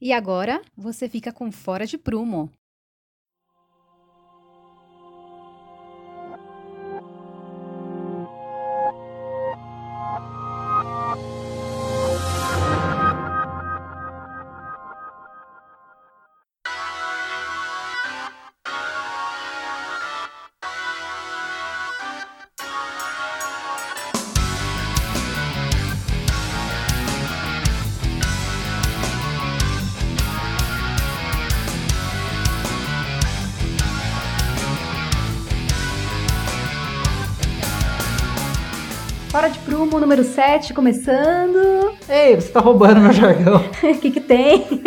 E agora você fica com Fora de Prumo. Fora de Prumo, número 7, começando. Ei, você tá roubando meu jargão. O que, que tem?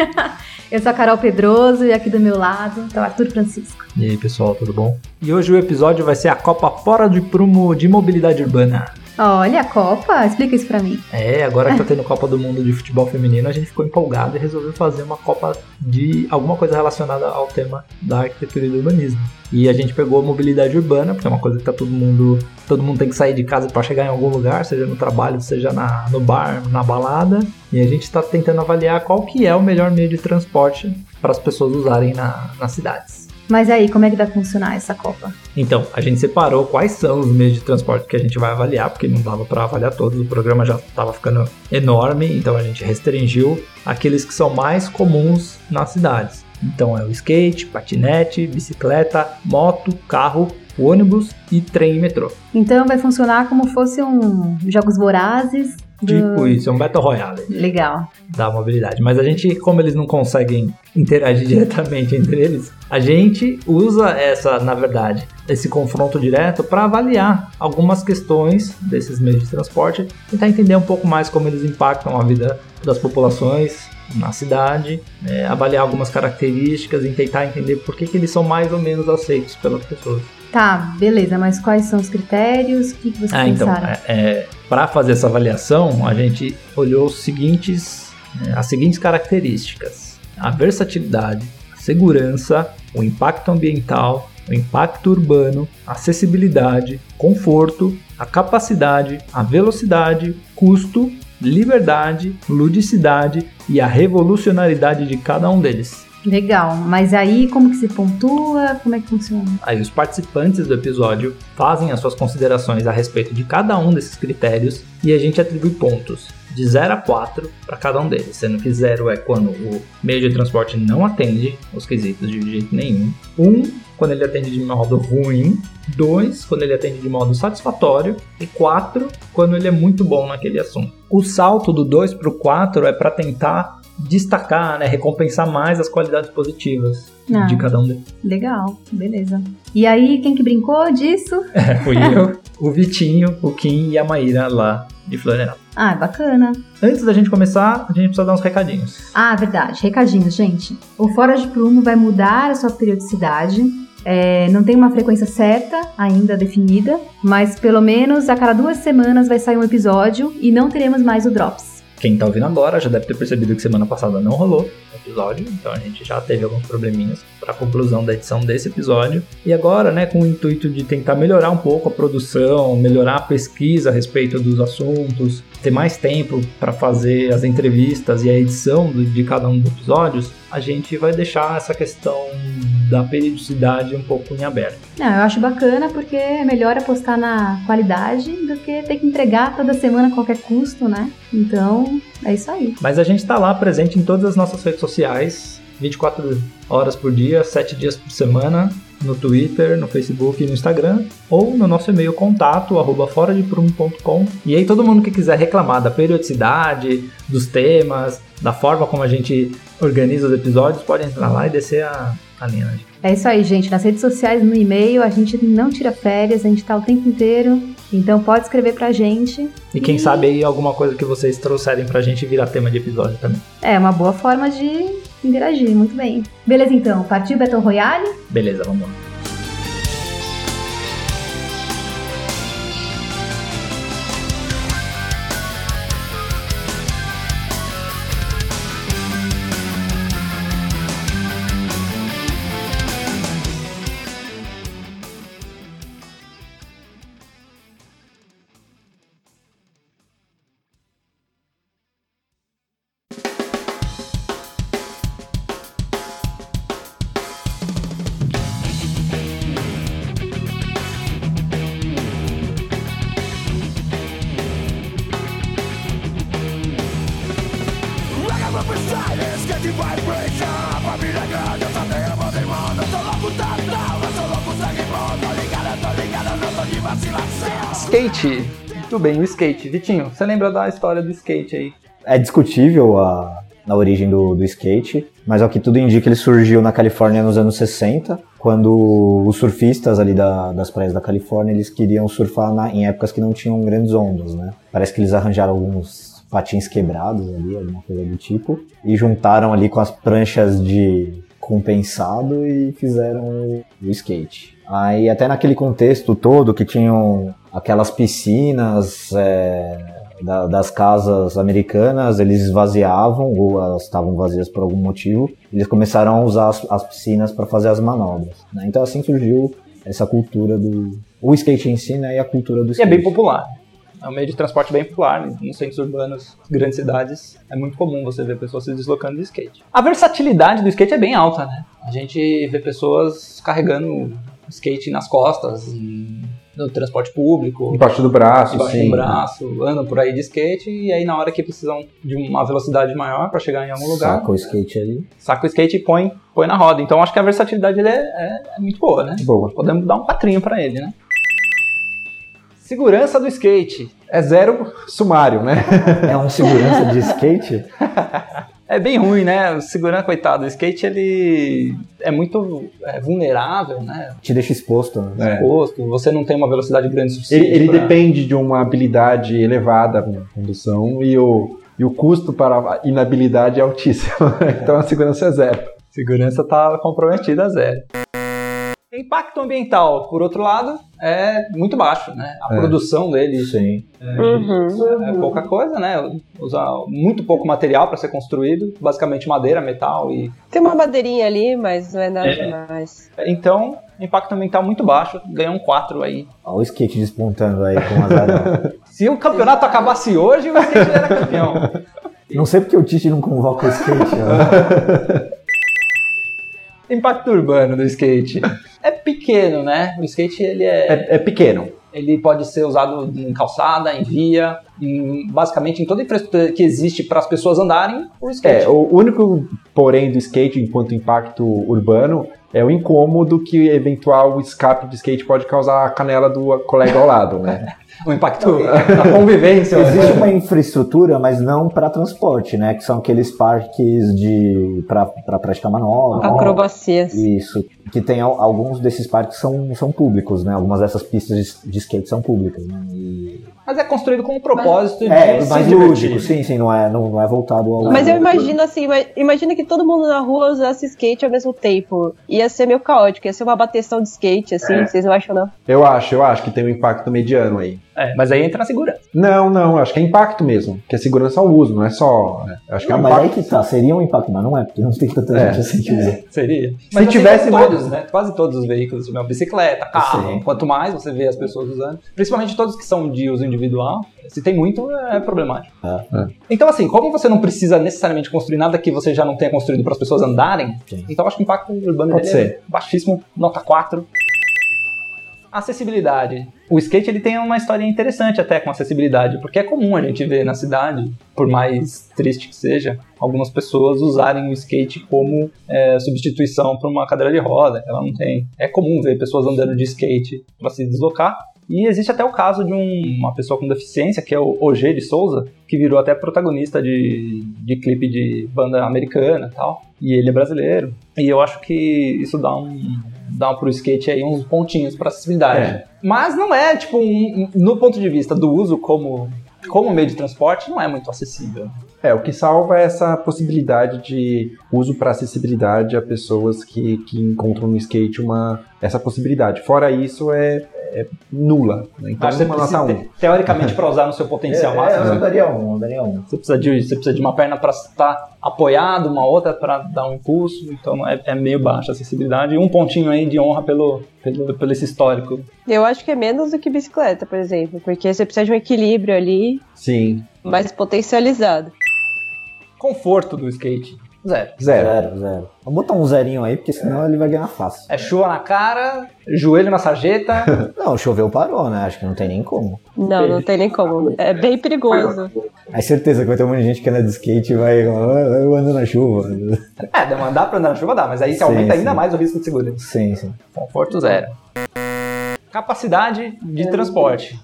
Eu sou a Carol Pedroso e aqui do meu lado tá o Arthur Francisco. E aí, pessoal, tudo bom? E hoje o episódio vai ser a Copa Fora de Prumo de Mobilidade Urbana. Olha a Copa, explica isso pra mim. É, agora que tá tendo Copa do Mundo de Futebol Feminino, a gente ficou empolgado e resolveu fazer uma Copa de alguma coisa relacionada ao tema da arquitetura e do urbanismo. E a gente pegou a mobilidade urbana, porque é uma coisa que tá todo mundo. Todo mundo tem que sair de casa para chegar em algum lugar, seja no trabalho, seja na, no bar, na balada. E a gente está tentando avaliar qual que é o melhor meio de transporte para as pessoas usarem na, nas cidades. Mas aí, como é que vai funcionar essa Copa? Então, a gente separou quais são os meios de transporte que a gente vai avaliar, porque não dava para avaliar todos, o programa já estava ficando enorme, então a gente restringiu aqueles que são mais comuns nas cidades. Então é o skate, patinete, bicicleta, moto, carro, ônibus e trem e metrô. Então vai funcionar como fosse um Jogos Vorazes. Tipo isso, é um Battle Royale Legal. da mobilidade. Mas a gente, como eles não conseguem interagir diretamente entre eles, a gente usa essa, na verdade, esse confronto direto para avaliar algumas questões desses meios de transporte, tentar entender um pouco mais como eles impactam a vida das populações na cidade, né, avaliar algumas características e tentar entender por que, que eles são mais ou menos aceitos pelas pessoas. Tá, beleza, mas quais são os critérios? O que, que vocês Ah, então, pensaram? é, para fazer essa avaliação, a gente olhou os seguintes, é, as seguintes características: a versatilidade, a segurança, o impacto ambiental, o impacto urbano, a acessibilidade, conforto, a capacidade, a velocidade, custo, liberdade, ludicidade e a revolucionariedade de cada um deles. Legal, mas aí como que se pontua? Como é que funciona? Aí os participantes do episódio fazem as suas considerações a respeito de cada um desses critérios e a gente atribui pontos de 0 a 4 para cada um deles, sendo que 0 é quando o meio de transporte não atende os quesitos de jeito nenhum, 1 um, quando ele atende de modo ruim, 2 quando ele atende de modo satisfatório e 4 quando ele é muito bom naquele assunto. O salto do 2 para o 4 é para tentar destacar, né, recompensar mais as qualidades positivas Ah. de cada um deles. Legal, beleza. E aí, quem que brincou disso? Fui eu, o Vitinho, o Kim e a Maíra lá de Florianópolis. Ah, bacana. Antes da gente começar, a gente precisa dar uns recadinhos. Ah, verdade. Recadinhos, gente. O Fora de Prumo vai mudar a sua periodicidade. É, não tem uma frequência certa ainda definida, mas pelo menos a cada duas semanas vai sair um episódio e não teremos mais o Drops. Quem tá ouvindo agora já deve ter percebido que semana passada não rolou o episódio, então a gente já teve alguns probleminhas para a conclusão da edição desse episódio. E agora, né, com o intuito de tentar melhorar um pouco a produção, melhorar a pesquisa a respeito dos assuntos, ter mais tempo para fazer as entrevistas e a edição do- de cada um dos episódios, a gente vai deixar essa questão da periodicidade um pouco em aberto. Não, eu acho bacana porque é melhor apostar na qualidade do que ter que entregar toda semana a qualquer custo, né? Então, é isso aí. Mas a gente está lá presente em todas as nossas redes sociais, 24 horas por dia, 7 dias por semana, no Twitter, no Facebook e no Instagram, ou no nosso e-mail contato, arroba foradeprumo.com. E aí todo mundo que quiser reclamar da periodicidade, dos temas, da forma como a gente organiza os episódios, pode entrar lá e descer a, a linha. né? É isso aí, gente. Nas redes sociais, no e-mail, a gente não tira férias, a gente tá o tempo inteiro. Então pode escrever pra gente. E quem sabe aí alguma coisa que vocês trouxerem pra gente virar tema de episódio também. É uma boa forma de interagir, muito bem. Beleza, então, partiu Battle Royale? Beleza, vamos lá. Escape vibration, família grande, eu só tenho amor em mão. Eu sou louco da eu sou louco sangue bom. Tô ligado, tô ligado, não tô de vacilação. Skate. Muito bem, o skate. Vitinho, você lembra da história do skate aí? É discutível a, a origem do, do skate, mas ao que tudo indica, ele surgiu na Califórnia nos anos 60, quando os surfistas ali da- das praias da Califórnia, eles queriam surfar na- em épocas que não tinham grandes ondas, né? Parece que eles arranjaram alguns patins quebrados ali, alguma coisa do tipo, e juntaram ali com as pranchas de compensado e fizeram o- o skate. Aí até naquele contexto todo que tinham aquelas piscinas, é, da- das casas americanas, eles esvaziavam ou elas estavam vazias por algum motivo, eles começaram a usar as, as piscinas para fazer as manobras. né? Então assim surgiu essa cultura do. O skate em si, né? E a cultura do E é skate. bem popular. É um meio de transporte bem popular né? nos centros urbanos, grandes cidades. É muito comum você ver pessoas se deslocando de skate. A versatilidade do skate é bem alta, né? A gente vê pessoas carregando skate nas costas, em- no transporte público, Embaixo do braço, embaixo sim. do braço, andam por aí de skate e aí na hora que precisam de uma velocidade maior para chegar em algum é um lugar, Saca o skate ali. saca o skate e põe, põe na roda. Então acho que a versatilidade dele é, é- é muito boa, né? Boa. Podemos dar um patrinho para ele, né? Segurança do skate. É zero sumário, né? É um segurança de skate? É bem ruim, né? O segurança, coitado, o skate ele é muito é, vulnerável, né? Te deixa exposto, né? É. Posto, você não tem uma velocidade grande o suficiente. Ele, ele pra- depende de uma habilidade elevada na condução e o, e o custo para a inabilidade é altíssimo. Então a segurança é zero. Segurança tá comprometida a zero. Impacto ambiental, por outro lado, é muito baixo, né? A É. produção dele Sim. Uhum. é pouca coisa, né? Usa muito pouco material para ser construído, basicamente madeira, metal e Tem uma madeirinha ali, mas não é nada É. demais. então impacto ambiental muito baixo, ganhou um 4 aí. Olha o skate despontando aí com né? as aranhas. Se o campeonato acabasse hoje, o skate era campeão. Não sei porque o Tite não convoca o skate. né? ó. Impacto urbano do skate. É pequeno, né? O skate ele é, É, é pequeno. ele pode ser usado em calçada, em via, em- basicamente em toda a infraestrutura que existe para as pessoas andarem, o skate. É, o único porém do skate enquanto impacto urbano é o incômodo que eventual escape de skate pode causar à canela do colega ao lado, né? É, O impacto na convivência. Existe uma infraestrutura, mas não para transporte, né? Que são aqueles parques de para pra praticar manobra. Acrobacias. Isso. Que tem al- alguns desses parques são, são públicos, né? Algumas dessas pistas de, de skate são públicas. Né? E- Mas é construído com o propósito É, de se mais divertir. lúdico, sim, sim, não é, não, não é voltado ao. Mas eu imagino assim, ima- imagina que todo mundo na rua usasse skate ao mesmo tempo. Ia ser meio caótico, ia ser uma bateção de skate, assim, vocês não acham não? Eu acho, eu acho que tem um impacto mediano aí. É, mas aí entra na segurança. Não, não, acho que é impacto mesmo, que é segurança ao uso, não é só. né? Acho que é Não, um mas aí impacto. que tá, seria um impacto, mas não é, porque não tem tanta É. gente assim que usa. Seria. Mas Se assim, tivesse todos, né? Quase todos os veículos, uma bicicleta, carro. Sim. Quanto mais você vê as pessoas usando, principalmente todos que são de uso individual, se tem muito é problemático. É. É. Então assim, como você não precisa necessariamente construir nada que você já não tenha construído para as pessoas andarem, Sim. então acho que o impacto urbano Pode dele é baixíssimo, nota 4. Acessibilidade. O skate ele tem uma história interessante até com acessibilidade, porque é comum a gente ver na cidade, por mais triste que seja, algumas pessoas usarem o skate como é, substituição para uma cadeira de roda. Ela não tem. É comum ver pessoas andando de skate para se deslocar. E existe até o caso de um- uma pessoa com deficiência, que é o OG de Souza, que virou até protagonista de, de clipe de banda americana e tal. E ele é brasileiro. E eu acho que isso dá um. dá pro skate aí uns pontinhos pra acessibilidade. É. Mas não é, tipo, um- um- no ponto de vista do uso como, como meio de transporte, não é muito acessível. É, o que salva é essa possibilidade de uso para acessibilidade a pessoas que, que encontram no skate uma, essa possibilidade. Fora isso, é, é nula. né? Então, É, Acho que uma nota precisa, 1. te- teoricamente, pra usar no seu potencial máximo, eu daria um, eu daria um. Você precisa de, você precisa de uma perna para estar apoiado, uma outra para dar um impulso, então é, é meio baixa a acessibilidade. E um pontinho aí de honra pelo, pelo, pelo esse histórico. Eu acho que é menos do que bicicleta, por exemplo, porque você precisa de um equilíbrio ali Sim. mais potencializado. Conforto do skate. Zero. Zero. Zero, zero. Vou botar um zerinho aí, porque senão ele vai ganhar fácil. É chuva na cara, joelho na sarjeta. Não, choveu, parou, né? Acho que não tem nem como. Não, não tem nem como. É bem perigoso. É certeza que vai ter um monte de gente que anda de skate e vai. "Ah, Eu ando na chuva. é, dá- dá pra andar na chuva, dá, mas aí você Sim, aumenta sim. ainda mais o risco de segurança. Sim, sim. Conforto zero. Capacidade de transporte.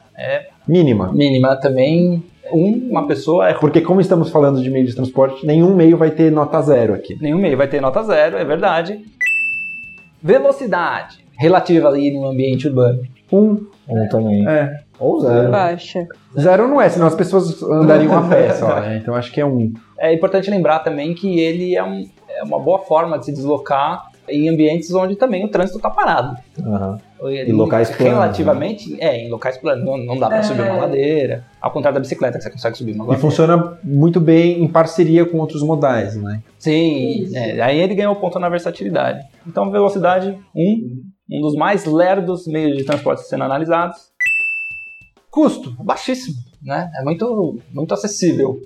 Mínima. Mínima também. Um, uma pessoa é Porque como estamos falando de meio de transporte, nenhum meio vai ter nota zero aqui. Nenhum meio vai ter nota zero, é verdade. Velocidade relativa ali no ambiente urbano. Um. Um também. É. Ou zero. Baixa. Zero não é, senão as pessoas andariam a pé só, né? Então acho que é um. É importante lembrar também que ele é, um- é uma boa forma de se deslocar em ambientes onde também o trânsito está parado. Aham. Em locais planos, né? Relativamente, é, em locais planos. Não, não dá para É. subir uma ladeira. Ao contrário da bicicleta, que você consegue subir uma E ladeira. funciona muito bem em parceria com outros modais, né? Sim, é, aí ele ganhou ponto na versatilidade. Então, velocidade, um, um dos mais lerdos meios de transporte sendo analisados. Custo, baixíssimo, né? É muito, muito acessível.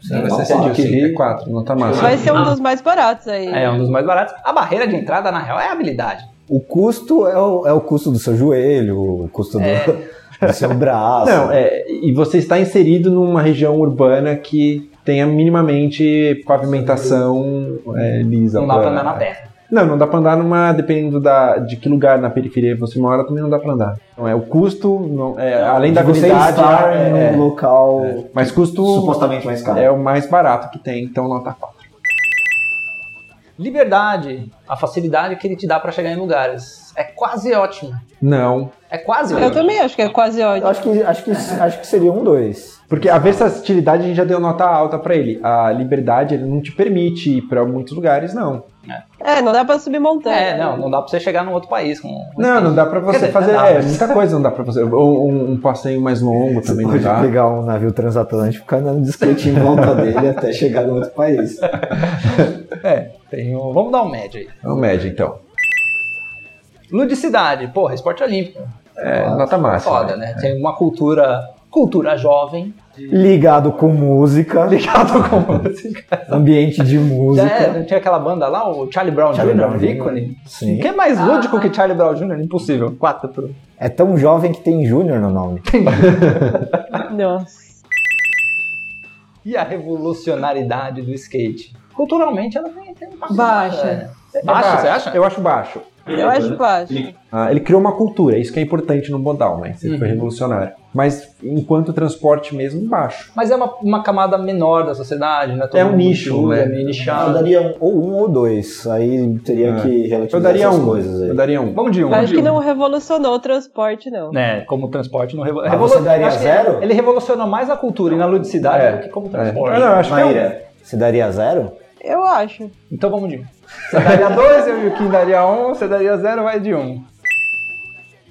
Sim, não você pode adquirir adquirir. é quatro, nota máxima. Vai ser um dos mais baratos aí. É um dos mais baratos. A barreira de entrada, na real, é a habilidade. O custo é o, é o custo do seu joelho, o custo do, É. do seu braço. Não, é, e você está inserido numa região urbana que tenha minimamente pavimentação é, lisa. Não dá pra plana. andar na terra. Não, não dá pra andar numa. Dependendo da, de que lugar na periferia você mora, também não dá pra andar. Então é o custo, não- é, além da De você habilidade. estar é- um num é, local mas custo supostamente mais caro. é o mais barato que tem, então nota 4. Liberdade, a facilidade que ele te dá pra chegar em lugares. É quase ótimo. Não. É quase Eu ótimo. também acho que é quase Eu ódio. acho que, acho, que, acho que seria um dois. Porque a versatilidade a gente já deu nota alta pra ele. A liberdade ele não te permite ir pra muitos lugares, não. É, não dá pra subir montanha. É, não, não dá pra você chegar num outro país. Com... um Não, não dá pra você dizer, fazer. não dá, é, mas- muita coisa não dá pra fazer. Ou um, um passeio mais longo também não Pode dá. pegar um navio transatlântico, ficar andando de skate em volta dele até chegar no outro país. Tem um- Vamos dar um médio aí. É o médio, então. Ludicidade, porra, esporte olímpico. É, nota máxima. Foda, né? Tem uma cultura, cultura jovem. Ligado com música, Ligado com música. ambiente de É, música. não tinha aquela banda lá, o Charlie Brown Charlie um Jr., Brown o Jr. ícone. Sim. Que é mais Ah. lúdico que Charlie Brown Jr.? Impossível. Quatro um. pro. É tão jovem que tem Júnior no nome. Nossa. E a revolucionariedade do skate? Culturalmente ela tem, tem uma Baixa. É É Baixa, você acha? Eu acho baixo. Eu acho baixo. Ah, ele criou uma cultura, isso que é importante no modal, né? Uhum. Isso ele foi revolucionário. Mas enquanto transporte mesmo, baixo. Mas é uma, uma camada menor da sociedade, né? Todo É um mundo nicho, usa, né? É meio Eu nichado. daria um, ou um ou dois. Aí teria É. que relativizar Eu daria essas um. coisas aí. Eu daria um. Vamos de um. Acho que não revolucionou o transporte, não. É, como transporte não revolucionou. Ah, você daria zero? Ele revolucionou mais a cultura e na ludicidade É, do que como É. transporte. Ah, não, eu acho que é um. Maíra, você daria zero? Eu acho. Então vamos de um. Você daria 2, eu e o Kim daria 1, um, você daria 0, vai de 1. Um.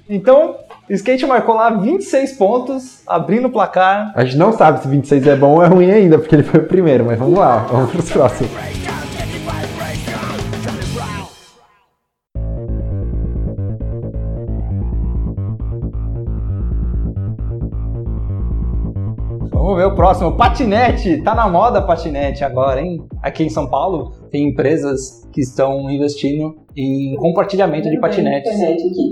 Então, skate marcou lá 26 pontos, abrindo o placar. A gente não sabe se 26 é bom ou é ruim ainda, porque ele foi o primeiro, mas vamos lá, vamos pros próximos. Vamos ver o próximo. Patinete. Tá na moda patinete agora, hein? Aqui em São Paulo tem empresas que estão investindo em compartilhamento de patinetes.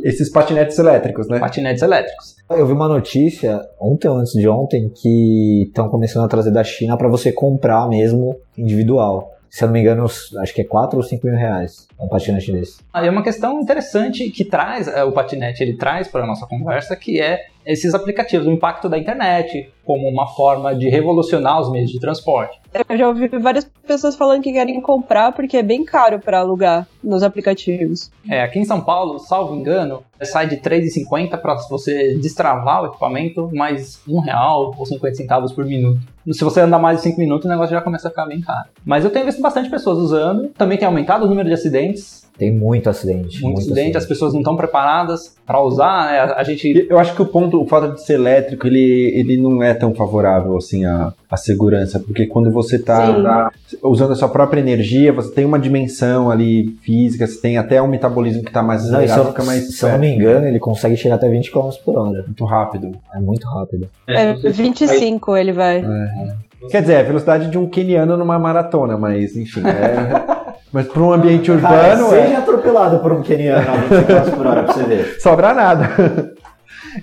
Esses patinetes elétricos, né? Patinetes elétricos. Eu vi uma notícia ontem ou antes de ontem que estão começando a trazer da China pra você comprar mesmo individual. Se eu não me engano, os- acho que é 4 ou 5 mil reais um patinete desse. Aí é uma questão interessante que traz, é, o patinete ele traz para a nossa conversa, que é esses aplicativos, o impacto da internet como uma forma de revolucionar os meios de transporte. Eu já ouvi várias pessoas falando que querem comprar porque é bem caro pra alugar nos aplicativos. É, aqui em São Paulo, salvo engano, é, sai de 3,50 para você destravar o equipamento, mais um real ou 50 centavos por minuto. Se você andar mais de 5 minutos, o negócio já começa a ficar bem caro. Mas eu tenho visto bastante pessoas usando, também tem aumentado o número de acidentes. Tem muito acidente. Muito acidente, as pessoas não estão preparadas para usar, né? A- A gente E Eu acho que o ponto, o fato de ser elétrico, ele, ele não é tão favorável assim à, à segurança, porque quando você Sim. está usando a sua própria energia, você tem uma dimensão ali física, você tem até um metabolismo que está mais Não, e se, acelerado, eu, fica mais se eu não me engano, ele consegue chegar até 20 km por hora. muito rápido. É muito rápido. É, 25 ele vai. Quer dizer, é a velocidade de um queniano numa maratona, mas enfim, é- mas para um ambiente Ah, urbano, é, atropelado por um queniano a 20 km por hora pra você ver. sobra nada.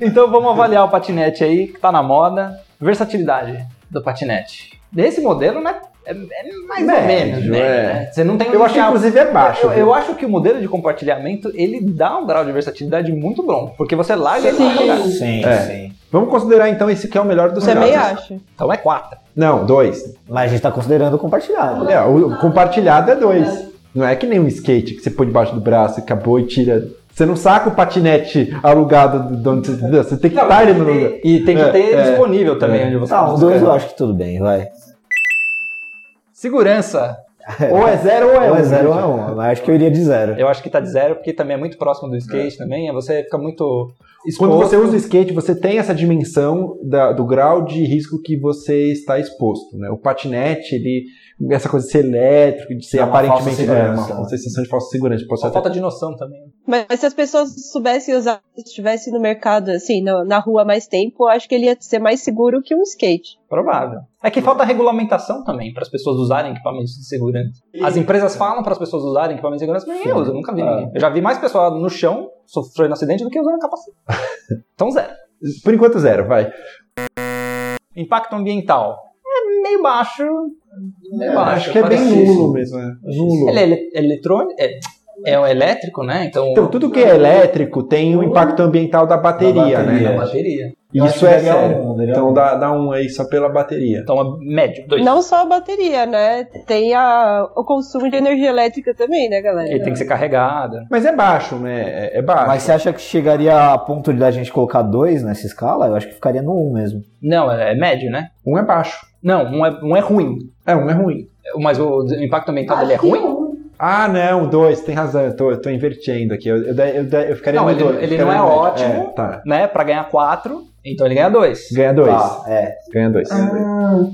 Então vamos avaliar o patinete aí, que tá na moda. Versatilidade do patinete. Desse modelo, né? É, é mais ou Médio, menos, médio, é. né? Você não tem Eu onde acho que enfiar- inclusive é baixo. Eu, eu acho que o modelo de compartilhamento ele dá um grau de versatilidade muito bom, porque você larga ele pra jogar. Sim, É. sim. Vamos considerar então esse que é o melhor dos Você casos. também acha? Então é 4. Não, dois. Mas a gente tá considerando compartilhado. É, o compartilhado é dois. Não é que nem um skate que você põe debaixo do braço e acabou e tira. Você não saca o patinete alugado do dono. Você tem que estar ele no lugar. E tem que tá É, ter é. disponível também onde você Tá, tá os dois eu buscando. acho que tudo bem, vai. Segurança. Ou é zero ou é um. Ou é 0 ou é gente. 1, mas acho que É eu iria de 0. Eu acho que tá de zero, porque também é muito próximo do skate também. Você fica muito. Quando exposto. você usa o skate, você tem essa dimensão da- do grau de risco que você está exposto. Né? O patinete, ele, essa coisa de ser elétrico, de ser Dá uma falsa aparentemente. É, segurança, uma, né? sensação de falsa segurança. Posso Só até falta de noção também. Mas se as pessoas soubessem usar, se estivesse no mercado, assim, na, na rua há mais tempo, eu acho que ele ia ser mais seguro que um skate. Provável. É que falta regulamentação também para as pessoas usarem equipamentos de segurança. As empresas falam para as pessoas usarem equipamentos de segurança, mas ninguém Sim. usa. eu Nunca vi Ah. ninguém. Eu já vi mais pessoal no chão sofrendo acidente do que usando capacete. então, zero. Por enquanto, zero, vai. Impacto ambiental. É meio baixo. Meio baixo. acho que é bem parece- nulo mesmo. É. Nulo. Ele é ele- eletrônico. É, é um elétrico, né? Então. Então, tudo que é elétrico tem o impacto ambiental da bateria, Da é bateria. né? uma bateria. E Isso é sério. Então dá, dá um aí só pela bateria. Então, é médio. Dois. Não só a bateria, né? Tem a, o consumo de energia elétrica também, né, galera? Ele tem que ser carregado. Mas é baixo, né? É, é baixo. Mas você acha que chegaria a ponto de a gente colocar 2 nessa escala? Eu acho que ficaria no 1 um mesmo. Não, é médio, né? Um é baixo. Não, um é, um é ruim. É, um é ruim. Mas o impacto ambiental dele é ruim? Ah, não, dois, tem razão. Eu tô, eu tô invertendo aqui. Eu, eu, da- eu, da- eu ficaria Não, no ele- dois, eu ele ficaria não é no médio. ótimo. É, tá. Né? Pra ganhar quatro, então ele ganha dois. Ganha dois. Tá, é. Ganha dois. Ah.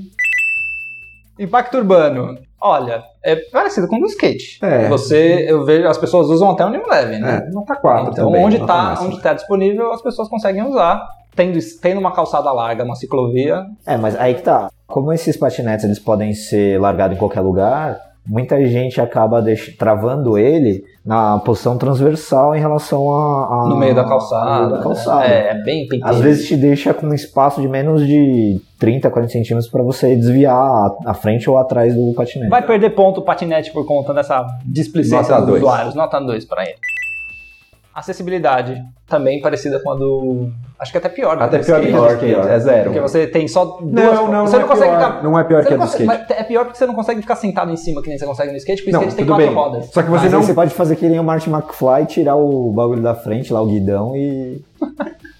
Impacto urbano. Olha, é parecido com o do skate. É. Você, eu vejo, as pessoas usam até o New Level, né? É, nota quatro Então, também. onde nota tá, máxima. onde tá disponível, as pessoas conseguem usar. Tendo, tendo uma calçada larga, uma ciclovia. É, mas aí que tá. Como esses patinetes eles podem ser largados em qualquer lugar, muita gente acaba deix- travando ele na posição transversal em relação a, a- No meio da Ah, no meio calçada. da calçada. É, é bem penteiro. Às vezes te deixa com um espaço de menos de 30, 40 centímetros pra você desviar a- à frente ou atrás do patinete. Vai perder ponto o patinete por conta dessa displicência Nota dos dois. usuários. Nota 2 para ele. Acessibilidade. Também parecida com a do. Acho que até pior. do Até do pior que skate. o do skate. É zero. Porque você tem só duas. Não, não, você não não, é consegue pior. ficar. Não é pior você que a não do consegue- skate. mas é pior porque você não consegue ficar sentado em cima, que nem você consegue no skate, porque o Não, skate tem tudo quatro bem. rodas. Só que você Mas não aí você pode fazer que nem o Martin McFly, tirar o bagulho da frente, lá o guidão e...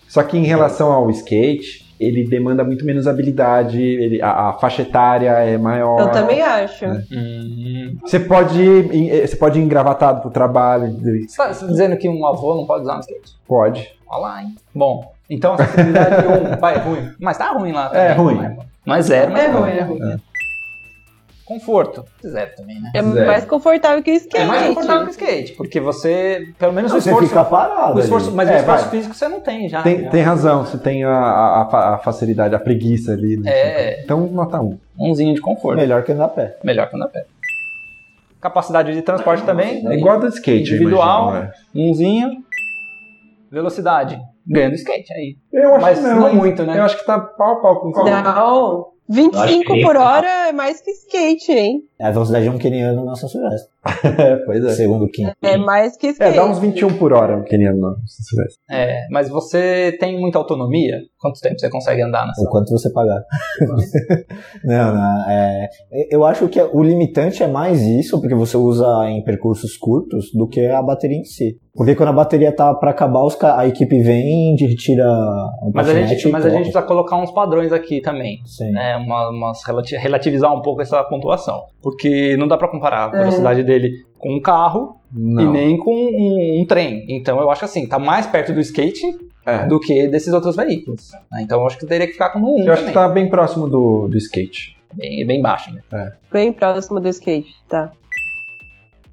Só que em relação ao skate, ele demanda muito menos habilidade, ele- a, a faixa etária é maior. Eu também acho. É. Uhum. Você pode ir, em- eh, você pode ir engravatado pro trabalho, entendeu? Você tá dizendo que um avô não pode usar no skate? pode. Olha lá, hein? Bom, então acessibilidade 1. Vai, ruim. Mas tá ruim lá. também. É, ruim. Não é zero, mas É tá ruim, é ruim. Conforto. Zero também, né? É Zero. mais confortável que o skate. É mais confortável que o skate, porque você, pelo menos o Você esforço, fica parado o esforço ali. mas o É, esforço vai. físico você não tem já. Tem, Já. tem razão, você tem a, a- a fa- a facilidade, a preguiça ali. né? É. Então, nota 1. umzinho de conforto, Melhor que andar a pé. É. melhor que andar a pé. Capacidade de transporte também, É igual a do skate, eu Individual. imagino, né? umzinho. Velocidade, ganhando skate aí. Eu acho Mas que não, não hein? muito, né? Eu acho que tá pau a pau com o skate. Não. Eu acho 25 que- por hora é mais que skate, hein? É a velocidade de um queniano na São Silvestre. É, pois é. Segundo Kim. É mais que É, skate. dá uns 21 por hora, querendo não. se tivesse. É, mas você tem muita autonomia? Quanto tempo você consegue andar nessa? O quanto você pagar. não, não. É, eu acho que o limitante é mais isso, porque você usa em percursos curtos, do que a bateria em si. Porque quando a bateria tá pra acabar, os ca- a equipe vem, de- retira o Mas a gente, patinete e mas a gente corre. precisa colocar uns padrões aqui também. Sim. né, uma, umas É. relati- relativizar um pouco essa pontuação, porque não dá pra comparar a velocidade dele com um carro Não. e nem com um, um trem. Então eu acho assim, tá mais perto do skate É. do que desses outros veículos. né? Então eu acho que teria que ficar como um Eu acho que também. tá bem próximo do, do skate. bem, bem baixo. Né? Bem próximo do skate, tá.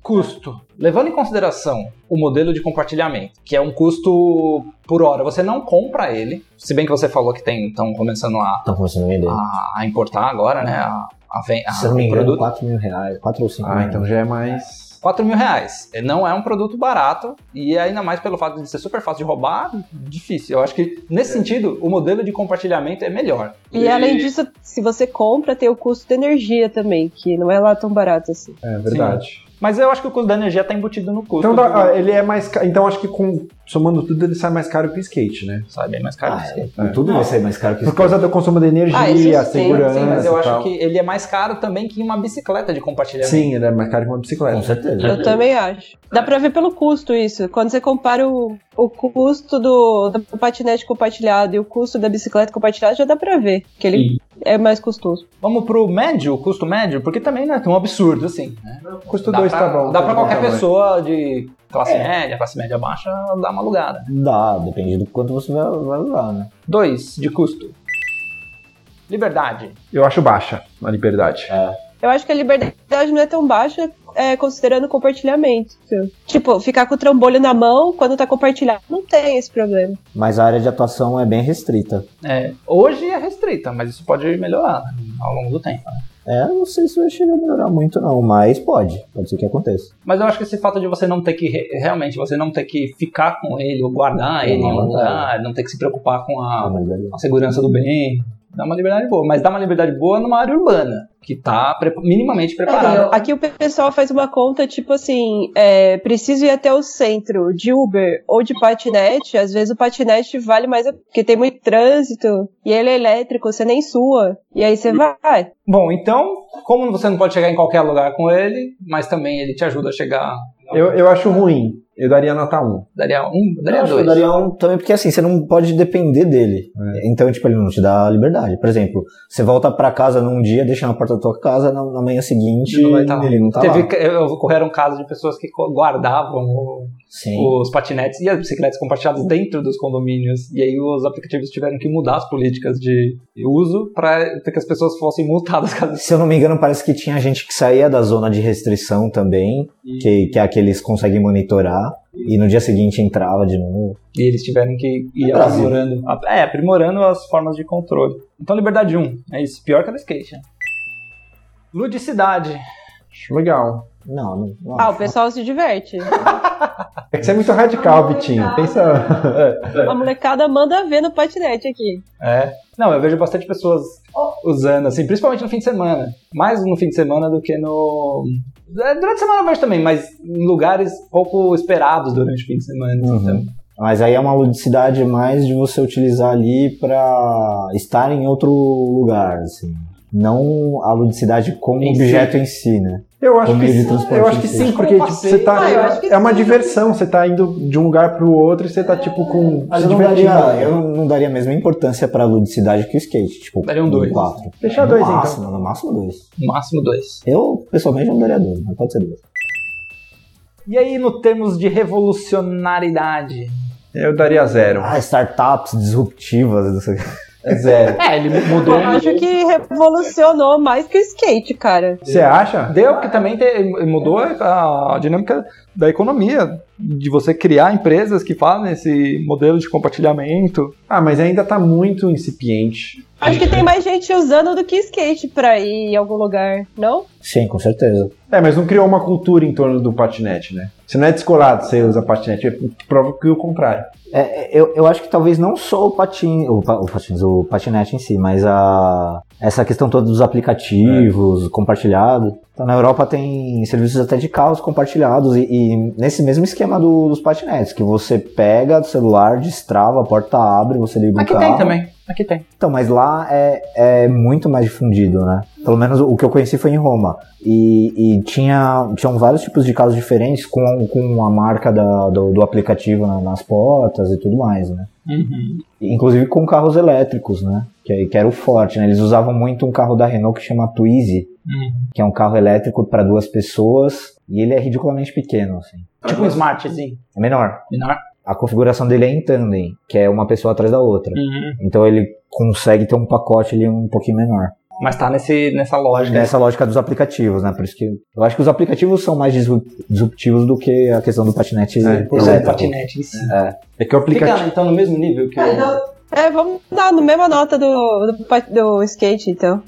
Custo. Levando em consideração o modelo de compartilhamento, que é um custo por hora, você não compra ele, se bem que você falou que tem estão começando a, Estão Tá começando a vender. a- a importar agora, né? A, a, ven- a- Ah, Se eu não me o engano, produto. 4 mil reais, 4 ou 5 mil Ah, então reais. já é mais. 4 mil reais. Não é um produto barato e é ainda mais pelo fato de ser super fácil de roubar, difícil. Eu acho que, nesse sentido, o modelo de compartilhamento é melhor. E além disso, se você compra, tem o custo de energia também, que não é lá tão barato assim. É verdade. Mas eu acho que o custo da energia está embutido no custo. Então, do- dá- ah, ele é mais. ca- Então acho que com- somando tudo ele sai mais caro que o skate, né? Sai bem mais caro. Ah, sim. é. Tudo vai sair mais caro que Por causa do consumo de energia, Ah, isso sim, segurança. Sim, mas eu e acho tal. que ele é mais caro também que uma bicicleta de compartilhamento. Sim, ele é mais caro que uma bicicleta. Com É certeza. Eu também acho. Dá pra ver pelo custo isso. Quando você compara o, o custo do, do patinete compartilhado e o custo da bicicleta compartilhada, já dá pra ver que ele é mais custoso. Vamos pro médio, custo médio, porque também não é tão absurdo assim. né? Custo Dá 2 pra- tá bom. É. Dá tá pra de qualquer tamanho. pessoa de classe média, classe média baixa, dar uma alugada. Dá, depende do quanto você vai, vai usar, né? Dois de custo. Liberdade. Eu acho baixa a liberdade. É, Eu acho que a liberdade não é tão baixa é, considerando o compartilhamento. Tipo, ficar com o trambolho na mão quando tá compartilhado, não tem esse problema. Mas a área de atuação é bem restrita. É, hoje é restrita, mas isso pode melhorar né, ao longo do tempo. né? É, não sei se vai chegar a melhorar muito, não, mas pode. Pode ser que aconteça. Mas eu acho que esse fato de você não ter que, re- realmente, você não ter que ficar com ele ou guardar É ele em uma um vantagem. lugar, não ter que se preocupar com Ah, a, mas vai- a segurança do bem, dá uma liberdade boa. Mas dá uma liberdade boa numa área urbana, que está É, minimamente preparada. Aqui o pessoal faz uma conta, tipo assim, é, preciso ir até o centro de Uber ou de patinete. Às vezes o patinete vale mais a- porque tem muito trânsito e ele é elétrico, você nem sua. E aí você vai. Bom, então, como você não pode chegar em qualquer lugar com ele, mas também ele te ajuda a chegar. Eu, eu acho ruim. Eu daria nota 1. Daria um, Eu daria acho que eu dois. daria um também, porque assim, você não pode depender dele. É. Então, tipo, ele não te dá liberdade. Por exemplo, você volta pra casa num dia, deixa na porta da tua casa, na, na manhã seguinte, Não vai tá lá. ele não tá Teve, lá. que- eu- ocorreram casos de pessoas que co- guardavam o- Sim. os patinetes e as bicicletas compartilhadas dentro dos condomínios. E aí os aplicativos tiveram que mudar as políticas de uso para que as pessoas fossem multadas caso Se eu não me engano, parece que tinha gente que saía da zona de restrição também, que, que é a que eles conseguem monitorar, e no dia seguinte entrava de novo. e eles tiveram que ir No Brasil. aprimorando, é, aprimorando as formas de controle. Então liberdade 1, é isso, pior que a do skate. né? Ludicidade. Acho legal. Não, não. não Ah, o acho. pessoal se diverte. É que você é muito radical, Vitinho. Pensa. É. A molecada manda ver no patinete aqui. É. Não, eu vejo bastante pessoas usando, assim, principalmente no fim de semana. Mais no fim de semana do que no. é, Durante a semana eu vejo também, mas em lugares pouco esperados durante o fim de semana. Uhum. então. Mas aí é uma ludicidade mais de você utilizar ali pra estar em outro lugar, assim. Não a ludicidade como Em si. objeto em si, né? Eu acho O que meio de sim. transporte é Eu acho que em si. sim, porque Como tipo, passeio? você tá. Ah, eu acho que é uma sim. É. diversão. Você tá indo de um lugar pro outro e você tá, tipo, com. Mas se eu não, divertindo. daria, eu não daria a mesma importância pra ludicidade que o skate. Tipo, Daria um dois. Quatro. Deixa no dois, então. máximo, No máximo dois. Máximo dois. Eu, pessoalmente, não daria dois, mas pode ser dois. E aí, no termos de revolucionariedade? Eu daria zero. Ah, startups disruptivas, não sei o quê. É zero. É, ele mudou. Eu acho que revolucionou mais que o skate, cara. Você acha? Deu, porque também te- mudou a dinâmica da economia, de você criar empresas que fazem esse modelo de compartilhamento. Ah, mas ainda tá muito incipiente. Acho que tem mais gente usando do que skate pra ir em algum lugar, não? Sim, com certeza. É, mas não criou uma cultura em torno do patinete, né? Você não é descolado, você usa patinete. É prova que o contrário. É, é, eu, eu acho que talvez não só o patin, o, pa- o patins, o patinete em si, mas a essa questão toda dos aplicativos, compartilhado. Então, na Europa tem serviços até de carros compartilhados e, e nesse mesmo esquema do- dos patinetes, que você pega do celular, destrava, a porta abre, você liga o Aqui carro. tem também. Aqui tem. Então, mas lá é, é muito mais difundido, né? Pelo menos o que eu conheci foi em Roma. E, e tinha, tinham vários tipos de casos diferentes com, com a marca da- do, do aplicativo na- nas portas e tudo mais, né? Inclusive com carros elétricos, né? Que, que era o forte, né? Eles usavam muito um carro da Renault que chama Twizy, que é um carro elétrico para duas pessoas E ele é ridiculamente pequeno, assim. Tipo um smart, assim. É menor. Menor. A configuração dele é em tandem, que é uma pessoa atrás da outra. Uhum. Então ele consegue ter um pacote ali um pouquinho menor. Mas tá nesse, nessa lógica. Nessa é lógica dos aplicativos, né? Por isso que eu acho que os aplicativos são mais disrup- disruptivos do que a questão do patinete. É, Por elétrico. ser um patinete em si. É que Fica, o aplicativo. então, no mesmo nível que o... É, vamos dar na mesma nota do, do, pa- do skate, então.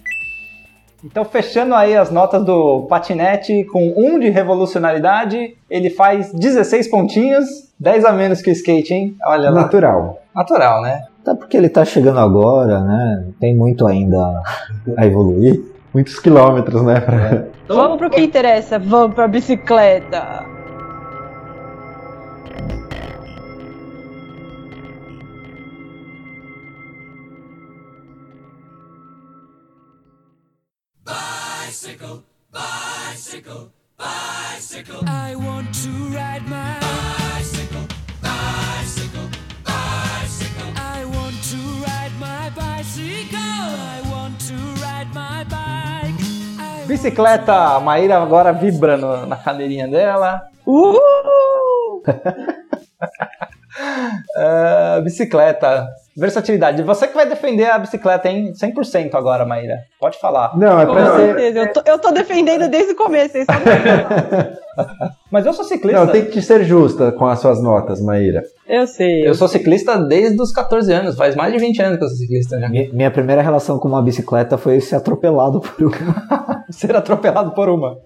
Então, fechando aí as notas do patinete, com um de revolucionalidade, ele faz 16 pontinhos, 10 a menos que o skate, hein? Olha lá. Natural. Natural, né? Até porque ele tá chegando agora, né? Tem muito ainda a evoluir. Muitos quilômetros, né? pra- Vamos pro que interessa, vamos pra bicicleta. I want to ride my bicycle, bicycle, bicycle. I want to ride my bicycle. I want to ride my bike. I Bicicleta, a Maíra agora vibrando na cadeirinha dela. Uh! Ah, bicicleta, versatilidade. Você que vai defender a bicicleta, hein? 100% agora, Maíra. Pode falar. Não, é Com pra ser. certeza, eu tô, eu tô defendendo desde o começo, um- vocês sabem. Mas eu sou ciclista. Não, tem que ser justa com as suas notas, Maíra. Eu sei. Eu sou ciclista desde os 14 anos. Faz mais de 20 anos que eu sou ciclista já. Mi- Minha primeira relação com uma bicicleta foi ser atropelado por um. Ser atropelado por uma.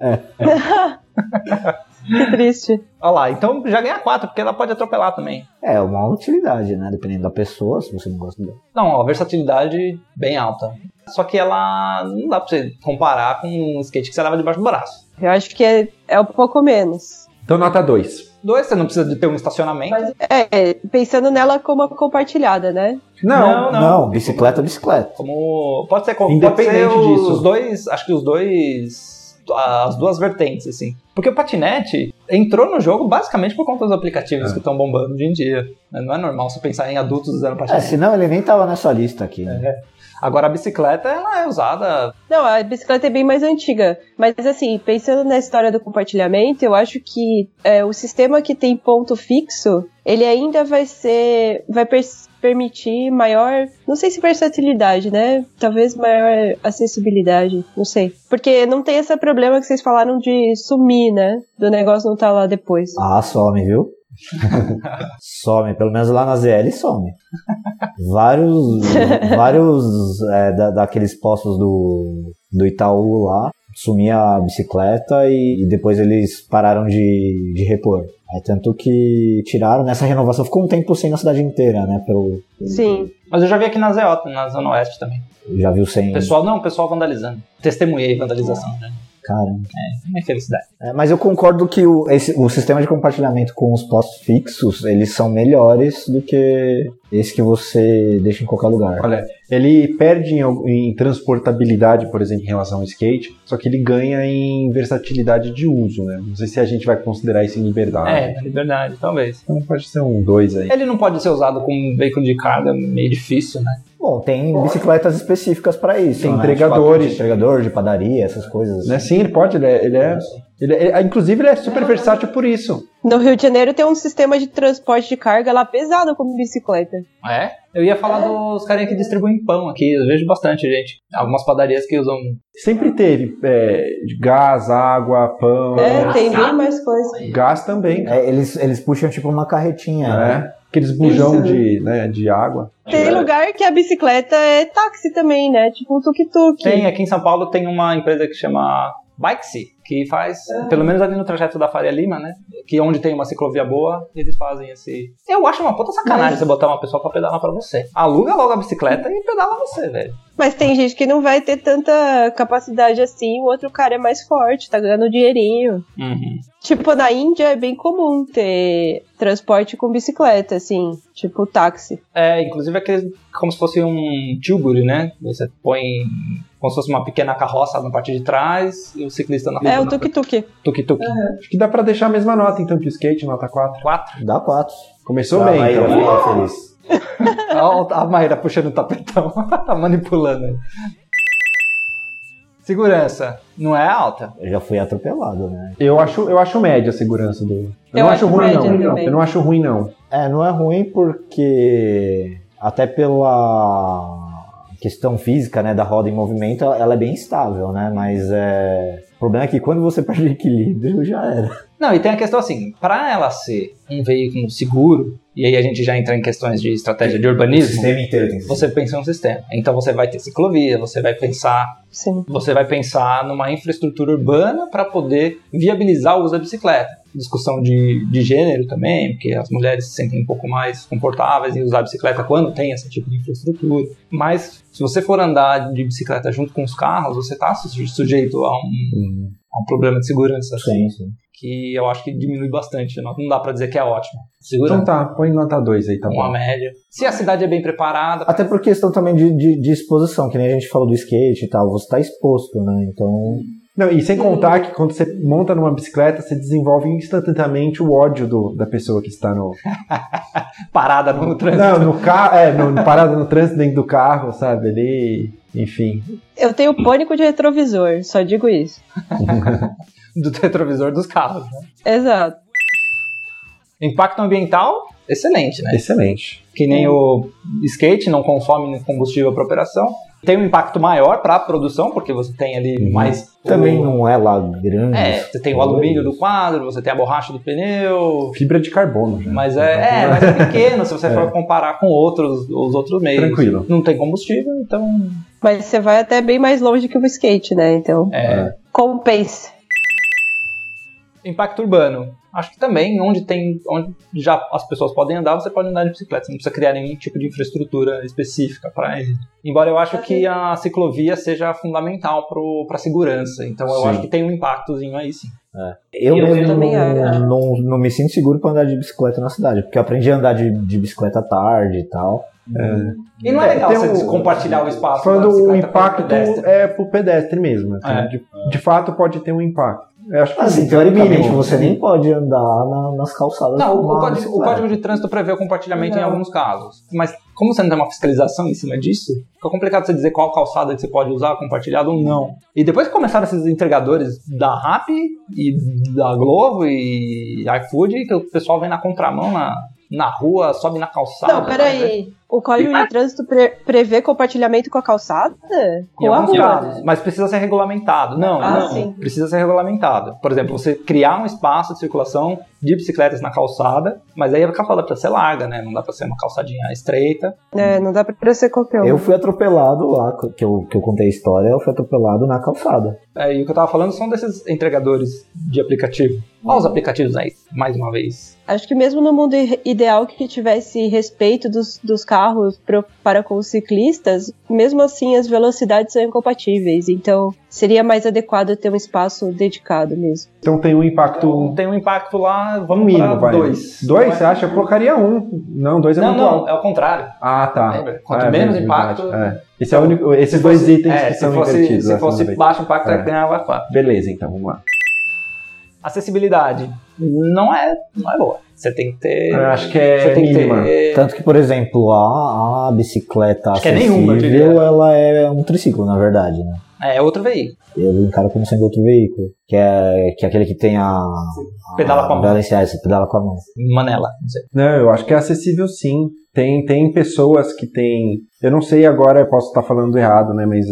Que triste. Olha lá, então já ganha 4, porque ela pode atropelar também. É uma utilidade, né? Dependendo da pessoa, se você não gosta dela. Não, a versatilidade bem alta. Só que ela não dá pra você comparar com um skate que você leva debaixo do braço. Eu acho que é, é um pouco menos. Então, nota 2. Dois, você não precisa de ter um estacionamento. É, pensando nela como a compartilhada, né? Não, não. bicicleta é bicicleta. Como pode ser como Independente pode ser os, disso. Os dois, acho que os dois as duas vertentes assim. Porque o patinete entrou no jogo basicamente por conta dos aplicativos É. que estão bombando hoje em dia. né? Não é normal você pensar em adultos usando É, patinete. senão ele nem tava nessa lista aqui. né? Agora a bicicleta ela é usada Não, a bicicleta é bem mais antiga. Mas assim, pensando na história do compartilhamento, eu acho que é, o sistema que tem ponto fixo, ele ainda vai ser. vai pers- permitir maior. Não sei se versatilidade, né? Talvez maior acessibilidade. Não sei. Porque não tem esse problema que vocês falaram de sumir, né? Do negócio não tá lá depois. Ah, some, viu? some, pelo menos lá na ZL some. Vários, vários é, da- daqueles postos do, do Itaú lá sumia a bicicleta e, e depois eles pararam de, de repor. É tanto que tiraram, nessa renovação ficou um tempo sem na cidade inteira, né? Pelo, Sim. mas eu já vi aqui na ZO, na Zona Oeste também. já viu sem. O pessoal não, o pessoal vandalizando. Testemunhei vandalização, né? Cara, Minha felicidade. É, mas eu concordo que o, esse- o sistema de compartilhamento com os postos fixos, eles são melhores do que esse que você deixa em qualquer lugar. Olha, ele perde em, al- em transportabilidade, por exemplo, em relação ao skate, só que ele ganha em versatilidade de uso, né? Não sei se a gente vai considerar isso em liberdade. É, na liberdade, talvez. Então pode ser um 2 aí. Ele não pode ser usado como um veículo de carga, meio difícil, né? Bom, tem bicicletas específicas para isso. Tem né? entregadores. Tipo, entregador de padaria, essas coisas. Né? Sim, ele pode, ele é. Ele é, ele é- ele- inclusive, ele é super versátil por isso. No Rio de Janeiro tem um sistema de transporte de carga lá pesado como bicicleta. É? Eu ia falar dos carinhas que distribuem pão aqui. Eu vejo bastante, gente. Algumas padarias que usam. Sempre teve é, de gás, água, pão. É, tem bem mais coisa. Gás também, cara. É, eles, eles puxam tipo uma carretinha. né? né? Aqueles bujão Isso. de, né, de água. É. Tem lugar que a bicicleta é táxi também, né? Tipo um tuk-tuk. Tem, aqui em São Paulo tem uma empresa que chama Bikesy, que faz, Ah. pelo menos ali no trajeto da Faria Lima, né? Que onde tem uma ciclovia boa, eles fazem esse. Eu acho uma puta sacanagem você botar uma pessoa pra pedalar pra você. Aluga logo a bicicleta e pedala você, velho. Mas tem gente que não vai ter tanta capacidade assim, o outro cara é mais forte, tá ganhando dinheirinho. Tipo, na Índia é bem comum ter transporte com bicicleta, assim, tipo táxi. É, inclusive aquele como se fosse um tilbury, né? Você põe como se fosse uma pequena carroça na parte de trás e o ciclista na É, o na- tuk-tuk. tuk-tuk. Acho que dá pra deixar a mesma nota, então, que o skate, nota 4. Quatro. Dá quatro. Começou Tá, bem, aí, então. eu fiquei feliz. Olha a Maíra puxando o tapetão, tá manipulando. aí. Segurança. Não é alta. Eu já fui atropelado, né? Eu acho, eu acho média a segurança do. Eu, Eu não acho, acho ruim, média não. também. Eu não acho ruim, não. É, não é ruim porque até pela questão física, né, da roda em movimento, ela é bem estável, né? Mas é, o problema é que quando você perde o equilíbrio, já era. Não, e tem a questão assim, para ela ser um veículo seguro, e aí a gente já entra em questões de estratégia de urbanismo, inteiro tem que você pensa em um sistema. Então você vai ter ciclovia, você vai pensar, Sim. você vai pensar numa infraestrutura urbana para poder viabilizar o uso da bicicleta. Discussão de, de gênero também, porque as mulheres se sentem um pouco mais confortáveis em usar a bicicleta quando tem esse tipo de infraestrutura. Mas se você for andar de bicicleta junto com os carros, você está sujeito a um, a um problema de segurança Sim, sim. que eu acho que diminui bastante. Não, não dá pra dizer que é ótimo. Então Segura tá, põe nota 2 aí, tá uma bom. média. Se a cidade é bem preparada, Até por questão também de, de, de exposição, que nem a gente falou do skate e tal, você tá exposto, né? Então, Não, e sem contar que quando você monta numa bicicleta, você desenvolve instantaneamente o ódio do- da pessoa que está no. parada no trânsito. Não, no carro. É, no, parada no trânsito dentro do carro, sabe? Ali. Enfim. Eu tenho pânico de retrovisor, só digo isso. Do retrovisor dos carros. Né? Exato. Impacto ambiental, excelente, né? Excelente. Que nem o skate não consome combustível para operação. Tem um impacto maior para a produção, porque você tem ali Uhum. mais. também o- não é lá grande. É, você tem o alumínio do quadro, você tem a borracha do pneu. Fibra de carbono, já. Mas é, é, mas é pequeno se você É. for comparar com outros, os outros meios. Tranquilo. Não tem combustível, então Mas você vai até bem mais longe que o skate, né? Então, é, compensa. Impacto urbano. Acho que também, onde tem. onde já as pessoas podem andar, você pode andar de bicicleta. Você não precisa criar nenhum tipo de infraestrutura específica para ele. Embora eu acho que a ciclovia seja fundamental para a segurança. Então eu Sim. acho que tem um impactozinho aí sim. Eu, Eu mesmo também não, acho. não, não me sinto seguro pra andar de bicicleta na cidade, porque eu aprendi a andar de, de bicicleta tarde e tal. E não é, É, legal tem você um- compartilhar o espaço. da Quando o bicicleta com impacto pedestre. é pro pedestre mesmo. assim, É. De, de fato, pode ter um impacto. Eu acho que Assim, teoricamente, Acabou. você nem pode andar na- nas calçadas. Não, o, com o uma código, o é. bicicleta. código de trânsito prevê o compartilhamento em alguns casos. Mas como você não tem uma fiscalização em cima disso, fica complicado você dizer qual calçada que você pode usar, compartilhado ou não. E depois que começaram esses entregadores da RAP e da Globo e iFood, que o pessoal vem na contramão na, na rua, sobe na calçada. né? Não, peraí. O código Ah! de trânsito pre- prevê compartilhamento com a calçada? Em Com a alguns rua. casos, mas precisa ser regulamentado. Não, Ah, não. sim. Precisa ser regulamentado. Por exemplo, você criar um espaço de circulação de bicicletas na calçada, mas aí a calçada precisa ser larga, né? Não dá pra ser uma calçadinha estreita. Uhum. É, não dá pra ser qualquer um. Eu fui atropelado lá, que eu, que eu contei a história, eu fui atropelado na calçada. É, e o que eu tava falando são desses entregadores de aplicativo. Olha Uhum. os aplicativos aí, mais uma vez. Acho que mesmo no mundo i- ideal que tivesse respeito dos, dos carros pro- para com os ciclistas, mesmo assim as velocidades são incompatíveis. Então seria mais adequado ter um espaço dedicado mesmo. Então tem um impacto. Tem um impacto lá, Um vamos mínimo, para vai. dois. Dois? Não é- Você acha? Eu colocaria um. Não, dois é Não, muito não, alto. é o contrário. Ah, tá. Lembra? É, Quanto menos verdade, impacto- é. Esse é o único, esses dois itens é, que se são fosse, invertidos. se essa fosse vez. baixo impacto, É. é. ganhava quatro. Beleza, então, vamos lá. Acessibilidade não é, não é boa. Você tem que ter. Eu acho que Você é tem que mínima. ter. Tanto que, por exemplo, a, a bicicleta Acho que é nenhuma, eu acessível, diria. ela é um triciclo, na verdade, né? É outro veículo. Eu encaro como sendo outro veículo, que é, que é aquele que tem a... a- Pedala com a mão. Balancear, você pedala com a mão. Manela. Não sei. Não, eu acho que é acessível sim. Tem, tem pessoas que têm. Eu não sei agora, eu posso estar falando errado, né? Mas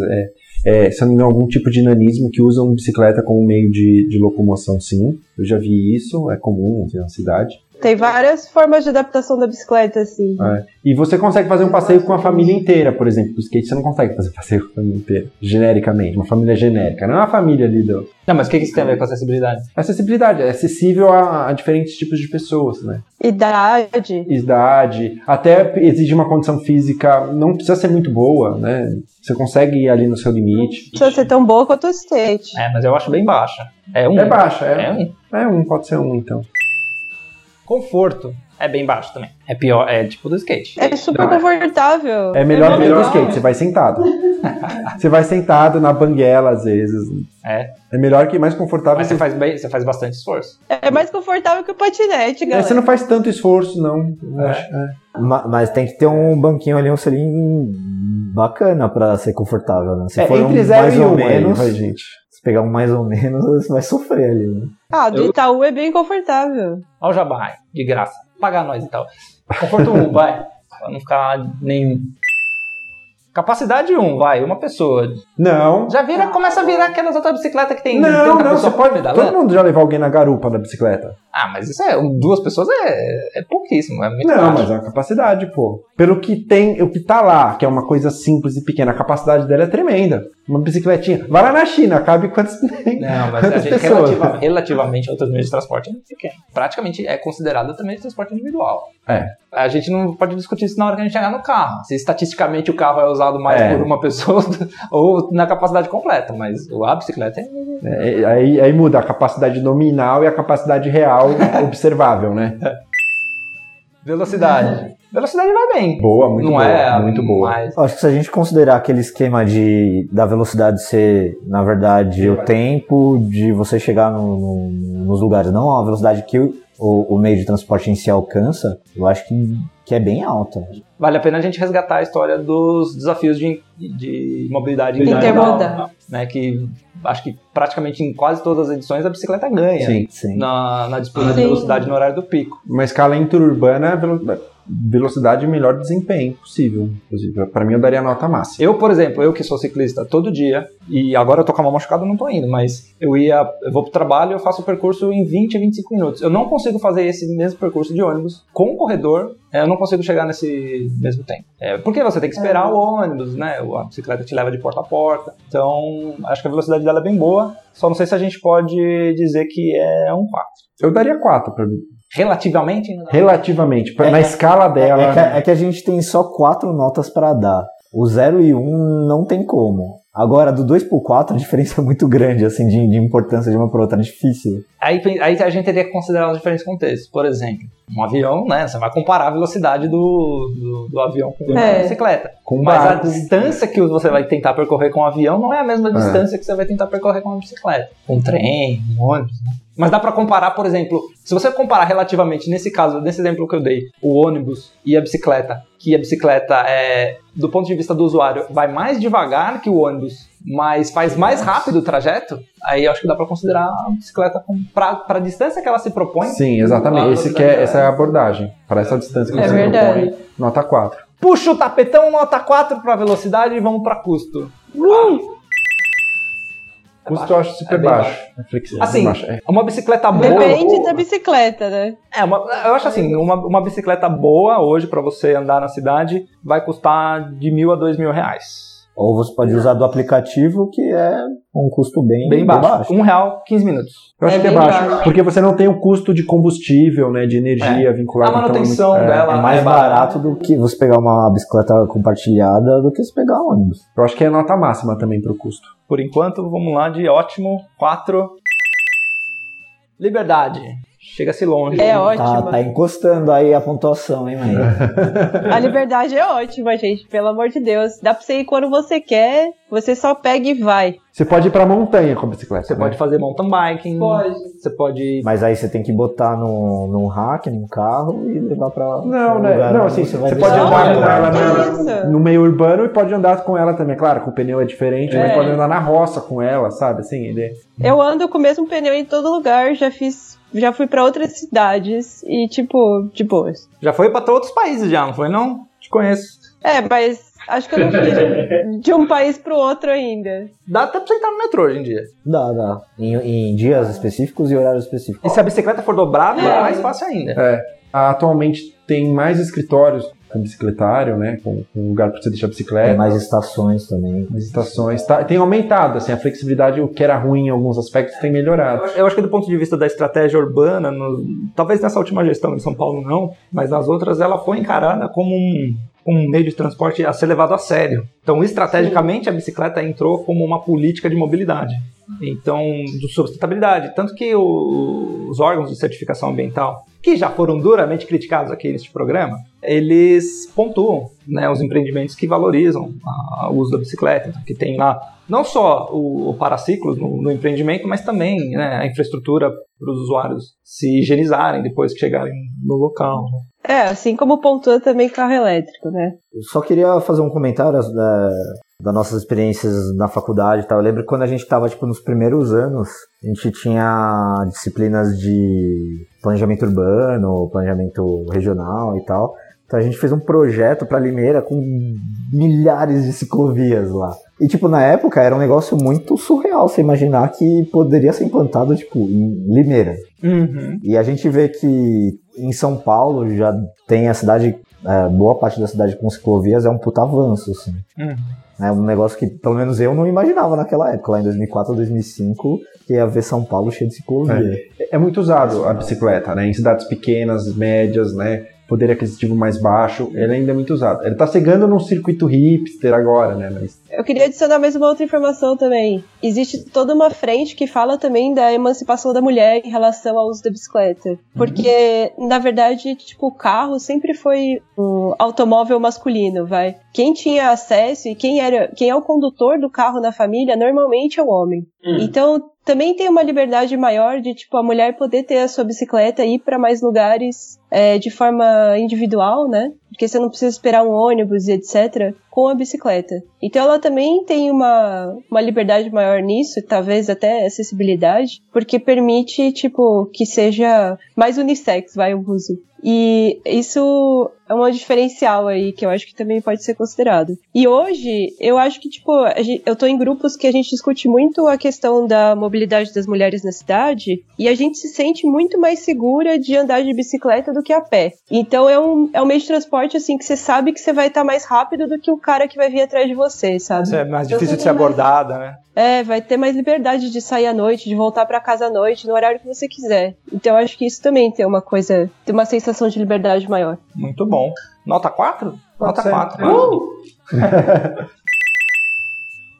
é, é, se eu não me engano, algum tipo de nanismo que usam bicicleta como meio de, de locomoção, sim. Eu já vi isso, é comum enfim, na cidade. Tem várias formas de adaptação da bicicleta, assim. Uhum. E você consegue fazer um passeio com a família inteira, por exemplo. Com skate você não consegue fazer passeio com a família inteira, genericamente. Uma família genérica, não é uma família ali do, Não, mas o que, que isso tem a ver com acessibilidade? Acessibilidade, é acessível a, a diferentes tipos de pessoas, né? Idade. Idade, até exige uma condição física, não precisa ser muito boa, né? Você consegue ir ali no seu limite. Não precisa ser tão boa quanto o skate. É, mas eu acho bem baixa. É um. É baixa, É é, um. é um, pode ser um então. Conforto. é bem baixo também. É pior, é tipo do skate. É super Não, é. confortável. É melhor do que o legal. skate, você vai sentado. você vai sentado na banguela às vezes. É. É melhor que mais confortável. Mas Você, você faz, bem, você faz bastante esforço. É mais confortável que o patinete, É, galera. você não faz tanto esforço, não. É. Ma- Mas tem que ter um banquinho ali, um selim bacana pra ser confortável, né? Se É, for entre um zero mais e ou um aí, menos, vai, gente. se pegar um mais ou menos, você vai sofrer ali, né? Ah, do Eu- Itaú é bem confortável. Olha o jabá, aí, de graça. Pagar nós e tal. Conforto 1, vai. Pra não ficar nem. Capacidade 1, vai. Uma pessoa. Não. Já vira, começa a virar aquelas outras bicicletas que tem. Não, 30 não, você pessoas pode. pedalando. Todo mundo já levou alguém na garupa da bicicleta. Ah, mas isso é. um- Duas pessoas é, é pouquíssimo. É muito Não, baixo. mas é uma capacidade, pô. Pelo que tem, o que tá lá, que é uma coisa simples e pequena, a capacidade dela é tremenda. Uma bicicletinha. Vai lá na China, cabe quantos tem. Não, mas a Quantas gente pessoas? relativa- relativamente a outros meios de transporte é pequeno. Praticamente é considerado também de transporte individual. É. A gente não pode discutir isso na hora que a gente chegar no carro. Se estatisticamente o carro é usado mais É. por uma pessoa ou na capacidade completa, mas o- a bicicleta é. É, aí, aí muda a capacidade nominal e a capacidade real observável, né? Velocidade. Velocidade vai bem. Boa, muito não boa. é muito boa. Mas Eu Acho que se a gente considerar aquele esquema de da velocidade ser, na verdade, o tempo de você chegar no- no- nos lugares, não a velocidade que o, o- o meio de transporte em si alcança, eu acho que, que é bem alta. vale a pena a gente resgatar a história dos desafios de, de mobilidade Intermodal. Né, que acho que praticamente em quase todas as edições a bicicleta ganha. Sim. Sim. Na, na disputa de Sim. velocidade no horário do pico. Uma escala interurbana, é velo- velocidade e melhor desempenho possível. Inclusive, pra mim eu daria nota máxima. Eu, por exemplo, eu que sou ciclista todo dia, e agora eu tô com a mão machucada, eu não tô indo, mas eu ia, eu vou pro trabalho, eu faço o percurso em 20, 25 minutos. Eu não consigo fazer esse mesmo percurso de ônibus com o corredor, é, eu não consigo chegar nesse mesmo tempo. É, porque você tem que esperar o ônibus, né? A bicicleta te leva de porta a porta. Então, acho que a velocidade dela é bem boa, só não sei se a gente pode dizer que é um 4. Eu daria 4 pra mim. Relativamente, ainda dá. Relativamente. pra- É, na é- escala É, dela. é que, é que a gente tem só quatro notas pra dar. O 0 e 1 um não tem como. Agora, do 2 pro 4, a diferença é muito grande, assim, de, de importância de uma pra outra, é difícil. Aí, aí a gente teria que considerar os diferentes contextos. Por exemplo, um avião, né? Você vai comparar a velocidade do, do, do avião com uma É. bicicleta. com Mas a barco. distância que você vai tentar percorrer com um avião não é a mesma distância que você vai tentar percorrer com uma bicicleta. Um trem, um ônibus. né? Mas dá pra comparar, por exemplo, se você comparar relativamente, nesse caso, nesse exemplo que eu dei, o ônibus e a bicicleta, que a bicicleta, é, do ponto de vista do usuário, vai mais devagar que o ônibus, mas faz mais rápido o trajeto, aí eu acho que dá pra considerar a bicicleta com- pra pra distância que ela se propõe. Sim, exatamente. Ah, Esse que é, essa é a abordagem. Para essa distância que É você verdade. propõe, nota 4. Puxa o tapetão, nota 4 pra velocidade e vamos pra custo. Custo eu acho super É bem baixo. É flexível. Assim, baixo. É. Uma bicicleta boa. Depende da bicicleta, né? É, uma- eu acho assim, uma, uma bicicleta boa hoje pra você andar na cidade vai custar de mil a dois mil reais. Ou você pode usar do aplicativo, que é um custo bem, Bem baixo. Um real, 15 minutos. Eu acho É que é bem baixo, baixo. Porque você não tem o custo de combustível, né? De energia vinculada. É. A manutenção então, é muito- é. dela É mais barato do que você pegar uma bicicleta compartilhada do que você pegar um ônibus. Eu acho que é nota máxima também pro custo. Por enquanto, vamos lá de ótimo. 4. Liberdade. Chega-se longe. É Tá, ótima. tá encostando aí a pontuação, hein, mãe? A liberdade é ótima, gente. Pelo amor de Deus. Dá pra você ir quando você quer. Você só pega e vai. Você pode ir pra montanha com a bicicleta. Você né? pode fazer mountain biking. Você pode. Mas aí você tem que botar num, num rack, num carro e levar pra. Não, pra né? lugar Não, onde assim, vai você deixar. pode andar com ela né? que na- isso? no meio urbano e pode andar com ela também. Claro que o pneu é diferente, mas É. pode andar na roça com ela, sabe? Assim, ele... Eu ando com o mesmo pneu em todo lugar. Já fiz. Já fui pra outras cidades e, tipo, de boas. Já foi pra outros países já, não foi? Não? Te conheço. É, mas acho que eu não fiz de um país pro outro ainda. Dá até pra você entrar no metrô hoje em dia. Dá, dá. Em, em dias específicos e horários específicos. E se a bicicleta for dobrável, é mais fácil ainda. Atualmente tem mais escritórios com bicicletário, né? Com, com lugar pra você deixar a bicicleta. Tem mais estações também. As estações. tá- tem aumentado, assim, a flexibilidade, o que era ruim em alguns aspectos, tem melhorado. Eu acho que do ponto de vista da estratégia urbana, no- talvez nessa última gestão em São Paulo não, mas nas outras ela foi encarada como um como um meio de transporte a ser levado a sério. Então, estrategicamente, a bicicleta entrou como uma política de mobilidade. Então, de sustentabilidade. Tanto que o- os órgãos de certificação ambiental, que já foram duramente criticados aqui neste programa, eles pontuam né, os empreendimentos que valorizam a- o uso da bicicleta, que tem lá não só o, o paraciclos no, no empreendimento, mas também né, a infraestrutura para os usuários se higienizarem depois que chegarem no local. né? É, assim como pontua também carro elétrico, né? Eu só queria fazer um comentário da, das nossas experiências na faculdade e tal. Eu lembro que quando a gente estava tipo, nos primeiros anos, a gente tinha disciplinas de planejamento urbano, planejamento regional e tal. Então a gente fez um projeto para Limeira com milhares de ciclovias lá. E tipo, na época era um negócio muito surreal você imaginar que poderia ser implantado tipo em Limeira. Uhum, E a gente vê que em São Paulo já tem a cidade, é, boa parte da cidade com ciclovias é um puta avanço, assim. Uhum. É um negócio que, pelo menos eu não imaginava naquela época, lá em 2004 2005, que ia ver São Paulo cheio de ciclovia. É muito usado a bicicleta, né? Em cidades pequenas, médias, né? Poder aquisitivo mais baixo, ele ainda é muito usado. Ele tá chegando num circuito hipster agora, né? Mas Eu queria adicionar mais uma outra informação também. Existe toda uma frente que fala também da emancipação da mulher em relação ao uso da bicicleta. Porque, na verdade, tipo, o carro sempre foi um automóvel masculino, vai. Quem tinha acesso e quem era, quem é o condutor do carro na família normalmente é o homem. Então, também tem uma liberdade maior de, tipo, a mulher poder ter a sua bicicleta e ir para mais lugares é, de forma individual, né? Porque você não precisa esperar um ônibus e etc. com a bicicleta. Então, ela também tem uma, uma liberdade maior nisso, talvez até acessibilidade, porque permite, tipo, que seja mais unissex, vai, o uso. E isso é um diferencial aí que eu acho que também pode ser considerado. E hoje, eu acho que, tipo, a gen- eu tô em grupos que a gente discute muito a questão da mobilidade das mulheres na cidade e a gente se sente muito mais segura de andar de bicicleta do que a pé. Então é um, é um meio de transporte, assim, que você sabe que você vai estar mais rápido do que o cara que vai vir atrás de você, sabe? Isso é mais Eu difícil de ser também, mas- abordada, né? É, vai ter mais liberdade de sair à noite, de voltar pra casa à noite, no horário que você quiser. Então eu acho que isso também tem uma coisa, tem uma sensação de liberdade maior. Muito bom. Nota 4? Nota ser. 4.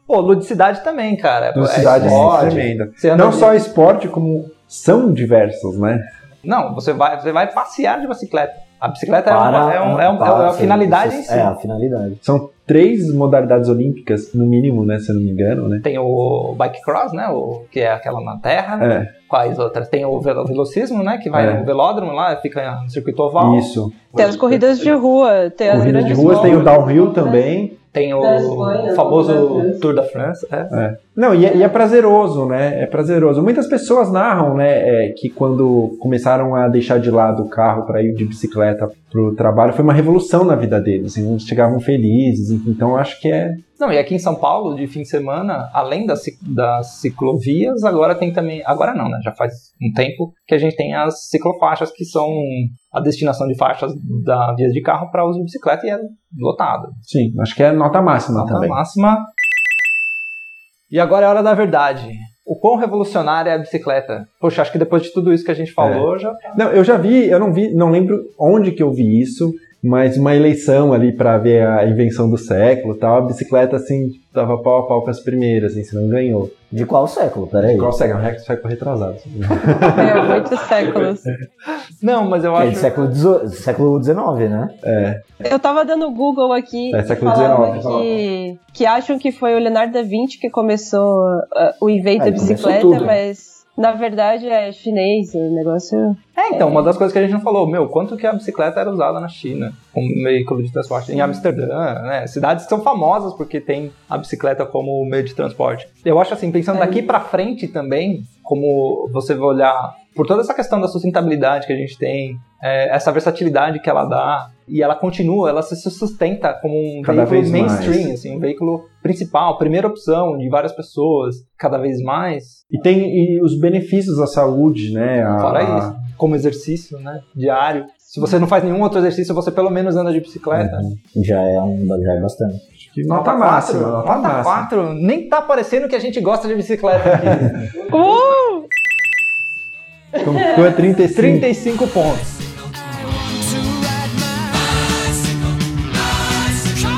Pô, ludicidade também, cara. numa É cidade esporte. é tremenda. Você anda Não de- só esporte, como são diversas, né? Não, você vai, você vai passear de bicicleta. A bicicleta é, uma, Para- é, um, é, um, é uma para- finalidade em si. É, a finalidade. São três modalidades olímpicas, no mínimo, né? Se eu não me engano, né? Tem o bike cross, né? O, que é aquela na terra. É, Quais outras? Tem o velo- velocismo, né? Que vai É. no velódromo lá, fica no circuito oval. isso. Tem as corridas de rua, tem as Corrida de grandes ruas, tem o voltas. downhill também. Tem o Das banhas, das famoso banhas. Tour da França. É. Não, e é, e é prazeroso, né? É prazeroso. Muitas pessoas narram, né, é, que quando começaram a deixar de lado o carro para ir de bicicleta pro trabalho, foi uma revolução na vida deles. assim, Eles chegavam felizes. Então, eu acho que é. Não, e aqui em São Paulo, de fim de semana, além das, ci- das ciclovias, agora tem também. Agora não, né? Já faz um tempo que a gente tem as ciclofaixas, que são a destinação de faixas da via de carro para uso de bicicleta e é lotado. Sim, acho que é nota máxima Nota também. máxima. E agora é a hora da verdade. O quão revolucionária é a bicicleta? Poxa, acho que depois de tudo isso que a gente falou, É. já. Não, eu já vi, eu não vi, não lembro onde que eu vi isso, mas uma eleição ali para ver a invenção do século e tal, a bicicleta assim tava pau a pau com as primeiras, assim, se não ganhou. De qual século? Peraí. Qual século? É um século retrasado. É, muitos séculos. Não, mas eu É acho. de século dezo- século XIX, né? Eu tava dando Google aqui É, e século falava 19, que, que acham que foi o Leonardo da Vinci que começou ah, o invento Ah, da então ele começou bicicleta, tudo. mas na verdade é chinês o negócio. É, então, uma das coisas que a gente não falou, meu, quanto que a bicicleta era usada na China como veículo de transporte? Em Amsterdã, né? Cidades que são famosas porque tem a bicicleta como meio de transporte. Eu acho assim, pensando É. daqui pra frente também, como você vai olhar por toda essa questão da sustentabilidade que a gente tem, é, essa versatilidade que ela dá, e ela continua, ela se sustenta como um Cada veículo vez mais. mainstream, assim, um veículo principal, primeira opção de várias pessoas, cada vez mais. E tem e os benefícios à saúde, né? a- Fora a- isso, como exercício, né? Diário. Se você não faz nenhum outro exercício, você pelo menos anda de bicicleta. Já é, um, já é bastante. Nota quatro, máxima, nota máxima. 4. Nem tá parecendo que a gente gosta de bicicleta aqui. Uh, Então é ficou 35. 35 pontos. I want to ride my bicycle, bicycle,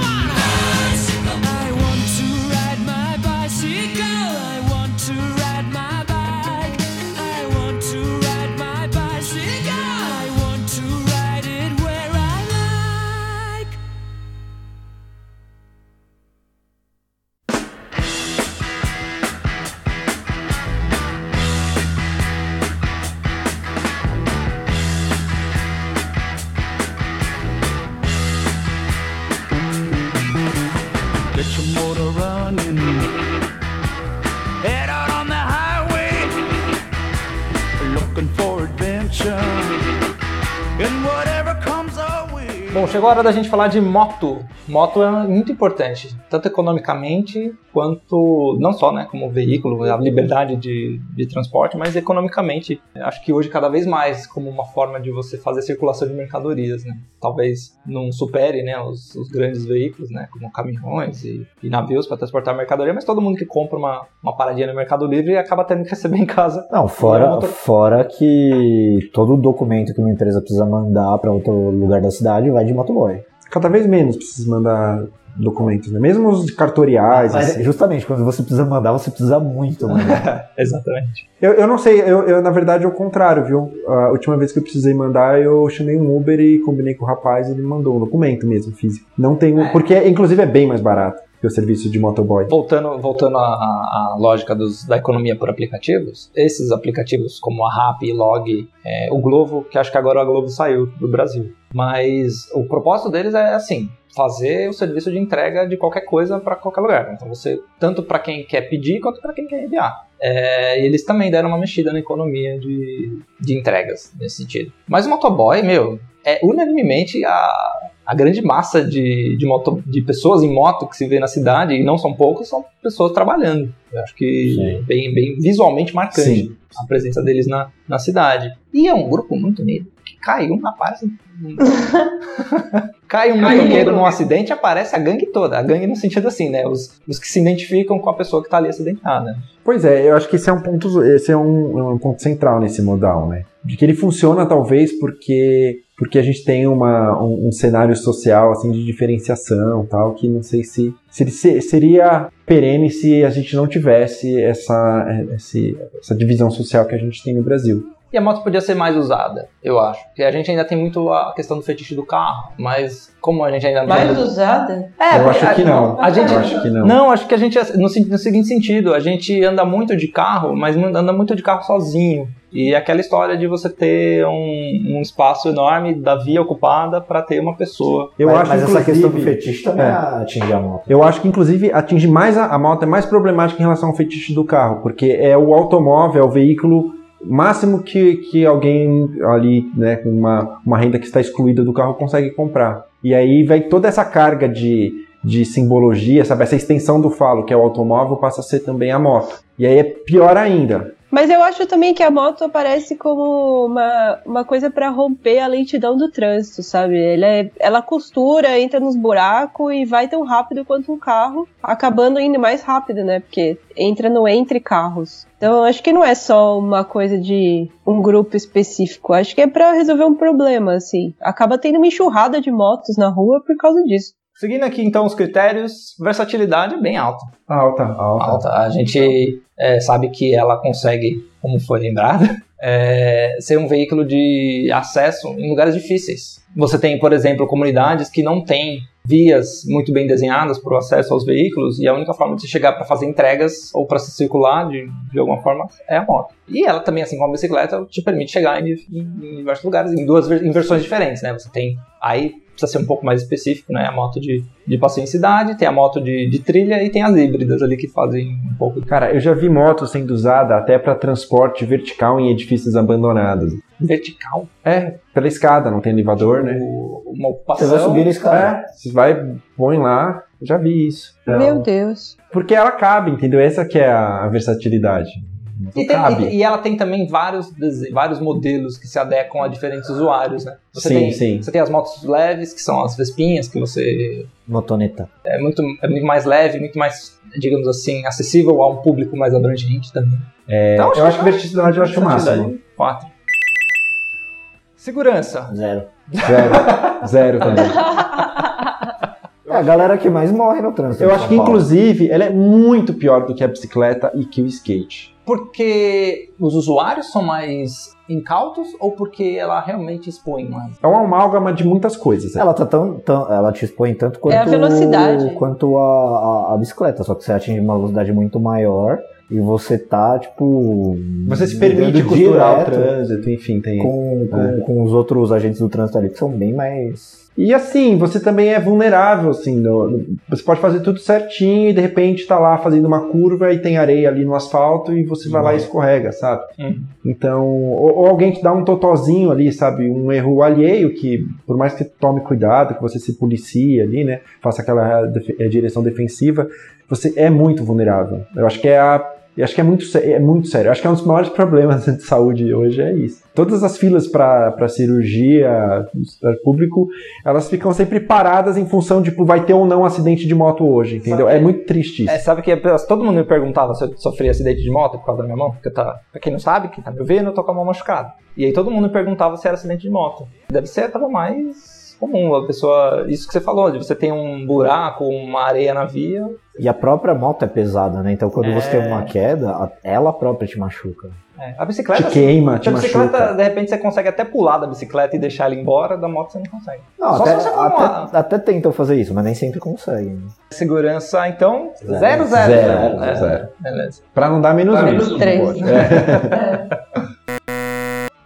future. And whatever comes our way. Bom, chegou a hora da gente falar de moto. Moto é muito importante, tanto economicamente quanto, não só né, como veículo, a liberdade de, de transporte, mas economicamente. Acho que hoje cada vez mais como uma forma de você fazer circulação de mercadorias, né? Talvez não supere né, os, os grandes veículos, né, como caminhões e, e navios para transportar mercadoria, mas todo mundo que compra uma, uma paradinha no Mercado Livre acaba tendo que receber em casa. Não, Não, fora, motor- fora que todo documento que uma empresa precisa mandar para outro lugar da cidade vai de motoboy. Cada vez menos precisa mandar documentos, né? Mesmo os Ah, cartoriais, Mas assim. justamente quando você precisa mandar, você precisa muito né? mandar. Exatamente. Eu, eu não sei, eu, eu, na verdade é o contrário, viu? A última vez que eu precisei mandar, eu chamei um Uber e combinei com o rapaz e ele mandou um documento mesmo, físico. Não tem. um- Porque, inclusive, é bem mais barato que o serviço de motoboy. Voltando, voltando à, à- à lógica dos- da economia por aplicativos, esses aplicativos como a Rappi, Log, é, o Glovo, que acho que agora a Glovo saiu do Brasil. Mas o propósito deles é assim, fazer o serviço de entrega de qualquer coisa para qualquer lugar. Então você tanto para quem quer pedir quanto para quem quer enviar. É, e eles também deram uma mexida na economia de, de entregas nesse sentido. Mas o motoboy, meu, é unanimemente a, a grande massa de, de, moto- de pessoas em moto que se vê na cidade, e não são poucas, são pessoas trabalhando. Eu acho que Sim. bem, bem visualmente marcante a presença deles na, na cidade. E é um grupo muito unido. que Caiu um rapaz. um- Cai um motoqueiro num acidente aparece a gangue toda. A gangue no sentido assim, né? Os, os que se identificam com a pessoa que tá ali acidentada. Pois é, eu acho que esse é um ponto, esse é um, é um ponto central nesse modal, né? De que ele funciona talvez porque porque a gente tem uma, um, um cenário social assim de diferenciação, tal, que não sei se, se ele se- seria perene se a gente não tivesse essa esse- essa divisão social que a gente tem no Brasil. E a moto podia ser mais usada, eu acho. Porque a gente ainda tem muito a questão do fetiche do carro, mas como a gente ainda não Mais usada? É, eu porque acho que não. a gente- eu acho que não. Não, acho que a gente, no, se- no seguinte sentido, a gente anda muito de carro, mas não anda muito de carro sozinho. E é aquela história de você ter um, um espaço enorme da via ocupada para ter uma pessoa. Eu mas acho mas essa questão do inclusive- fetiche também é. atinge a moto. Eu acho que, inclusive, atinge mais a, a moto, é mais problemática em relação ao fetiche do carro, porque é o automóvel, é o veículo máximo que, que alguém ali, né, com uma, uma renda que está excluída do carro consegue comprar. E aí vai toda essa carga de, de simbologia, sabe? Essa extensão do falo, que é o automóvel, passa a ser também a moto. E aí é pior ainda. Mas eu acho também que a moto aparece como uma, uma coisa pra romper a lentidão do trânsito, sabe? Ela, é- ela costura, entra nos buracos e vai tão rápido quanto um carro, acabando indo mais rápido, né? Porque entra no entre carros. Então eu acho que não é só uma coisa de um grupo específico. Acho que é pra resolver um problema, assim. Acaba tendo uma enxurrada de motos na rua por causa disso. Seguindo aqui então os critérios, versatilidade é bem alta. Alta, alta. alta. A gente é, sabe que ela consegue, como foi lembrado, é, ser um veículo de acesso em lugares difíceis. Você tem, por exemplo, comunidades que não têm vias muito bem desenhadas para o acesso aos veículos e a única forma de você chegar para fazer entregas ou para se circular de, de alguma forma é a moto. E ela também, assim como a bicicleta, te permite chegar em, em- em diversos lugares, em duas ver- em versões diferentes, né? Você tem aí precisa ser um pouco mais específico, né? A moto de, de passeio em cidade, tem a moto de, de trilha e tem as híbridas ali que fazem um pouco. Cara, eu já vi moto sendo usada até para transporte vertical em edifícios abandonados. Vertical, É, pela escada, não tem elevador, né? o- uma Você ocupação. vai subir na escada. É, você vai, põe lá, eu já vi isso. Então, Meu Deus. Porque ela cabe, entendeu? Essa que é a versatilidade. E, Cabe. tem, e, e ela tem também vários, dese- vários modelos que se adequam a diferentes usuários, né? Você Sim, tem, sim. Você tem as motos leves, que são as vespinhas, que você Motoneta. é muito, é muito mais leve, muito mais, digamos assim, acessível a um público mais abrangente também. É, Então, eu acho que versatilidade eu acho né? o máximo. Versatilidade, Quatro. Segurança. Zero. Zero. Zero também. É a galera que mais morre no trânsito. Eu de acho São que, Paulo. inclusive, ela é muito pior do que a bicicleta e que o skate. Porque os usuários são mais incautos ou porque ela realmente expõe mais? É uma amálgama de muitas coisas. né? Ela tá tão, tão- Ela te expõe tanto quanto. É a velocidade. Quanto a, a- a bicicleta. Só que você atinge uma velocidade muito maior e você tá, tipo. Você se permite lidando costurar o direto trânsito, É. enfim, tem. Com, com, com os outros agentes do trânsito ali que são bem mais. E assim, você também é vulnerável, assim, no- no- você pode fazer tudo certinho e de repente tá lá fazendo uma curva e tem areia ali no asfalto e você vai lá e escorrega, sabe? Uhum. Então, ou, ou alguém te dá um totozinho ali, sabe? Um erro alheio que, por mais que tome cuidado, que você se policie ali, né? Faça aquela defe- eh, direção defensiva, você é muito vulnerável. Eu acho que é a e acho que é muito, sé- é muito sério. Acho que é um dos maiores problemas de saúde hoje é isso. Todas as filas para cirurgia do setor público, elas ficam sempre paradas em função de tipo, vai ter ou não acidente de moto hoje, entendeu? É muito triste isso. É, sabe que as- todo mundo me perguntava se eu sofri acidente de moto por causa da minha mão? Porque eu tava, pra quem não sabe, quem tá me ouvindo, eu tô com a mão machucada. E aí todo mundo me perguntava se era acidente de moto. Deve ser, tava mais comum, a pessoa. Isso que você falou, de você tem um buraco, uma areia na via. E a própria moto é pesada, né? Então quando você É. tem uma queda, a- ela própria te machuca. Então, É, A Te bicicleta. queima, te a bicicleta, machuca. de repente, você consegue até pular da bicicleta e deixar ela embora, da moto você não consegue. Não, Só até, se você for uma- até, até tentam fazer isso, mas nem sempre conseguem. né? Segurança, então, zero, zero. Zero, É, zero. Beleza. Pra não dar menos Pra um. menos três. Pode.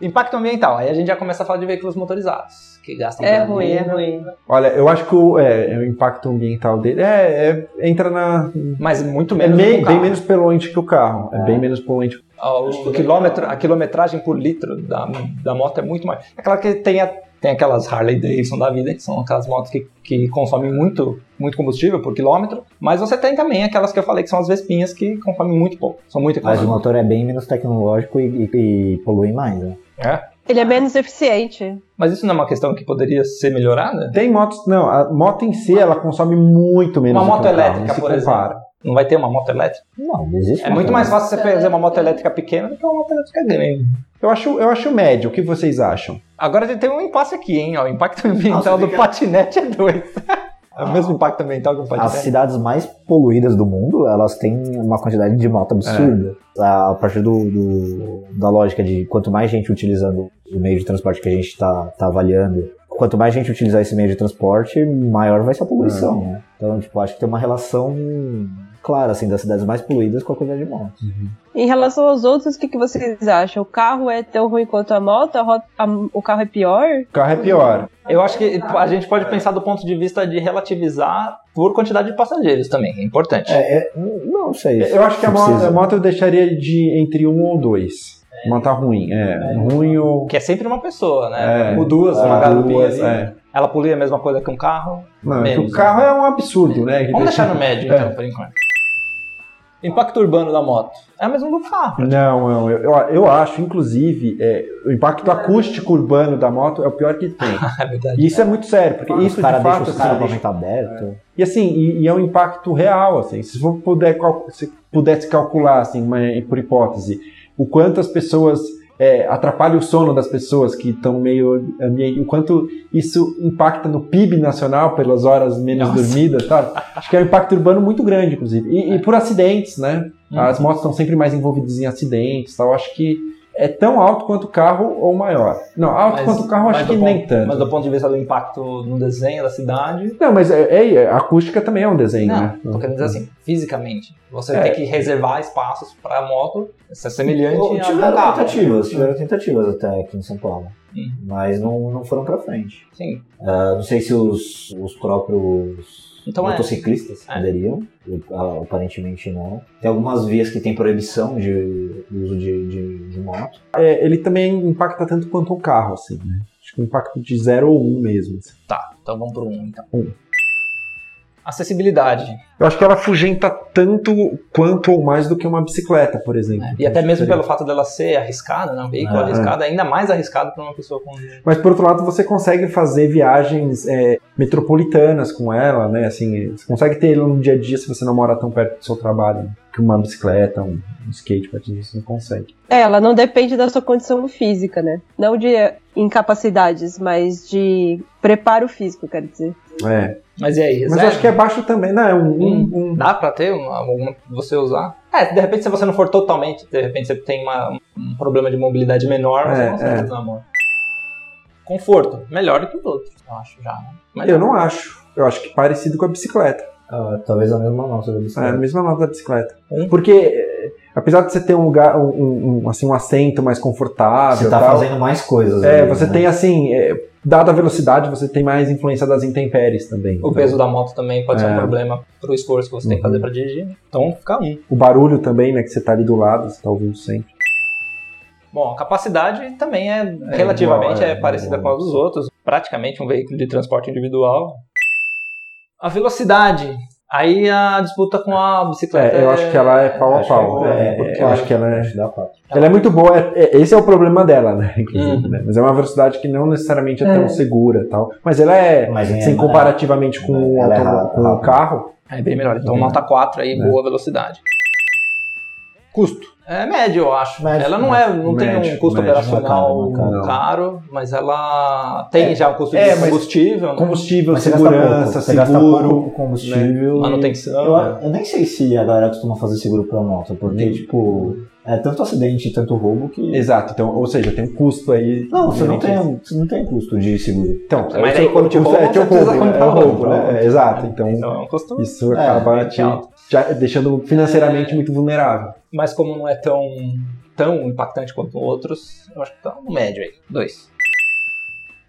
Impacto ambiental. Aí a gente já começa a falar de veículos motorizados, que gastam É gasolina. ruim, é ruim. Olha, eu acho que o, é, o impacto ambiental dele é, é- entra na. Mas muito É menos. do que me- um carro. bem menos poluente que o carro. É, bem menos poluente. Ó, o quilômetro, a quilometragem por litro da, da moto é muito maior. É claro que tem, a- tem aquelas Harley Davidson da vida, que são aquelas motos que, que consomem muito, muito combustível por quilômetro, mas você tem também aquelas que eu falei que são as Vespinhas que consomem muito pouco, são muito Mas o econômicas. motor é bem menos tecnológico e, e- e polui mais, né? Ele é menos eficiente. Mas isso não é uma questão que poderia ser melhorada? Tem motos. Não, a moto em si, ela consome muito menos. Uma do que moto o carro, elétrica, não se por compara. Não vai ter uma moto elétrica? Não, não existe. É motor muito mais fácil você fazer uma moto elétrica pequena do que uma moto elétrica grande. Eu acho, eu acho médio. O que vocês acham? É. Agora a gente tem um impasse aqui, hein? Ó, o impacto ambiental do patinete é dois. É o mesmo impacto ambiental que o As patinete. cidades mais poluídas do mundo, elas têm uma quantidade de moto absurda. É. A a partir do, do- da lógica de quanto mais gente utilizando o meio de transporte que a gente está avaliando, quanto mais gente utilizar esse meio de transporte, maior vai ser a poluição, É. né? Então, tipo, acho que tem uma relação clara, assim, das cidades mais poluídas com a quantidade de motos. Em relação aos outros, o que, que vocês acham? O carro é tão ruim quanto a moto? A ro- a- o carro é pior? O carro é pior. Eu acho que a gente pode pensar do ponto de vista de relativizar por quantidade de passageiros também, é importante. É, é, não sei. Eu acho que a Não moto, precisa. a moto eu deixaria de entre um ou dois. Uma tá ruim, é. Ruim ou. Que é sempre uma pessoa, né? É. Ou duas, uma Ah, galopinha duas, ali. é. Ela polui a mesma coisa que um carro. Não, é que o Menos, né? carro é um absurdo, né? Que Vamos deixa- deixar no médio, É. então, por enquanto. Impacto urbano da moto. É o mesmo do carro. Não, não, eu, eu- eu acho, inclusive, é, o impacto acústico urbano da moto é o pior que tem. É verdade. E isso é muito sério, porque isso os de caras fato. deixam o assim, carro aberto. E assim, e, e é um impacto real, assim. Se você puder, cal- se pudesse calcular, assim, uma, por hipótese, o quanto as pessoas é, atrapalha o sono das pessoas que estão meio ambiente, o quanto isso impacta no PIB nacional pelas horas menos Nossa. dormidas, sabe? Acho que é um impacto urbano muito grande, inclusive. E, e por acidentes, né? Hum. As motos estão sempre mais envolvidas em acidentes, tal. Acho que é tão alto quanto o carro ou maior. Não, alto Mas- Ah, quanto o carro mas acho do que ponto- nem tanto. Mas do ponto de vista do impacto no desenho da cidade. Não, mas é, é- é- a acústica também é um desenho, né? Não, tô querendo dizer assim, fisicamente. Você É. tem que reservar espaços para a moto ser semelhante a Ou um Tiveram carro. tentativas, É. tiveram tentativas até aqui em São Paulo, Hum. mas não, não foram pra frente. Sim. Ah, não sei se os, os próprios Então é. motociclistas É. poderiam, e, ah, aparentemente não. Tem algumas vias que tem proibição de de uso de, de, de moto. É, ele também impacta tanto quanto um carro, assim, né? Acho que um impacto de 0 ou 1 um mesmo. assim. Tá, então vamos pro 1, um, então. Um. Acessibilidade. né? Eu acho que ela afugenta tanto quanto ou mais do que uma bicicleta, por exemplo. É, E até Acho mesmo que pelo seria- fato dela ser arriscada, né? Um veículo É, Ah. arriscado, ainda mais arriscado para uma pessoa com. um Mas por outro lado, você consegue fazer viagens é, metropolitanas com ela, né? Assim, você consegue ter ela no dia a dia se você não mora tão perto do seu trabalho. né? Que uma bicicleta, um, um skate, patins, você não consegue. É, ela não depende da sua condição física, né? Não de incapacidades, mas de preparo físico, quero dizer. É. Mas e aí? Mas eu acho que é baixo também. Não, é um. um- um- Dá pra ter uma, alguma você usar? É, de repente se você não for totalmente, de repente você tem uma- um problema de mobilidade menor, você É, consegue é. usar a moto. Conforto. Melhor do que os outros, eu acho já. né? Mas um, Eu não acho. Eu acho que é parecido com a bicicleta. Ah, talvez a mesma nota da É, a bicicleta. É. mesma nota da bicicleta. Hum. Porque eh, Apesar de você ter um lugar, um, um- um, assim, um assento mais confortável. Você tá tal, fazendo mais coisas. É, ali, você né? tem assim, é, dada a velocidade, você tem mais influência das intempéries também. O Então, peso da moto também pode ser um É. Uhum. problema pro esforço que você tem que fazer pra dirigir. né? Então fica um. O barulho também, né? Que você tá ali do lado, você tá ouvindo sempre. Bom, a capacidade também é, relativamente igual, é, é, parecida com a dos outros, praticamente um veículo de transporte individual. A velocidade, aí a disputa com a bicicleta. É, eu acho que ela é pau a Acho que pau. é, É, porque eu acho que ela é. Acho que dá pra- Ela é muito boa, é- é- esse é o problema dela, né? Uhum. Inclusive, né? Mas é uma velocidade que não necessariamente é, tão segura e tal. Mas ela é, Mas é- assim, comparativamente com, o Ela é auto- rápida, com o rápida. carro, É bem melhor. Uhum. Então, nota 4 aí, É. boa velocidade. Custo. É médio, eu acho. Médio, ela não é, não tem um médio, custo médio, operacional não é caro, não é caro, mas ela tem já um custo é, de mas- combustível, né? combustível, Mas você gasta segurança, pouco, você gasta seguro. né? pouco combustível. manutenção. Eu, eu nem sei se a galera costuma fazer seguro pra moto, porque, tipo, é tanto acidente, tanto roubo que. Exato, então, ou seja, tem um custo aí. Não, você não, diferente. tem, um- você não tem custo de seguro. Então, Mas aí quando te o- o- roubam, é, você te precisa roubo, né? comprar É o outro, roubo, né? né? É, exato, então Então é um custo. isso É, acaba te alto. já deixando financeiramente É. muito vulnerável. Mas como não é tão, tão impactante quanto outros, eu acho que tá no médio aí. Dois.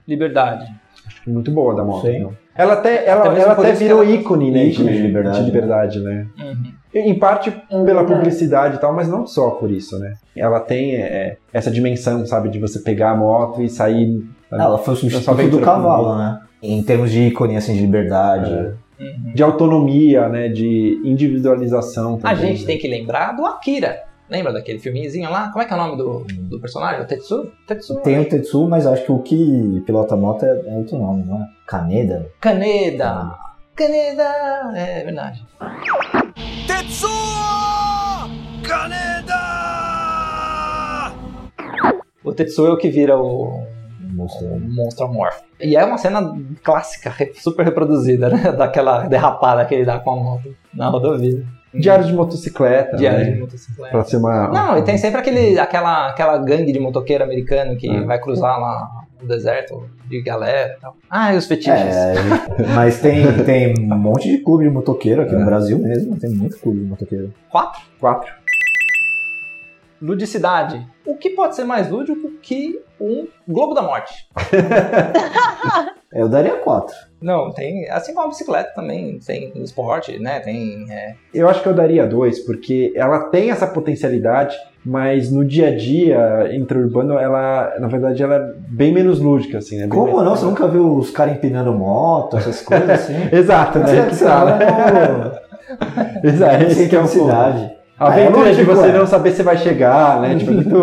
Liberdade. Acho que muito boa da moto. Sim. não. Ela até, ela, Até mesmo ela por até isso que virou ela- ícone, né? Ícone de liberdade. de liberdade, né? Uhum. Em parte pela publicidade e tal, mas não só por isso, né? Ela tem é, essa dimensão, sabe, de você pegar a moto e sair. Ela foi o Essa substituto do aventura cavalo, né? Em termos de ícone, assim, de liberdade. Uhum. De autonomia, né? De individualização A também. gente né? tem que lembrar do Akira. Lembra daquele filmezinho lá? Como é que é o nome do, do personagem? O Tetsu? Tetsu. é Tem o Tetsu, mas acho que o que pilota moto é, é outro nome, não é? Caneda? Kaneda. Kaneda. É verdade. Tetsuo Kaneda! O Tetsu é o que vira o Não sei. Monster Morph. E é uma cena clássica, re- super reproduzida, né? Daquela derrapada que ele dá com a moto na rodovia. Diário de motocicleta. Diário de né? motocicleta. Pra ser uma. Não, e tem sempre aquele, aquela, aquela gangue de motoqueiro americano que É. vai cruzar lá o deserto de galera e tal. Ah, e os fetiches. É, mas tem, tem um monte de clube de motoqueiro aqui no Brasil mesmo. Tem muito clube de motoqueiro. Quatro. Quatro. Ludicidade. O que pode ser mais lúdico que um Globo da Morte? Eu daria quatro. Não, tem. Assim como a bicicleta também, tem esporte, né? Tem. é, Eu acho que eu daria dois, porque ela tem essa potencialidade, mas no dia a dia, intraurbano, ela, na verdade, ela é bem menos lúdica, assim, né? Bem Como um mais- não? Você nunca viu os caras empinando moto, essas coisas assim? Exato, né? Você- que você tá, né? mora Exato, no- esse que é o ponto. cidade. A aventura É de lúdico, você é. não saber se vai chegar, né? Tipo, muito...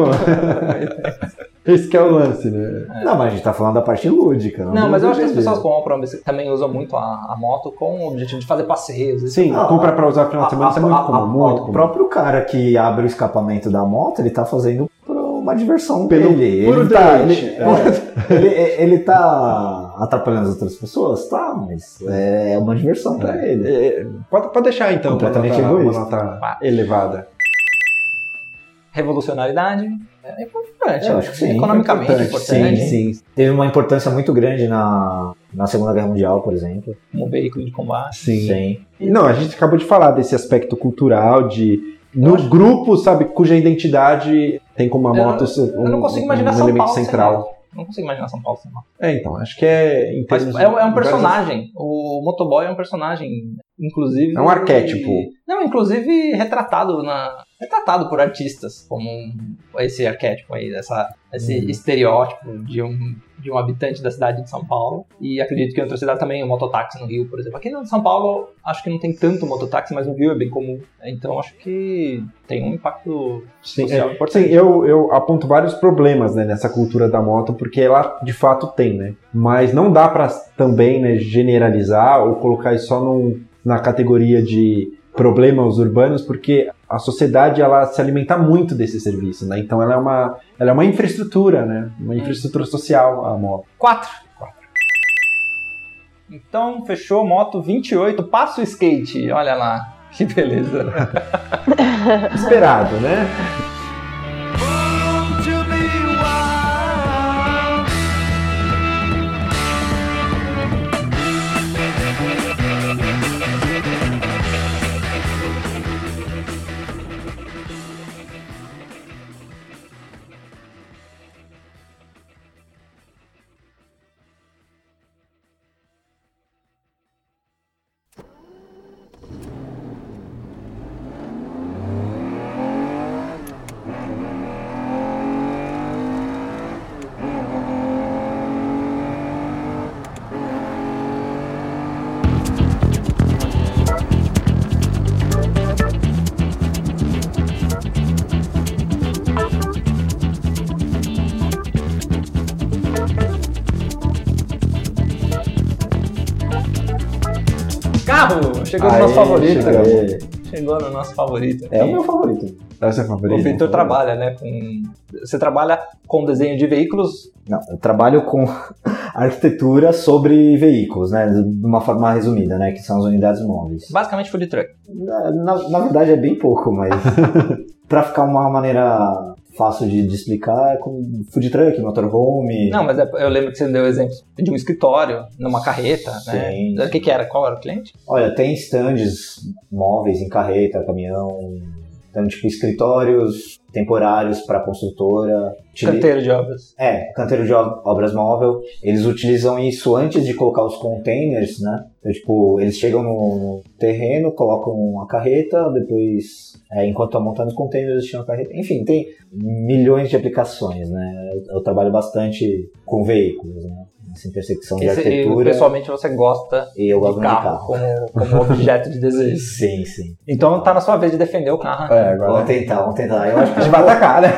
esse que é o lance, né? Não, mas a gente tá falando da parte lúdica. Não, Não, mas eu acho que as Beleza. pessoas compram a bicicleta, também usam muito a, a moto com o objetivo de fazer passeios. e Sim, Ah, compra pra usar no final de semana, isso é muito A- a- a- comum, muito O comum. próprio cara que abre o escapamento da moto, ele tá fazendo por uma diversão Pelo dele. puro ele, tá, deleite. ele, é, ele- ele tá atrapalhando as outras pessoas? Tá, mas é, uma diversão pra ele. É, pode, pode deixar, então, uma Completamente nota- uma egoísta. nota elevada. Revolucionaridade. É importante. Eu acho que sim. é Economicamente é é Importante, importante. Sim, sim, Teve uma importância muito grande na, na Segunda Guerra Mundial, por exemplo. Como veículo de combate. sim. Sim. Não, a gente acabou de falar desse aspecto cultural de no grupo, sabe, cuja identidade tem como a Eu- moto um, Eu não consigo imaginar um São elemento Paulo sem central. moto. Não consigo imaginar São Paulo sem moto. É, então, acho que é em Mas termos é, é um de- personagem. O motoboy é um personagem, inclusive. É um arquétipo. Não, inclusive retratado na retratado por artistas como um- esse arquétipo aí, essa, esse Uhum. estereótipo de um de um habitante da cidade de São Paulo. E acredito que em outra cidade também, o mototáxi no Rio, por exemplo. Aqui no São Paulo, acho que não tem tanto mototáxi, mas no Rio é bem comum. Então acho que tem um impacto Sim, social é, sim, importante. eu, eu aponto vários problemas né, nessa cultura da moto, porque ela de fato tem, né? Mas não dá pra também né, generalizar ou colocar isso só num- na categoria de problemas urbanos, porque a sociedade ela se alimenta muito desse serviço, né? Então ela é uma, ela é uma infraestrutura, né? Uma infraestrutura social a moto. Quatro. Então, fechou, moto 28, passa o skate. Olha lá, que beleza. Esperado, né? carro! Chegou no nosso Aê, favorito. né? chegamos. Chegou no nosso favorito. É o meu favorito. É o seu favorito? O Vitor trabalha, né? Com... Você trabalha com desenho de veículos. Não, eu trabalho com arquitetura sobre veículos, né? De uma forma resumida, né? Que são as unidades móveis. Basicamente food truck. Na, na- na verdade é bem pouco, mas pra ficar uma maneira fácil de, de explicar, é com food truck, motorhome. Não, mas é- eu lembro que você deu exemplos de um escritório, numa carreta, Sim. né? O que, que era? Qual era o cliente? Olha, tem stands móveis em carreta, caminhão. Então, tipo, escritórios temporários para construtora. Tipo, Utili- Canteiro de obras. É, canteiro de ob- obras móvel, eles utilizam isso antes de colocar os containers, né? Então, tipo, eles chegam no terreno, colocam a carreta, depois, é, enquanto tá montando os containers, eles tiram a carreta. Enfim, tem milhões de aplicações, né? Eu, eu trabalho bastante com veículos, né? Essa intersecção de E você- e arquitetura pessoalmente você gosta e eu de gosto carro, muito de carro. Como, como objeto de desejo. Sim, sim. Então tá na sua vez de defender o carro. É, Vamos agora tentar, vamos tentar. Eu acho que a eu, gente vai atacar, né?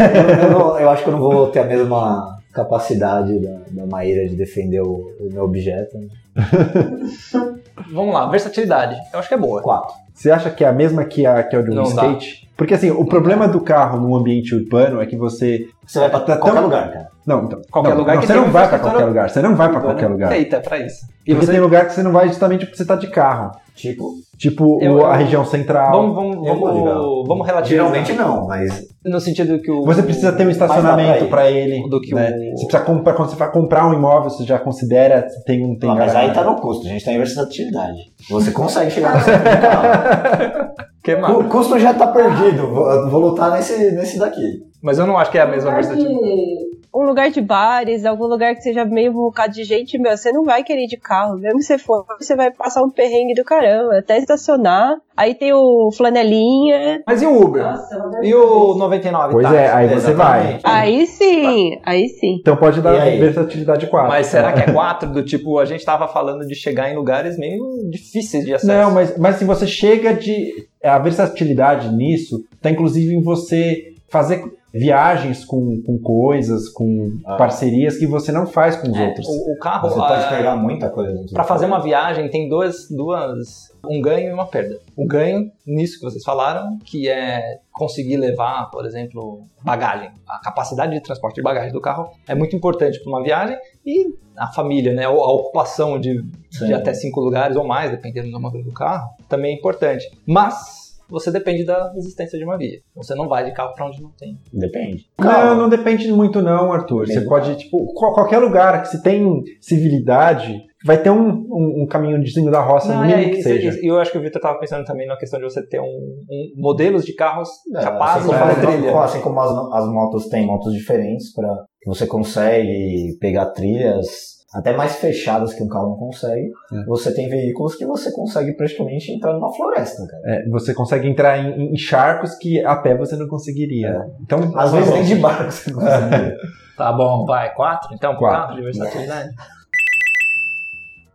eu não- eu acho que eu não vou ter a mesma capacidade da, da Maíra de defender o, o meu objeto. Vamos lá, versatilidade. Eu acho que é boa. Quatro. Você acha que é a mesma que a, que a de um Não dá. skate? Porque assim, o problema do carro num ambiente urbano é que você. Você vai pra Então- qualquer lugar, cara. Não, então. Qualquer não, lugar não, que você tem não vai pra infraestrutura qualquer lugar. Você não vai é pra Urbana qualquer lugar. Feita pra isso. E você tem lugar que você não vai justamente porque você tá de carro. Tipo, Tipo Eu- o- eu- a região central. Vamos, vamos, Eu vou ligar. vamos, vamos relativizar. geralmente não, mas No sentido que o. Você precisa ter um estacionamento Mas dá pra ele. Do que né? o- Você precisa comprar. Quando você vai comprar um imóvel, você já considera se tem um. Tem Ah, mas garagem. aí tá no custo, a gente tá em versatilidade. Você consegue chegar nesse carro. Que mais? O custo já tá perdido, vou, vou lutar nesse, nesse daqui. Mas eu não acho que é a é mesma Lugar versatilidade. de- Um lugar de bares, algum lugar que seja meio bocado de gente, meu, você não vai querer ir de carro. Mesmo que você for, você vai passar um perrengue do caramba, até estacionar. Aí tem o flanelinha. Mas e o Uber? é e o 99? Pois táxi? é, aí você vai. Exatamente. Aí sim, aí sim. Então pode E dar aí? versatilidade 4. Mas será que é quatro do tipo, a gente tava falando de chegar em lugares meio difíceis de acesso? Não, mas, mas se você chega de. A versatilidade nisso tá inclusive em você fazer viagens com, com coisas, com Ah. parcerias que você não faz com os É, outros. O, o carro, Você ah, pode pegar muita coisa. dentro do Pra carro. fazer uma viagem tem duas, duas, um ganho e uma perda. O ganho nisso que vocês falaram, que é conseguir levar, por exemplo, bagagem. A capacidade de transporte de bagagem do carro é muito importante para uma viagem e a família, né, ou a ocupação de, Sim. de até cinco lugares ou mais, dependendo do tamanho do carro, também é importante. Mas você depende da existência de uma via. Você não vai de carro para onde não tem. Depende. Não, não depende muito, não, Arthur. Você Mesmo. pode, tipo, qual- qualquer lugar que se tem civilidade, vai ter um, um, um caminhãozinho da roça, no e é, aí, mínimo que é, isso- seja. isso- eu acho que o Victor estava pensando também na questão de você ter um, um- modelos de carros capazes assim, de como, fazer trilha. assim como as, as motos têm motos diferentes, pra, você consegue pegar trilhas até mais fechadas que um carro não consegue. Você tem veículos que você consegue praticamente entrar numa floresta, cara. É, você consegue entrar em, em charcos que a pé você não conseguiria. Então, É. Às tá vezes bom. nem de barco você consegue. Tá bom, vai. Quatro, então? Quatro. Quatro de versatilidade.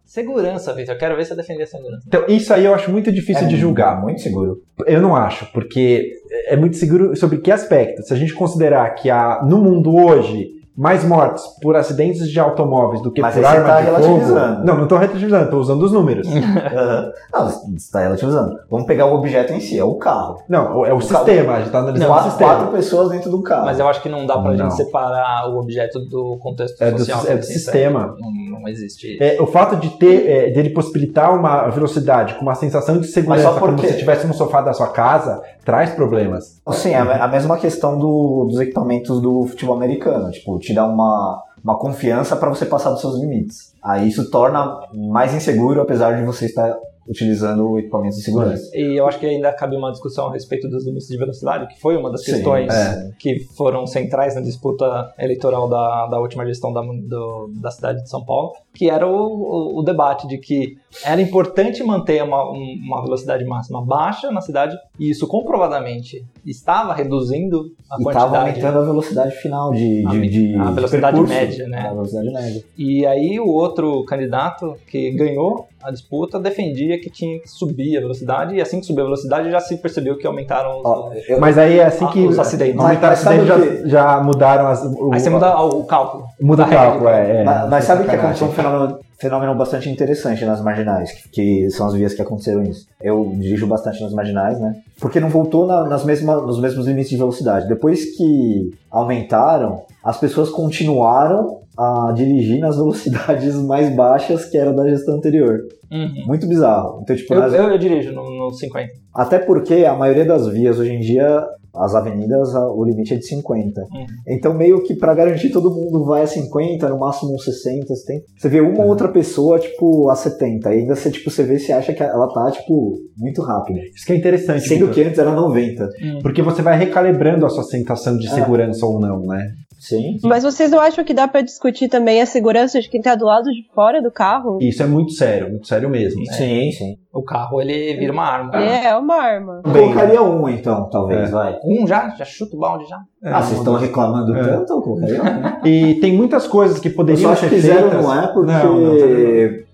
Segurança, Victor. Quero ver você defender a segurança. Então, isso aí eu acho muito É difícil É de julgar. Muito seguro. Eu não acho, porque é muito seguro sobre que aspecto. Se a gente considerar que há no mundo hoje mais mortes por acidentes de automóveis do que Mas por aí você arma tá de fogo, relativizando. Hum. não, não estou relativizando, estou usando os números. Aham. Não, Ah, você está relativizando. Vamos pegar o objeto em si, é o carro. não, é carro- o, sistema. A gente está analisando o quatro, sistema. quatro pessoas dentro do carro. Mas é eu acho que não dá pra Ah. Não. gente separar o objeto do contexto É do, social. é do assim, sistema. sabe? Não, não existe. É, o fato de ter, é, dele possibilitar uma velocidade com uma sensação de segurança, Mas só por como quê? se estivesse no sofá da sua casa, traz problemas. um Sim, é a me- a mesma questão do- dos equipamentos do futebol americano. Tipo, te dá uma, uma confiança para você passar dos seus limites. Aí isso torna mais inseguro, apesar de você estar utilizando o equipamento de segurança. E eu acho que ainda cabe uma discussão a respeito dos limites de velocidade, que foi uma das questões Sim, é. que foram centrais na disputa eleitoral da, da última gestão da, mun- do- da cidade de São Paulo, que era o, o- o debate de que era importante manter uma, um- uma velocidade máxima baixa na cidade, e isso comprovadamente estava reduzindo a E estava quantidade, aumentando a velocidade final de. A de, me- de a velocidade percurso. média, né? A velocidade média. E aí o outro candidato que ganhou a disputa defendia que tinha que subir a velocidade, e assim que subiu a velocidade já se percebeu que aumentaram os... Ó, eu- Mas aí é assim Ah, que. os acidentes. Aumentaram Mas- mas sabe acidentes, já, o já mudaram as. o- Aí você muda ah, o, o cálculo. Muda a o regra de cálculo, é. é. mas, mas sabe o que é Sacanagem. aconteceu um fenômeno fenômeno bastante interessante nas marginais, que, que são as vias que aconteceram isso. Eu dirijo bastante nas marginais, né? Porque não voltou na- nas mesma, nos mesmos limites de velocidade. Depois que aumentaram, as pessoas continuaram a dirigir nas velocidades mais baixas que era da gestão anterior. Uhum. Muito bizarro. Então, tipo, Eu, nas- eu, eu dirijo no, no 50. até porque a maioria das vias hoje em dia, as avenidas, a- o limite é de 50. Uhum. Então, meio que pra garantir todo mundo vai a 50, no máximo uns 60, 70. Você vê uma outra pessoa, tipo, a 70. E ainda você, tipo, você vê se acha que ela tá, tipo, muito rápida. Isso que é interessante. Sendo Vitor, que antes era 90. Porque você vai recalibrando a sua sensação de Ah. segurança ou não, né? Sim. Mas vocês não acham que dá pra discutir também a segurança de quem tá do lado de fora do carro? E isso é muito sério, muito sério mesmo. né? Sim, sim. O carro, ele vira uma arma. Ah. É, é uma arma. Bem, Colocaria um, então, talvez, É. vai. Um já, já chuta o balde já. é, ah, vocês estão reclamando É. tanto? Eu colocaria um. E tem muitas coisas que Eu só poderiam acho ser que zero feitas. não é, porque... Não, não,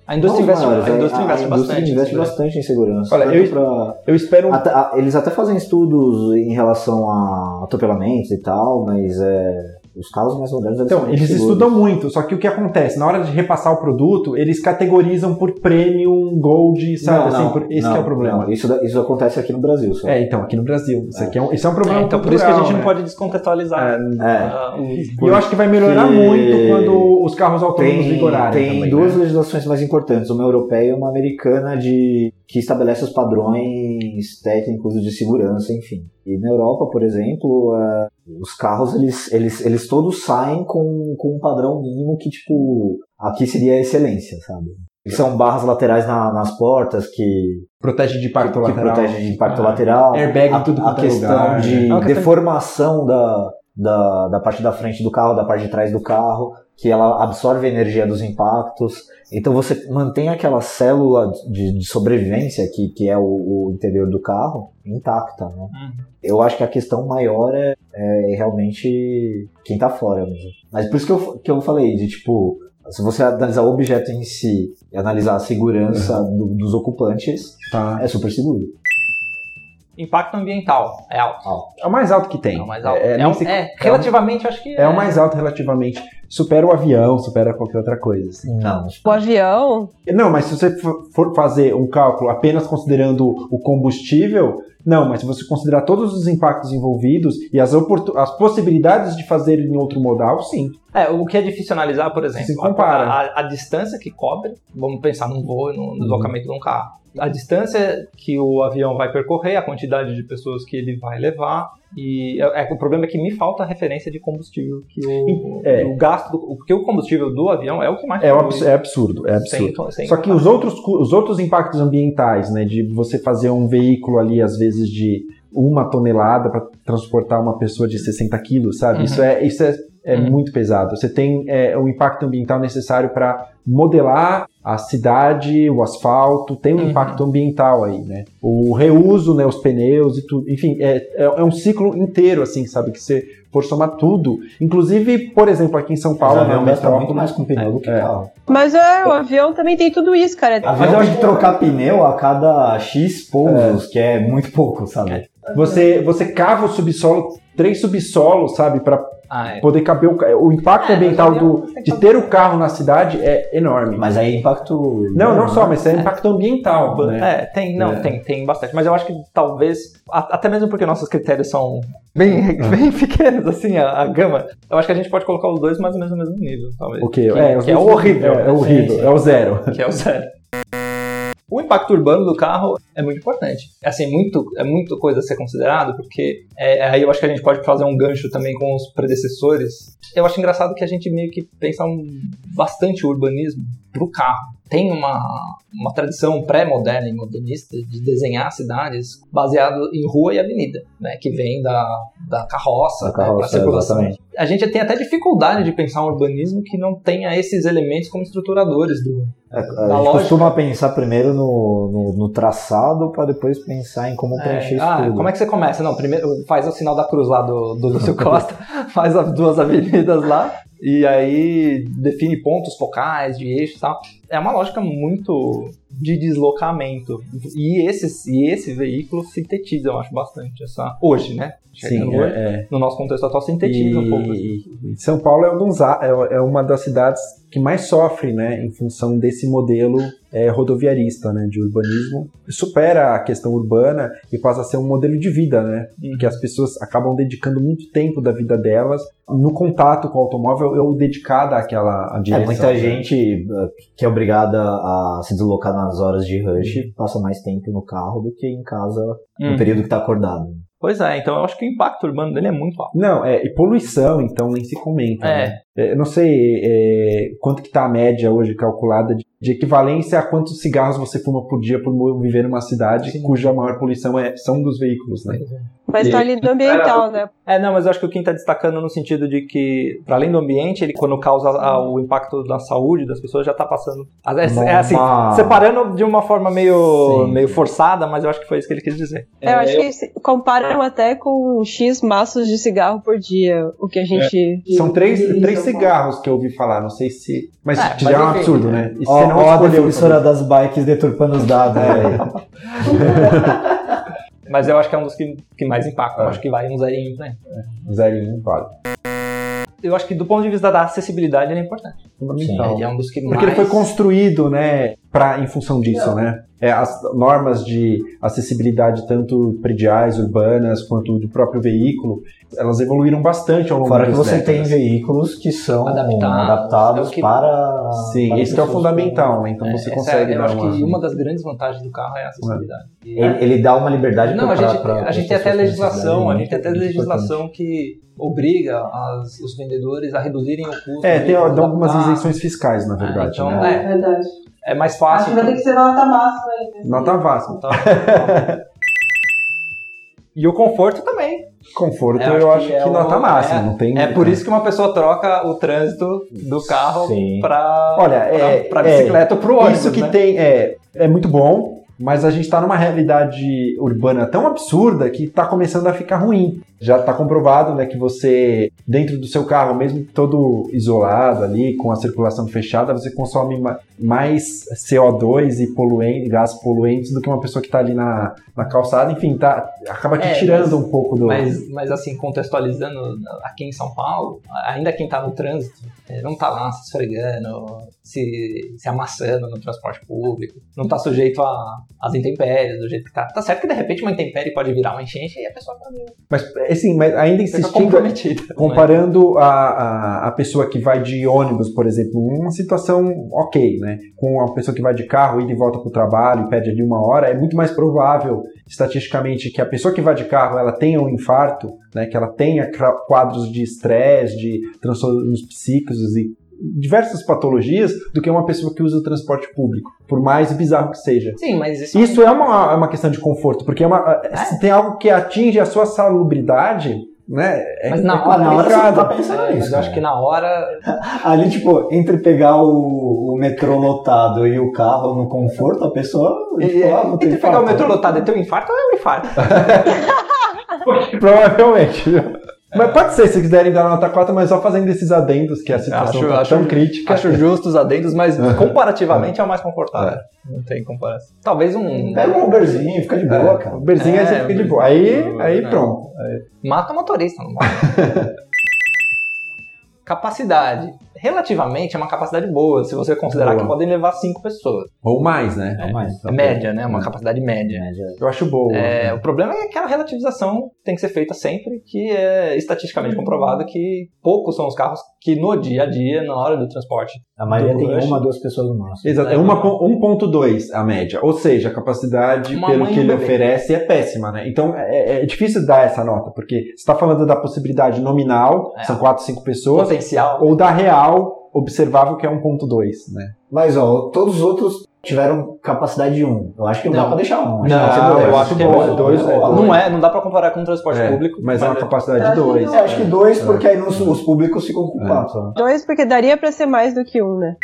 A indústria Não, investe, mano, a indústria investe bastante. assim, né? indústria investe bastante em segurança. Olha, tanto eu- pra- Eu espero Até- a- eles até fazem estudos em relação a atropelamentos e tal, mas é, os carros mais modernos eles Então, são eles muito seguros. estudam muito, só que o que acontece? Na hora de repassar o produto, eles categorizam por premium, gold, sabe? Não, assim, não, por- esse não, que é o problema. não, isso, da- isso acontece aqui no Brasil só. É, então, aqui no Brasil. Isso, aqui é um, isso é um problema É, então, por isso que a cultural, gente não né? pode descontextualizar. É, ah, o- E eu acho que vai melhorar Porque- muito quando os carros autônomos Tem, vigorarem tem também, duas né? legislações mais importantes, uma europeia e uma americana, de, que estabelece os padrões técnicos de segurança, enfim. E na Europa, por exemplo, é, os carros eles, eles, eles todos saem com, com um padrão mínimo que, tipo, aqui seria excelência, sabe? São barras laterais na- nas portas que Protege de que impacto lateral. protege de impacto Ah, lateral. airbag em a, tudo a quanto é questão lugar, de né? Não, a questão- deformação da, da, da parte da frente do carro, da parte de trás do carro, que ela absorve a energia dos impactos. Então você mantém aquela célula de, de sobrevivência que, que é o, o interior do carro intacta, né? Uhum. Eu acho que a questão maior é, é realmente quem tá fora mesmo. Mas por isso que eu, que eu falei de tipo, se você analisar o objeto em si e analisar a segurança do- dos ocupantes, Tá. é super seguro. Impacto ambiental é alto. É o mais alto que tem. É o mais alto. É, É, nem um- se- é, relativamente, eu acho que é o mais alto relativamente. Supera o avião, supera qualquer outra coisa. Uhum. assim. Não, O avião, Não, mas se você for for fazer um cálculo apenas considerando o combustível, não, mas se você considerar todos os impactos envolvidos e as, oportu- as possibilidades de fazer em outro modal, sim. É, o que é difícil analisar, por exemplo, Se a- compara. Uhum. A, a distância que cobre, vamos pensar num voo, no deslocamento de um carro. A distância que o avião vai percorrer, a quantidade de pessoas que ele vai levar. E é, é que o problema é que me falta a referência de combustível que o, É. o gasto, do, o- porque o combustível do avião é o que mais É, um polui. abs- é absurdo, é Sem- absurdo. sem- Só que os outros, cu- os outros impactos ambientais, né, de você fazer um veículo ali, às vezes, de uma tonelada para transportar uma pessoa de 60 quilos, sabe? Uhum. Isso é, isso é, é Uhum. muito pesado. Você tem é, o impacto ambiental necessário para modelar a cidade, o asfalto, tem um Uhum. impacto ambiental aí, né? O reuso, né, os pneus e tudo. Enfim, é, é, é um ciclo inteiro, assim, sabe? Que você for somar tudo. Inclusive, por exemplo, aqui em São Paulo Paulo, na gasta metrópole, tá muito mais com pneu do que É. carro. mas é, o avião também tem tudo isso, cara. Mas eu acho que trocar pneu a cada X pousos, que é muito pouco, sabe? Você, você cava o subsolo, três subsolos, sabe, Pra Ah, é. poder caber o ca- o impacto É, ambiental mas do, tem que de ter o carro na cidade é enorme. Mas aí impacto. não, não só, mas é impacto ambiental, né? É, tem, não, É. Tem, tem bastante. Mas eu acho que talvez, a- até mesmo porque nossos critérios são bem, bem pequenos, assim, a, a gama, eu acho que a gente pode colocar os dois mais ou menos no mesmo nível, talvez. O que, Que- é, os que é dois- horrível. É, é horrível, Sim, é o zero. que é o zero. O impacto urbano do carro é muito importante. Assim, muito, é muita coisa a ser considerado, porque é, aí eu acho que a gente pode fazer um gancho também com os predecessores. Eu acho engraçado que a gente meio que pensa um, bastante o urbanismo pro carro. Tem uma, uma tradição pré-moderna e modernista de desenhar cidades baseado em rua e avenida, né? Que vem da, da carroça, Da né, pra carroça, circulação exatamente. a gente tem até dificuldade de pensar um urbanismo que não tenha esses elementos como estruturadores do. É, a Na gente lógica- costuma pensar primeiro no, no, no traçado para depois pensar em como preencher isso ah, tudo. como é que você começa? Não, primeiro faz o sinal da cruz lá do, do Lúcio Costa, faz as duas avenidas lá e aí define pontos focais de eixo e tal. É uma lógica muito de deslocamento. E esse, e esse veículo sintetiza, eu acho, bastante essa. Hoje, né? Chegando Sim, hoje, é, é. no nosso contexto atual, sintetiza um pouco. assim. E, e São Paulo é, um dos a- é- é uma das cidades que mais sofre, né, em função desse modelo é, rodoviarista, né, de urbanismo. Supera a questão urbana e passa a ser um modelo de vida, né, Uhum. que as pessoas acabam dedicando muito tempo da vida delas no contato com o automóvel ou dedicada àquela à É, direção. muita né? gente eh, que é obrigada a se deslocar nas horas de rush passa mais tempo no carro do que em casa Uhum. no período que tá acordado. Pois é, então eu acho que o impacto urbano dele é muito alto. Não, é, e poluição, então, nem se comenta. É. né? É, eu não sei é, quanto que tá a média hoje calculada de, de equivalência a quantos cigarros você fuma por dia por mo- viver numa cidade cuja maior poluição é, são dos veículos, né? Mas tá ali do ambiental, né? É, não, mas eu acho que o Kim está destacando no sentido de que, para além do ambiente, ele quando causa a- o impacto na saúde das pessoas, já está passando. É, é assim, Uma- separando de uma forma meio, Sim. meio forçada, mas eu acho que foi isso que ele quis dizer. É, eu acho que se- comparam até com X maços de cigarro por dia, o que a gente. É. São três, três então, cigarros que eu ouvi falar, não sei se. Mas É, já é um mas enfim, absurdo, né? E Ó, você não ó a escolheu. defensora das bikes deturpando os dados. né? velho. Mas eu acho que é um dos que, que mais impacta. É. Eu acho que vai um zerinho, né? Zerinho, é vale. Eu acho que do ponto de vista da acessibilidade ele é importante. Fundamental. Ele é um dos que mais... Porque ele foi construído, né, pra, em função disso, né? É, as normas de acessibilidade, tanto prediais, urbanas, quanto do próprio veículo, elas evoluíram bastante ao longo Fora que das você tem décadas. veículos que são Adaptados, adaptados, é o que- para. Sim, para isso que é o pessoas fundamental, né? Então você Essa consegue é, eu dar acho uma... que uma das grandes vantagens do carro é a acessibilidade. com- Ele, ele dá uma liberdade Não, pra, a gente, pra- a pra gente tem até pessoas com legislação, a necessidade, gente tem até muito legislação que obriga as- os vendedores a reduzirem o custo. É, de tem ó, dá adaptar. algumas isenções fiscais, na Ah, verdade, então, né? é, verdade. é mais Ah, fácil. ser nota máxima aí. Nota vasta. Tá. E o conforto também. Conforto, É, acho eu que acho que, é o- nota máxima, é- não tem... É por isso que uma pessoa troca o trânsito do carro Sim. para Olha, é... para é, bicicleta ou pro ônibus. Isso que né? tem é, é muito bom, mas a gente está numa realidade urbana tão absurda que está começando a ficar ruim. Já está comprovado né, que você, dentro do seu carro, mesmo todo isolado ali, com a circulação fechada, você consome ma- mais CO2 e poluentes, gases poluentes do que uma pessoa que está ali na, na calçada. Enfim, tá, acaba te É, tirando mas- um pouco do. Mas, mas assim, contextualizando aqui em São Paulo, ainda quem tá no trânsito eh, não tá lá se esfregando, se, se amassando no transporte público, não tá sujeito a- às intempéries do jeito que tá. Tá certo que de repente uma intempérie pode virar uma enchente e a pessoa tá meio- Mas, assim, mas ainda fica insistindo, comprometida. né? Comparando a, a, a pessoa que vai de ônibus, por exemplo, uma situação ok, né? Com a pessoa que vai de carro, ida e volta para o trabalho, e perde ali uma hora, é muito mais provável, estatisticamente, que a pessoa que vai de carro, ela tenha um infarto, né? Que ela tenha cra- quadros de estresse, de transtornos psíquicos e diversas patologias, do que uma pessoa que usa o transporte público, por mais bizarro que seja. Sim, mas isso, Isso é uma, é uma questão de conforto, porque é uma- se tem algo que atinge a sua salubridade, né? É, Mas na é hora- Na hora você não complicado. tá pensando É, nisso. mas eu acho cara. que na hora. Ali, tipo, entre pegar o, o metrô lotado e o carro no conforto, a pessoa. E, é, É, Tipo, ah, não tem entre pegar o falta. metrô lotado e ter um infarto, é um infarto. Provavelmente. Mas pode ser, se quiserem dar nota 4, mas só fazendo esses adendos, que a situação Acho- tá acho- tão crítica. Acho justos os adendos, mas comparativamente é o mais confortável. Não tem comparação. Talvez um. Pega um Uberzinho, fica de boa, O cara. Berzinho É, aí você fica de boa. Aí, aí é. pronto. Mata o motorista, não mata. capacidade. Relativamente é uma capacidade boa, se você considerar Boa. que podem levar cinco pessoas. Ou mais, né? Não, mas- É média, né? Uma capacidade média. Eu acho Hum. boa. né? É, o problema é que aquela relativização tem que ser feita sempre, que é estatisticamente comprovado que poucos são os carros que no dia a dia, na hora do transporte. A maioria Do tem rush. uma, duas pessoas no máximo. Exato, é uma pon- 1.2 a média. Ou seja, a capacidade Uma pelo mãe que e um ele bebê. oferece é péssima, né? Então é, é difícil dar essa nota, porque você está falando da possibilidade nominal, É. são 4, 5 pessoas, Potencial. ou da real, observável, que é 1.2, né? Mas, ó, todos os outros tiveram capacidade de um. Eu acho que não, dá Não. pra deixar um. Acho Não, que eu dois. acho que é dois. né? bom, dois, ou- é, ou- Não é, não dá pra comparar com o transporte É, público. mas é uma Eu capacidade É. acho que 2. Eu acho que dois, É. porque aí não, os públicos ficam culpados. né? Dois, porque daria pra ser mais do que um, né?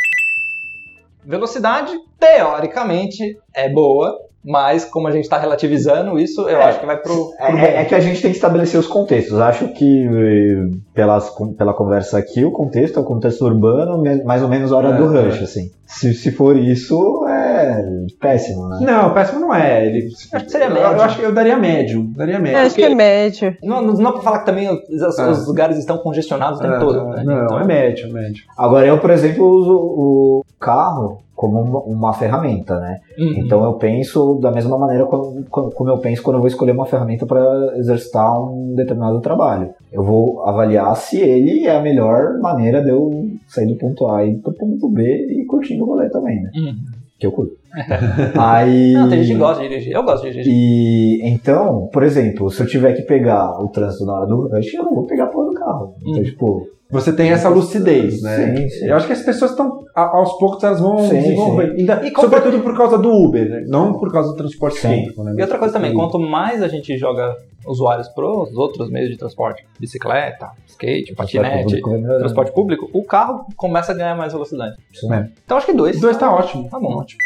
Velocidade, teoricamente, é boa, mas como a gente tá relativizando isso, eu É. acho que vai pro. pro bom. É, é- é que a gente tem que estabelecer os contextos. Acho que eh, pelas, con- pela conversa aqui, o contexto é o contexto urbano, me- mais ou menos a hora É, do rush, assim. Se, se for isso, é, péssimo, né? Não, péssimo não é. Ele, Seria eu, médio. eu acho que eu daria médio. Daria É, médio. acho que é médio. Não, não não dá pra falar que também os, os- É. os lugares estão congestionados o tempo É, todo. Né? Não, Então, é médio, médio. Agora eu, por exemplo, uso o carro como uma, uma ferramenta, né? Uhum. Então eu penso da mesma maneira como, como como eu penso quando eu vou escolher uma ferramenta para exercitar um determinado trabalho. Eu vou avaliar se ele é a melhor maneira de eu sair do ponto A e ir pro ponto B e curtindo o rolê também, né? Uhum. É. Que eu curto. Aí. Não, tem gente que gosta de dirigir. Eu gosto de dirigir. E então, por exemplo, se eu tiver que pegar o trânsito na hora do rush, eu não vou pegar a porra do carro. Então, Hum. tipo, Você tem essa lucidez, né? Sim, sim. Eu acho que as pessoas estão, a- aos poucos, elas vão Sim, desenvolver. Ainda, E compra- sobretudo por causa do Uber, né? não por causa do transporte Sim. público. Né? E outra coisa também, Sim. quanto mais a gente joga usuários pros outros meios de transporte, bicicleta, é skate, patinete, transporte público, o carro começa a ganhar mais velocidade. Isso mesmo. Então acho que dois. É. Dois tá ótimo. Tá bom, ótimo.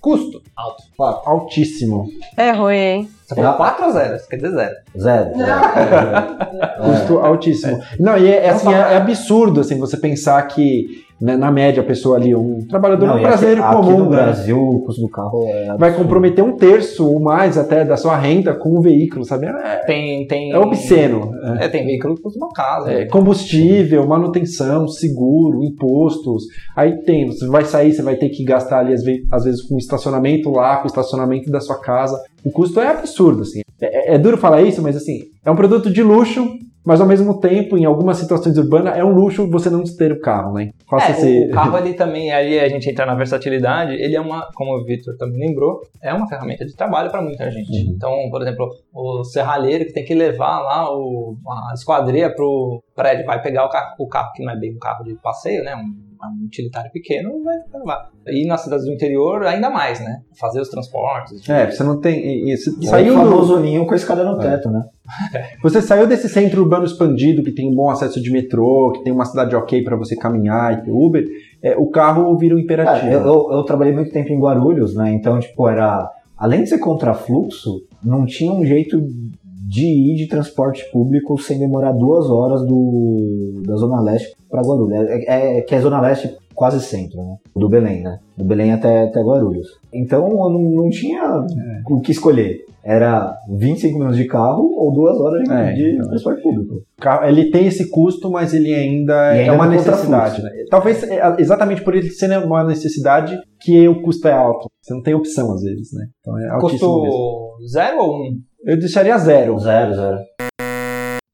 Custo. Alto. Altíssimo. É ruim, hein? Você falou É. quatro ou zero? Isso quer dizer zero. Zero. zero. Custo altíssimo. Não, e Então é, é assim, é, é absurdo assim, você pensar que, né, na média, a pessoa ali, um É. trabalhador Não, e aqui- brasileiro aqui comum, no né? Brasil, o custo do carro é. vai comprometer um terço ou mais até da sua renda com o veículo, sabe? É, Tem, tem... é obsceno. É. É, tem veículo que custa uma casa. É, combustível, manutenção, seguro, impostos. Aí tem, você vai sair, você vai ter que gastar ali às ve- às vezes com estacionamento lá, com estacionamento da sua casa. O custo é absurdo, assim. É, é- é duro falar isso, mas assim, é um produto de luxo, mas ao mesmo tempo, em algumas situações urbanas, é um luxo você não ter o carro, né? É, Faça esse. o carro ali também, aí a gente entra na versatilidade, ele é uma, como o Victor também lembrou, é uma ferramenta de trabalho para muita gente. Uhum. Então, por exemplo, o serralheiro que tem que levar lá o, a esquadria pro prédio, vai pegar o carro, o carro que não é bem um carro de passeio, né? Um, um utilitário pequeno, vai levar. E nas cidades do interior, ainda mais, né? Fazer os transportes. É, você não tem. e- e- É você Saiu saiu o do- famoso ninho com a escada no teto, né? Você saiu desse centro urbano expandido que tem um bom acesso de metrô, que tem uma cidade ok para você caminhar e ter Uber, é, o carro vira um imperativo. É, Cara, eu, eu- eu trabalhei muito tempo em Guarulhos, né? Então, tipo, era. Além de ser contrafluxo, não tinha um jeito de ir de transporte público sem demorar duas horas do, da Zona Leste para Guarulhos. É, é- que é Zona Leste quase centro, né? Do Belém, né? Do Belém até, até Guarulhos. Então eu não, não tinha É. o que escolher. Era 25 minutos de carro ou duas horas de, É, de então. transporte público. O carro, ele tem esse custo, mas ele ainda, E ainda é uma no necessidade. contrafluxo. né? Talvez é, exatamente por ele ser uma necessidade que o custo é alto. Você não tem opção às vezes, né? Então é altíssimo mesmo. Custo zero ou um? Eu deixaria zero. Zero, zero.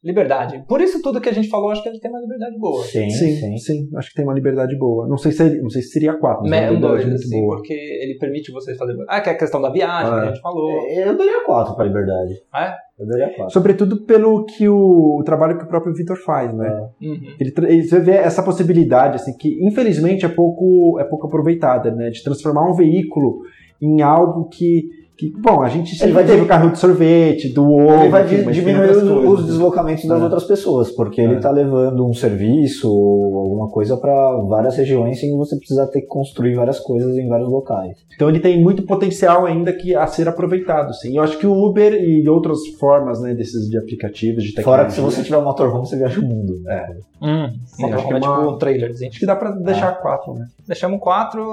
Liberdade. Por isso tudo que a gente falou, acho que ele tem uma liberdade boa. Sim, Sim, sim, acho que tem uma liberdade boa. Não sei se, não sei se seria quatro, mas é Me- uma Um dois, liberdade muito assim, boa. porque ele permite você fazer. Ah, que é a questão da viagem Ah, que é. a gente falou. Eu daria quatro pra liberdade. É? Eu daria quatro. Sobretudo pelo que o, o trabalho que o próprio Vitor faz, né? É. Uhum. Ele, tra- ele você vê essa possibilidade, assim, que infelizmente é pouco, é pouco aproveitada, né? De transformar um veículo em algo que. que bom, a gente sempre vai teve ter- o carro de sorvete, do ovo. Ele vai enfim, di- mas tem diminuir outras os, coisas, os né? deslocamentos das É. outras pessoas, porque ele É. está levando um serviço ou alguma coisa para várias regiões sem você precisar ter que construir várias coisas em vários locais. Então ele tem muito potencial ainda que a ser aproveitado, sim. Eu acho que o Uber e outras formas, né, desses de aplicativos, de tecnologia. Fora É. que se você tiver um motorhome, você viaja o mundo. né? Uhum. Sim, acho que é é uma- tipo um trailer. Acho que dá pra deixar quatro, né? Deixamos quatro.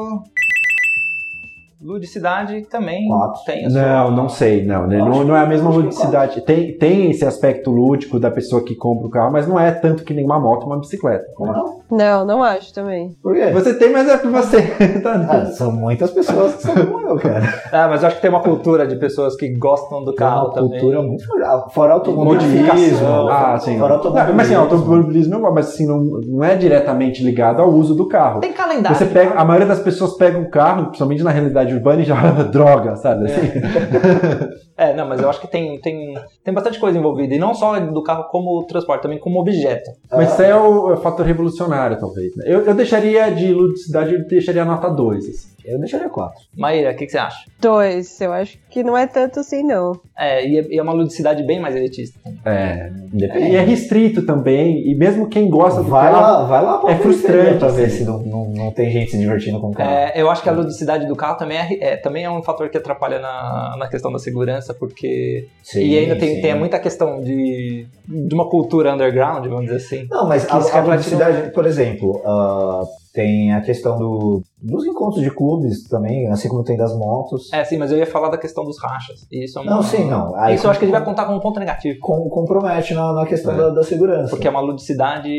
Ludicidade também Quatro. tem. a sua- Não, não sei, não, né? Não, não é a mesma acho que ludicidade. Tem, tem esse aspecto lúdico da pessoa que compra o carro, mas não é tanto que nem uma moto, uma bicicleta. né? Não, não acho também. Por quê? Você tem, mas é pra você. Tá- Ah, são muitas pessoas que são como eu, cara. Ah, mas eu acho que tem uma cultura de pessoas que gostam do Tem carro uma também. cultura muito forte. Ah, Fora automobilismo. Modificação. Ah, sim. Fora Não, automobilismo. mas assim, automobilismo, eu gosto, mas assim, não, não é diretamente ligado ao uso do carro. Tem calendário. né? Você pega, a maioria das pessoas pega um carro, principalmente na realidade urbana, e já droga, sabe? Assim. É, não, mas eu acho que tem, tem, tem bastante coisa envolvida. E não só do carro como transporte, também como objeto. Mas isso aí é o, é o fator revolucionário, talvez. né? Eu, eu deixaria de ludicidade, eu deixaria nota 2. Assim. Eu deixaria quatro. Maíra, o que, que você acha? Dois, eu acho que não é tanto assim, não. É, e é, e é uma ludicidade bem mais elitista. É. Depende. E é restrito também, e mesmo quem gosta do Vai carro. lá, vai lá pra É frustrante, periferia pra ver assim. se não, não, não tem gente se divertindo com o carro. É, eu acho que a ludicidade do carro também é, é, também é um fator que atrapalha na, na questão da segurança, porque. Sim, e ainda tem, sim. tem muita questão de, de uma cultura underground, vamos dizer assim. Não, mas Que a, isso que a é pra ludicidade, por exemplo, ah, Tem a questão do, dos encontros de clubes também, assim como tem das motos. É, sim, mas eu ia falar da questão dos rachas. E Isso é uma... Não, sim, não. Aí Isso eu acho que ele vai contar como um ponto negativo. com- compromete na, na questão É. da, da segurança. Porque é uma ludicidade.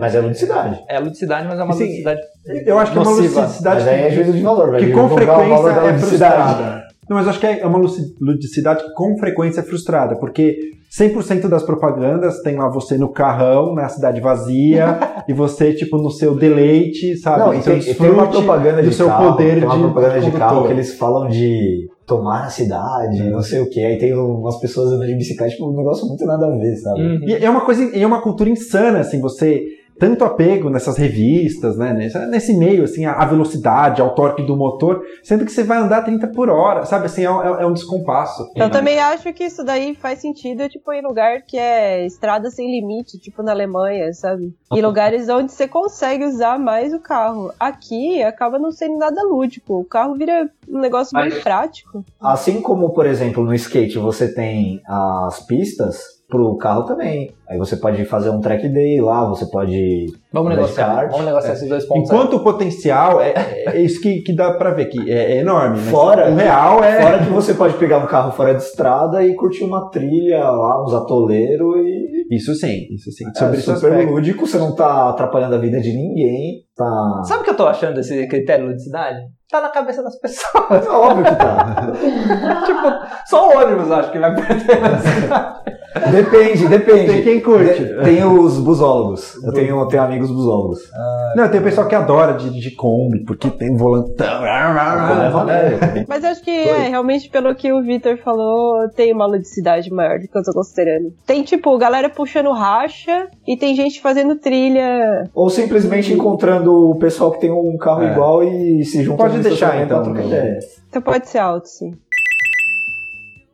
Mas é ludicidade. É ludicidade, mas é uma Sim. ludicidade. Eu acho que é uma Nociva. ludicidade Mas aí é que, juízo de valor, vai que divulgar com o valor frequência da é ludicidade. frustrada. Não, mas eu acho que é uma luci- ludicidade que com frequência é frustrada, porque 100% das propagandas tem lá você no carrão, na cidade vazia, e você, tipo, no seu deleite, sabe? Não, no e seu tem, e tem uma desfrute, propaganda de do seu carro, poder tem uma de propaganda de carro condutor. É. que eles falam de tomar a cidade, não sei o que. Aí tem umas pessoas andando de bicicleta, tipo, um negócio muito nada a ver, sabe? Uhum. E é uma coisa, e é uma cultura insana, assim, você tanto apego nessas revistas, né, nesse, nesse meio, assim, a, a velocidade, ao torque do motor, sendo que você vai andar 30 por hora, sabe, assim, é, um- é um descompasso. Eu Então, também acho que isso daí faz sentido, tipo, em lugar que é estrada sem limite, tipo na Alemanha, sabe? Em lugares onde você consegue usar mais o carro. Aqui acaba não sendo nada lúdico. O carro vira um negócio bem prático. Assim como, por exemplo, no skate você tem as pistas, pro carro também. Aí você pode fazer um track day lá, você pode. Vamos Red negociar. card. Vamos negociar esses dois pontos. aí. Enquanto o potencial é, é isso que, que dá pra ver que é, é enorme, mas Fora- o real é Fora que você pode pegar um carro fora de estrada e curtir uma trilha lá, uns atoleiros e. isso sim, isso sim. Sobre é esse super aspecto. lúdico, você não tá atrapalhando a vida de ninguém. Tá. Sabe o que eu tô achando desse critério de ludicidade? Tá na cabeça das pessoas. É óbvio que tá. tipo, só o ônibus acho que vai perder. depende, depende. Tem quem curte. De- Tem os busólogos. Eu tenho, eu tenho amigos busólogos. Não, tem o pessoal que adora de, de Kombi, porque tem volantão. Como é né? Valério, também. Mas eu acho que é, realmente, pelo que o Vitor falou, tem uma ludicidade maior do que eu tô considerando. Tem, tipo, galera puxando racha e tem gente fazendo trilha. Ou simplesmente encontrando o pessoal que tem um carro É. igual e se junta Pode no deixar, estacionamento então, pra trocar no- ideia. Então pode ser alto, sim.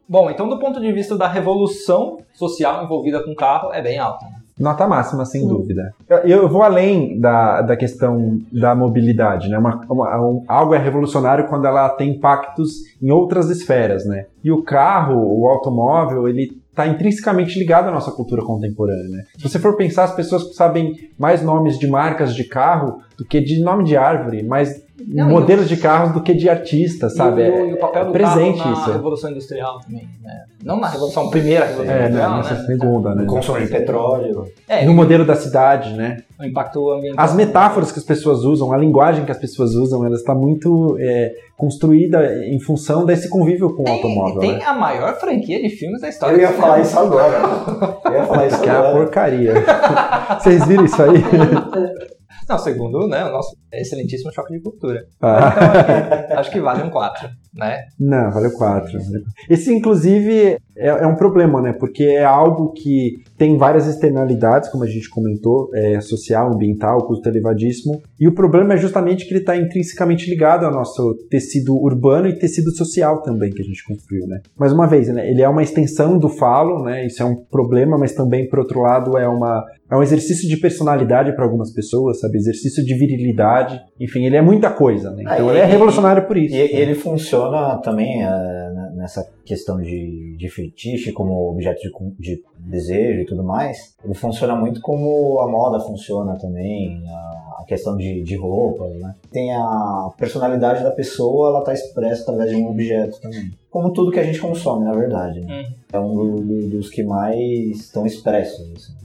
Bom, então do ponto de vista da revolução social envolvida com o carro, é bem alto. Nota máxima, sem dúvida. Eu, eu vou além da, da questão da mobilidade, né? Uma- uma- um- algo é revolucionário quando ela tem impactos em outras esferas, né? E o carro, o automóvel, ele está intrinsecamente ligado à nossa cultura contemporânea, né? Se você for pensar, as pessoas sabem mais nomes de marcas de carro do que de nome de árvore, mas Não, modelos e o- de carros do que de artistas, sabe? E, o- É- e o papel do presente carro na isso. revolução industrial também. né? Não na revolução primeira revolução É, né? industrial, Nessa né? segunda, né? Consumo de petróleo. É, No modelo da cidade, né? o impacto ambiental. As metáforas que as pessoas usam, a linguagem que as pessoas usam, ela está muito é, construída em função desse convívio com o Tem- automóvel. Tem né? a maior franquia de filmes da história. Tá, Eu ia do falar cinema. isso agora. Eu ia falar isso Que é a agora. porcaria. Vocês viram isso aí? Não, segundo né, o nosso excelentíssimo choque de cultura. Ah, Então, acho que, acho que vale um 4, né? não, valeu quatro. Esse, inclusive, é, é um problema, né? Porque é algo que tem várias externalidades, como a gente comentou, é, social, ambiental, custo elevadíssimo. E o problema é justamente que ele está intrinsecamente ligado ao nosso tecido urbano e tecido social também que a gente construiu, né? Mais uma vez, né? Ele é uma extensão do falo, né? Isso é um problema, mas também, por outro lado, é uma é um exercício de personalidade para algumas pessoas, sabe? Exercício de virilidade. Enfim, ele é muita coisa, né? Ah, Então e- ele é revolucionário por E isso. e ele funciona também eh, né, nessa questão de, de fetiche como objeto de, cu- de desejo e tudo mais. Ele funciona muito como a moda funciona também, a, a questão de, de roupas, né? Tem a personalidade da pessoa, ela tá expressa através de um objeto também. Como tudo que a gente consome, na verdade. né? É um do- do- dos que mais estão expressos. assim.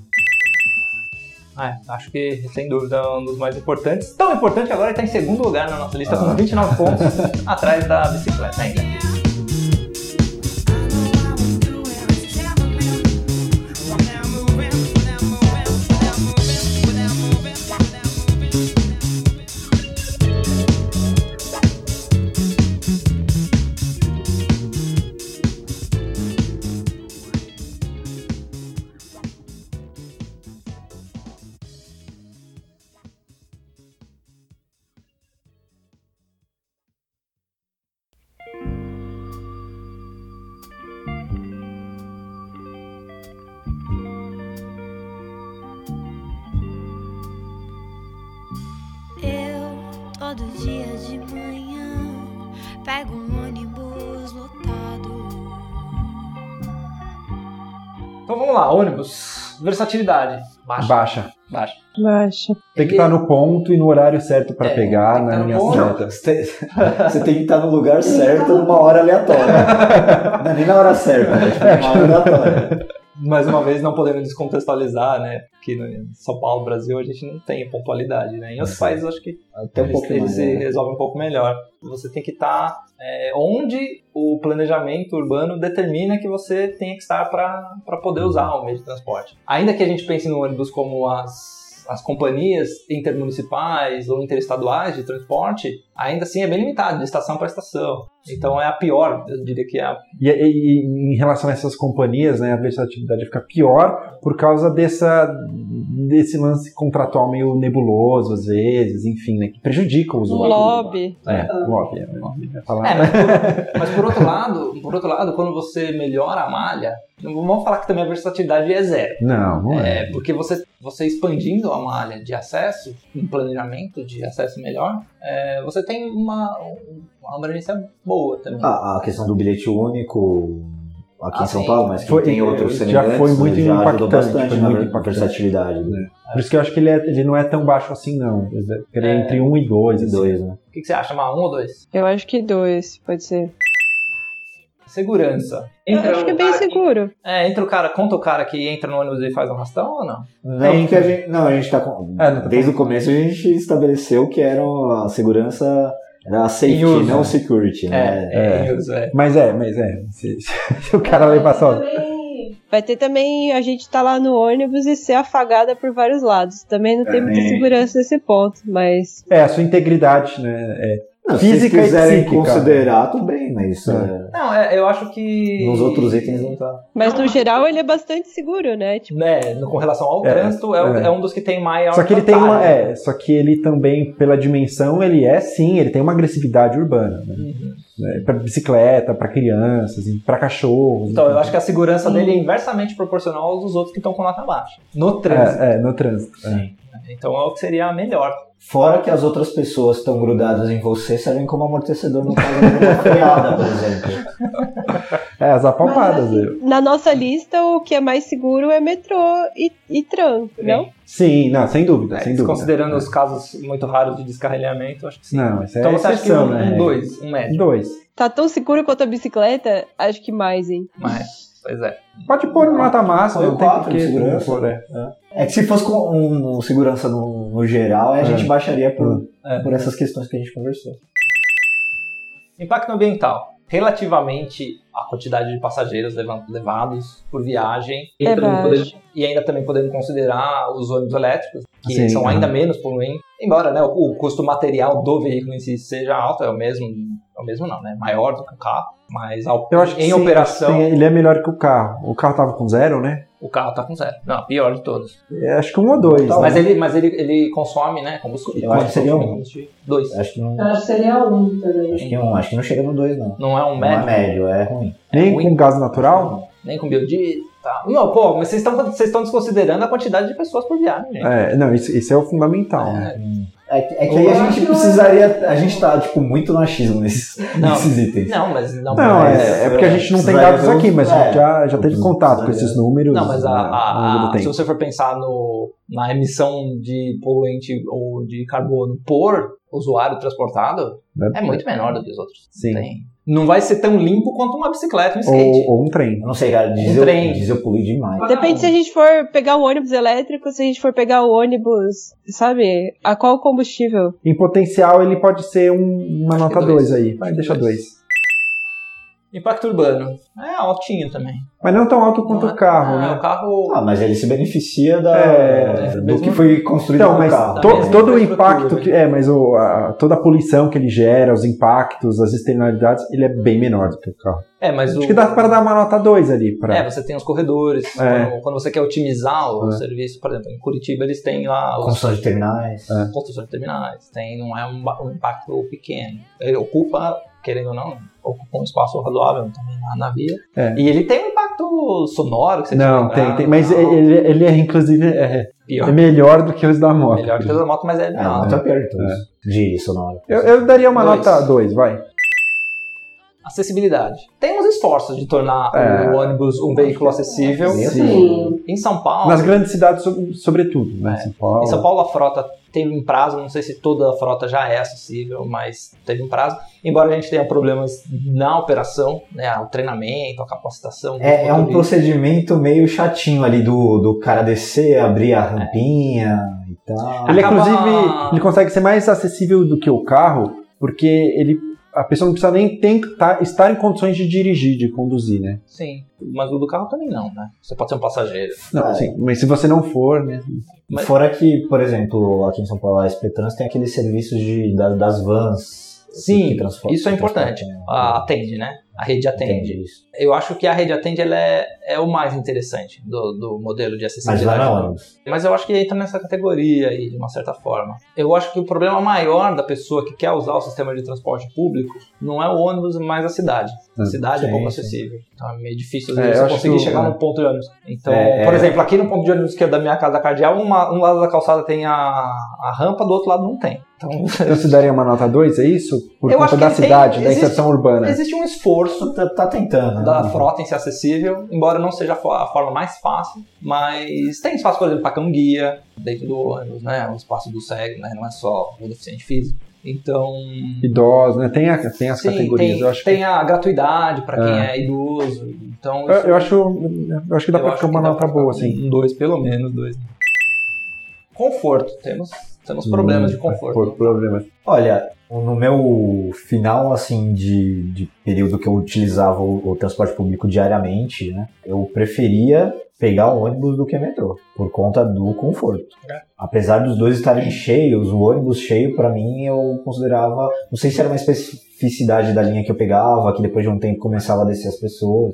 Ah, é, acho que, sem dúvida, é um dos mais importantes. Tão importante agora que está em segundo lugar na nossa lista, com 29 pontos, atrás da bicicleta ainda. Eu, todo dia de manhã, pego um ônibus lotado. Então vamos lá, ônibus, versatilidade. Baixa. Baixa. Baixa. Baixa. Tem que estar no ponto e no horário certo pra É, pegar né, tem que na tá no linha ponto. certa. Você você tem que estar no lugar certo numa hora aleatória. Não é nem na hora certa, né? Tipo, numa hora aleatória. Mais uma vez, não podemos descontextualizar, né? Que no São Paulo, Brasil, a gente não tem pontualidade, né? Em outros países, eu acho que Até um eles, pouco eles mais. se né? resolvem um pouco melhor. Você tem que estar é, onde o planejamento urbano determina que você tem que estar para poder usar o meio de transporte. Ainda que a gente pense no ônibus como as, as companhias intermunicipais ou interestaduais de transporte, ainda assim é bem limitado, de estação para estação. Então é a pior, eu diria que é a E, e- e em relação a essas companhias, né, a versatilidade fica pior por causa dessa, desse lance contratual meio nebuloso, às vezes, enfim, né, que prejudica o No usuário. Um lobby. É, lobby. É, lobby é a palavra. É, mas por, mas por outro lado, por outro lado, quando você melhora a malha, não vamos falar que também a versatilidade é zero. Não, não é. É, porque você, você expandindo a malha de acesso, um planejamento de acesso melhor, é, você tem uma, uma abrangência boa também. Ah, A, a questão do bilhete único aqui Ah, em São sim. Paulo, mas que Foi- tem outros já semelhantes, foi muito já ajudou impactante, bastante foi na muito ver- impactante. versatilidade. Né? Por isso que eu acho que ele, é- ele não é tão baixo assim, não. Ele é, É. entre 1 um e 2. Os dois, né? O que, que você acha, Mar? Um ou dois? Eu acho que dois, pode ser. Segurança. Eu Entra acho um que é bem cara que- seguro. É, entra o cara, conta o cara que entra no ônibus e faz um arrastão ou não? Não, porque É, a gente, não, a gente tá com. É, não tá desde o começo a gente estabeleceu que era a segurança, era a safety, Em uso. não security, né? é, News, é. Mas é, mas é. Se, se- se o cara levar só. Vai ter também a gente estar lá no ônibus e ser afagada por vários lados. Também não tem muita segurança nesse ponto, mas É, a sua integridade, né? É. Não, se vocês Física e quiserem psíquica. considerar, tudo bem, mas É. Não, é, eu acho que. é, nos outros itens não tá. Mas no geral ele é bastante seguro, né? Tipo, Né, no- com relação ao É, trânsito, é, o- é. é um dos que tem maior. Só que ele tem uma. vantagem. É, só que ele também, pela dimensão, ele é sim, ele tem uma agressividade urbana. Né? Uhum. É, pra bicicleta, pra crianças, e pra cachorros. Então, eu acho que a segurança dele é inversamente proporcional aos dos outros que estão com nota baixa. No trânsito. É, é, no trânsito. é. Então é o que seria a melhor. Fora que as outras pessoas que estão grudadas em você servem como amortecedor no caso de uma freada, por exemplo. É, as apalpadas. eu- na nossa lista, o que é mais seguro é metrô e, e tram, não? Sim, não, sem dúvida, É, sem dúvida. considerando É. os casos muito raros de descarrilhamento, acho que sim. Não, isso é então você acha que exceção, um, né? um dois, um médio. Dois. Tá tão seguro quanto a bicicleta? Acho que mais, hein? Mas, pois é. Pode pôr no nota máxima, Põe um não tem quatro porquê. de segurança. não pôr, é. É. É que se fosse com um, um segurança no, no geral, aí a gente baixaria por, É. por essas questões que a gente conversou. Impacto ambiental. Relativamente à quantidade de passageiros levan- levados por viagem É Entra no poder- baixo. e ainda também podendo considerar os ônibus elétricos, que Sim, são aham. ainda menos poluentes. Embora né, o, o custo material do veículo em si seja alto, é o mesmo, é o mesmo não, né? Maior do que o carro, mas ao- Eu acho que em sim, operação Sim, ele é melhor que o carro. O carro tava com zero, né? o carro tá com zero. Não, pior de todos. É, acho que um ou dois. né? Mas ele, mas ele, ele consome, né? Combustível. Eu acho que seria um. Combustível. Dois. Acho que não, Acho que seria um também. acho que não, acho que não chega no 2, não. Não é um Não é médio, médio, é ruim. Nem ruim. com gás natural? nem com biodiesel. Tá. Não, pô, mas vocês estão vocês estão desconsiderando a quantidade de pessoas por viagem, gente. É, não, isso, isso é o fundamental. né? É, que- é que aí a gente precisaria. A gente tá, tipo, muito no achismo nesses, Não. nesses itens. Não, mas não. Não, mas- Mas, é, é porque a gente não tem precisaria dados ver os- aqui, mas a gente é. já, já teve contato com esses números. Não, mas a- né, a- ao longo do a- se tempo. você for pensar no, na emissão de poluente ou de carbono por usuário transportado, né? é muito menor do que os outros. Sim. Tem. Não vai ser tão limpo quanto uma bicicleta, um skate. Ou, ou um trem. Eu não sei, cara, Um diesel, trem. diesel polui demais. Depende se a gente for pegar o ônibus elétrico, se a gente for pegar o ônibus, sabe? A qual combustível? Em potencial, ele pode ser um- uma nota dois. 2 aí. Vai, deixa Dois. 2. Impacto urbano. É altinho também. Mas não tão alto quanto Não é- o carro, não, né? O carro. Ah, mas ele se beneficia da, É, do que foi construído Então, no mas carro. to- mesma todo o assim, infraestrutura, impacto que. É, mas o- a- toda a poluição que ele gera, os impactos, as externalidades, ele é bem menor do que o carro. É, mas o. Acho que dá pra dar uma nota 2 ali. Pra... É, você tem os corredores. É. Quando, quando você quer otimizar o É. serviço, por exemplo, em Curitiba eles têm lá os Construção de terminais. construção de terminais. Tem, não é um, ba- um impacto pequeno. Ele ocupa, querendo ou não, ocupa um espaço razoável também na, na via. É. E ele tem um impacto sonoro que você tem, Não, que tem, lembrar, tem. Mas tal. ele, ele é, inclusive, é, é pior. melhor do que os da moto. Melhor que toda a moto, mas é. É, não, não, tá pior de todos. De sonora. Eu, eu daria uma Dois. nota 2, vai. Acessibilidade. Tem uns esforços de tornar É. o ônibus um veículo acessível. Sim. Em São Paulo. Nas grandes cidades, so- sobretudo, né? É. São Paulo. Em São Paulo a frota teve um prazo, não sei se toda a frota já é acessível, mas teve um prazo. Embora a gente tenha problemas na operação, né, o treinamento, a capacitação. dos É, é um motoristas. procedimento meio chatinho ali do, do cara descer, abrir a rampinha e tal. Ele, Acaba- inclusive, ele consegue ser mais acessível do que o carro, porque ele, a pessoa não precisa nem tentar, estar em condições de dirigir, de conduzir, né? Sim, mas o do carro também não, né? Você pode ser um passageiro. Não, É. sim. Mas se você não for, né? mas- Fora que, por exemplo, aqui em São Paulo, a SP Trans tem aqueles serviços de, da- das vans. Sim, transfor- isso é importante. transportam- A- atende, né? A rede atende. Entende isso. Eu acho que a rede atende ela é, é o mais interessante do, do modelo de Mas lá acessibilidade. não é ônibus. Mas eu acho que entra nessa categoria aí, de uma certa forma. Eu acho que o problema maior da pessoa que quer usar o sistema de transporte público não é o ônibus, mas a cidade. A Hum, cidade é sim, pouco sim. acessível. Então é meio difícil às É, vezes eu você acho conseguir que o- chegar é. no ponto de ônibus. Então, É, por é. exemplo, aqui no ponto de ônibus que é da minha casa da Cardeal, uma- um lado da calçada tem a, a rampa, do outro lado não tem. Então Então se daria uma nota 2, é isso? Por Eu acho conta que da ele tem- cidade, da existe- inserção urbana. existe um esforço Tá, tá Ah. tentando. da né? frota em ser acessível, embora não seja a fo- a forma mais fácil, mas tem espaço, por exemplo, para cão guia dentro do ônibus, né? O espaço do cego, né? Não é só o deficiente físico. Então, Idosos, né? Tem, a- tem as sim, categorias. tem, eu acho tem que. a gratuidade para quem é. idoso. Então, Eu, isso- eu acho, eu acho que dá eu pra acho ficar uma dá nota pra boa, ficar assim. com Dois, pelo menos, dois. Conforto. Temos, temos problemas Hum, de conforto. Por problema. Olha, no meu final, assim, de, de período que eu utilizava o, o transporte público diariamente, né? Eu preferia pegar o ônibus do que metrô, por conta do conforto. É. Apesar dos dois estarem cheios, o ônibus cheio, pra mim, eu considerava... Não sei se era uma especificidade da linha que eu pegava, que depois de um tempo começava a descer as pessoas.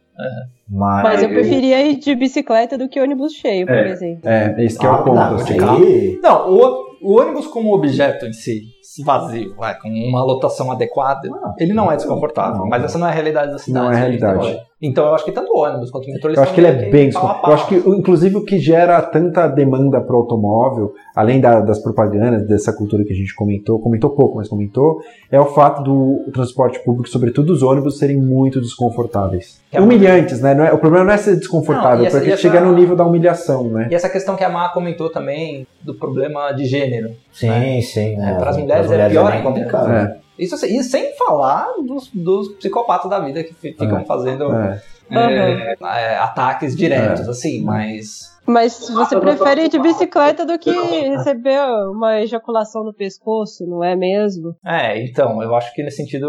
Mas... Mas eu preferia ir de bicicleta do que ônibus cheio, por exemplo. É, esse que é Ah, o ponto. não, assim. aí- Não, Então, o, o ônibus como objeto em si, vazio, vai, com uma lotação adequada, Ah, ele não é desconfortável. não. mas essa não é a realidade da cidade. Não é a que a gente realidade. tem hoje. Então eu acho que tanto o ônibus quanto o metrô... eles Eu são acho que ele meio é bem pau a desconfortável. pau. Eu acho que, o- inclusive, o que gera tanta demanda para o automóvel, além da- das propagandas, dessa cultura que a gente comentou, comentou pouco, mas comentou, é o fato do transporte público, sobretudo os ônibus, serem muito desconfortáveis. É uma- Humilhantes, né? Não é- o problema não é ser desconfortável, Não, e é essa- porque e essa- chegar no nível da humilhação, né? E essa questão que a Má comentou também do problema de gênero. Sim, É, sim. né? pras mulheres é pior bem ainda. complicado. É, Isso assim, e sem falar dos, dos psicopatas da vida que fi- ficam fazendo Então, é. é, é, ataques diretos, assim, mas. Mas você prefere ir de bicicleta do que receber uma ejaculação no pescoço, não é mesmo? É, então, eu acho que nesse sentido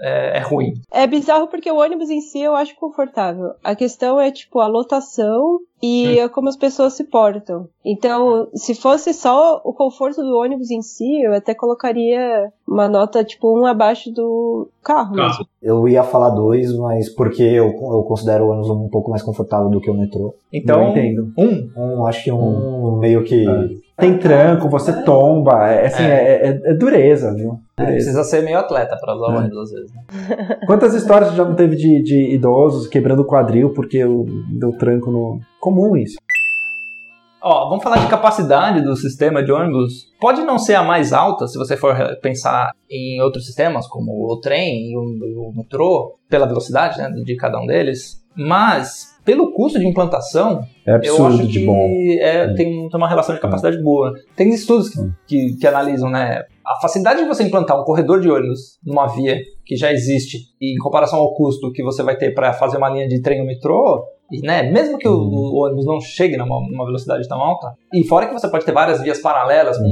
é, é ruim. É bizarro porque o ônibus em si eu acho confortável. A questão é, tipo, a lotação e é como as pessoas se portam. Então, se fosse só o conforto do ônibus em si, eu até colocaria uma nota, tipo, um abaixo do carro. Carro. mesmo. Eu ia falar dois, mas porque eu, eu considero o ônibus um pouco mais confortável do que o metrô. eu Então, entendo. um, Um, acho que um meio que. Tem tranco, você tomba, é, assim, é, é- é dureza, viu? É, Dureza. precisa ser meio atleta pra usar É. o ônibus às vezes. né? Quantas histórias já não teve de, de idosos quebrando o quadril porque eu- deu tranco no. Comum isso. Ó, vamos falar de capacidade do sistema de ônibus. Pode não ser a mais alta se você for pensar em outros sistemas, como o trem e o, o metrô, pela velocidade né, de cada um deles, mas pelo custo de implantação, É eu acho absurdo que de bom. é, Hum. tem, tem uma relação de capacidade boa. Tem estudos que, que, que analisam, né? A facilidade de você implantar um corredor de ônibus numa via que já existe, e em comparação ao custo que você vai ter para fazer uma linha de trem ou metrô, e, né, mesmo que o, o ônibus não chegue numa, numa velocidade tão alta, e fora que você pode ter várias vias paralelas com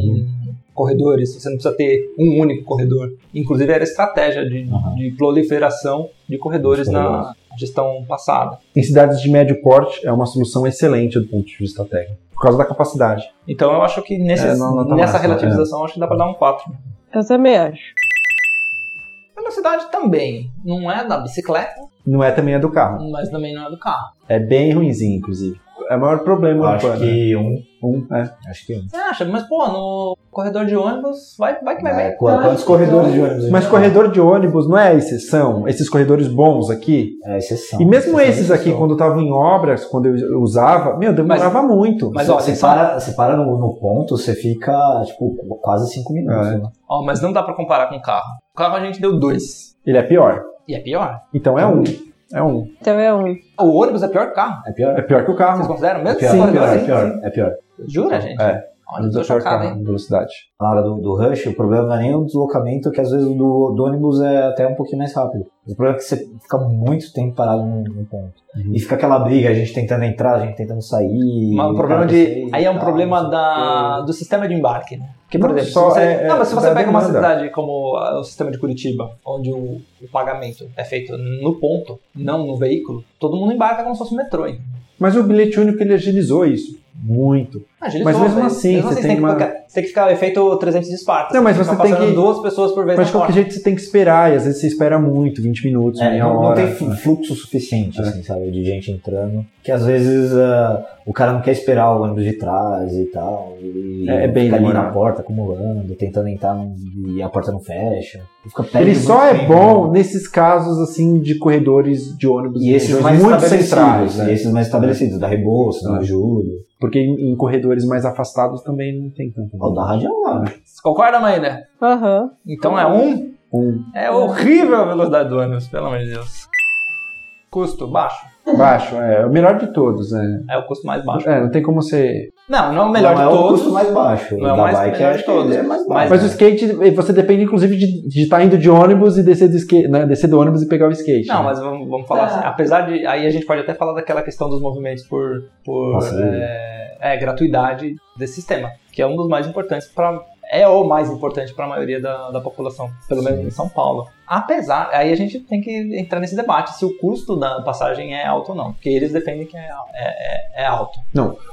corredores, você não precisa ter um único corredor. Inclusive era estratégia de, Uhum. de proliferação de corredores na gestão passada. Em cidades de médio porte, é uma solução excelente do ponto de vista técnico, por causa da capacidade. Então eu acho que nesse- É, não- não tá nessa massa, relativização é. acho que dá pra dar um 4. Eu também acho. Velocidade É também. Não é da bicicleta, Não é também a do carro. mas também não é do carro. É bem ruimzinho, inclusive. É o maior Eu problema acho urbano. que um. Um, é. Acho que um. Você acha? Mas pô, no corredor de ônibus vai, vai que vai É, bem. qu- quantos corredores de ônibus? a gente Mas tem? corredor de ônibus não é a exceção? Esses corredores bons aqui? É exceção. E mesmo Exceção, esses aqui, exceção. quando estavam em obras, quando eu eu usava, meu, demorava muito. Mas ó, Você, tem- para, você para no, no ponto, você fica, tipo, quase cinco minutos. É. né? Ó, mas não dá pra comparar com o carro. O carro a gente deu 2. Ele é pior. E é pior. Então Tá é um. É um. Então é um. O ônibus é pior que o carro. É pior? É pior que o Vocês carro. consideram mesmo? É pior, Sim, é pior, assim? é pior, é pior. Jura, gente? É. Olha, eu Ônibus tô é pior que chocado, carro, hein? velocidade. Na hora do, do rush, o problema não é nem o deslocamento, que às vezes o do, do ônibus é até um pouquinho mais rápido. O problema é que você fica muito tempo parado num, num ponto. Uhum. E fica aquela briga, a gente tentando entrar, a gente tentando sair. Mas o o problema cara de. consegue, Aí é um tal, problema não sei o da, do sistema de embarque, né? Porque, por Não exemplo, só, se você, é- é não, mas se da você pega uma demanda. cidade como ah, o sistema de Curitiba, onde o, o pagamento é feito no ponto, não no veículo, todo mundo embarca como se fosse um metrô. hein? Mas o bilhete único ele agilizou isso. Muito. Imagina Mas só, mesmo velho. assim, você você tem que uma- ficar, você tem que ficar efeito 300 de Esparta. Não, mas tem você ficar tem passando que- duas pessoas por vez na Mas de qualquer porta. jeito você tem que esperar, e às vezes você espera muito, 20 minutos, É, meia não, não hora. né? tem flu- fluxo suficiente, É. assim, sabe, de gente entrando. Que às vezes ah, o cara não quer esperar o ônibus de trás e tal. E É, é bem fica ali na demorado. porta acumulando, tentando entrar num- e a porta não fecha. E Fica perde Ele muito só é tempo, bom né? nesses casos assim de corredores de ônibus E esses regiões mais muito estabelecidos, centrais, né? né? e esses mais estabelecidos, da Rebouça, É. da Júlio, porque em, em corredores mais afastados também não tem tanto. ou da Rádio é lá. Concorda, mãe, né? Aham. Então é um? Um. É horrível a velocidade do ônibus, pelo amor de Deus. Custo baixo. Baixo, é, é o melhor de todos, né? É o custo mais baixo. É, não tem como você. Não, não é o melhor não de é todos. o custo mais baixo. Não é o o da mais- bike melhor de acho que ele é mais baixo. Mas o skate, você depende inclusive de estar indo de ônibus e descer do skate, né? descer do ônibus e pegar o skate. Não, né? mas vamos, vamos falar assim. Apesar de. Aí a gente pode até falar daquela questão dos movimentos por, por Nossa, é, é, gratuidade desse sistema, que é um dos mais importantes para. É o mais importante para a maioria da, da população, pelo menos em São Paulo. Apesar, aí a gente tem que entrar nesse debate se o custo da passagem é alto ou não, porque eles defendem que é, é- é- é alto.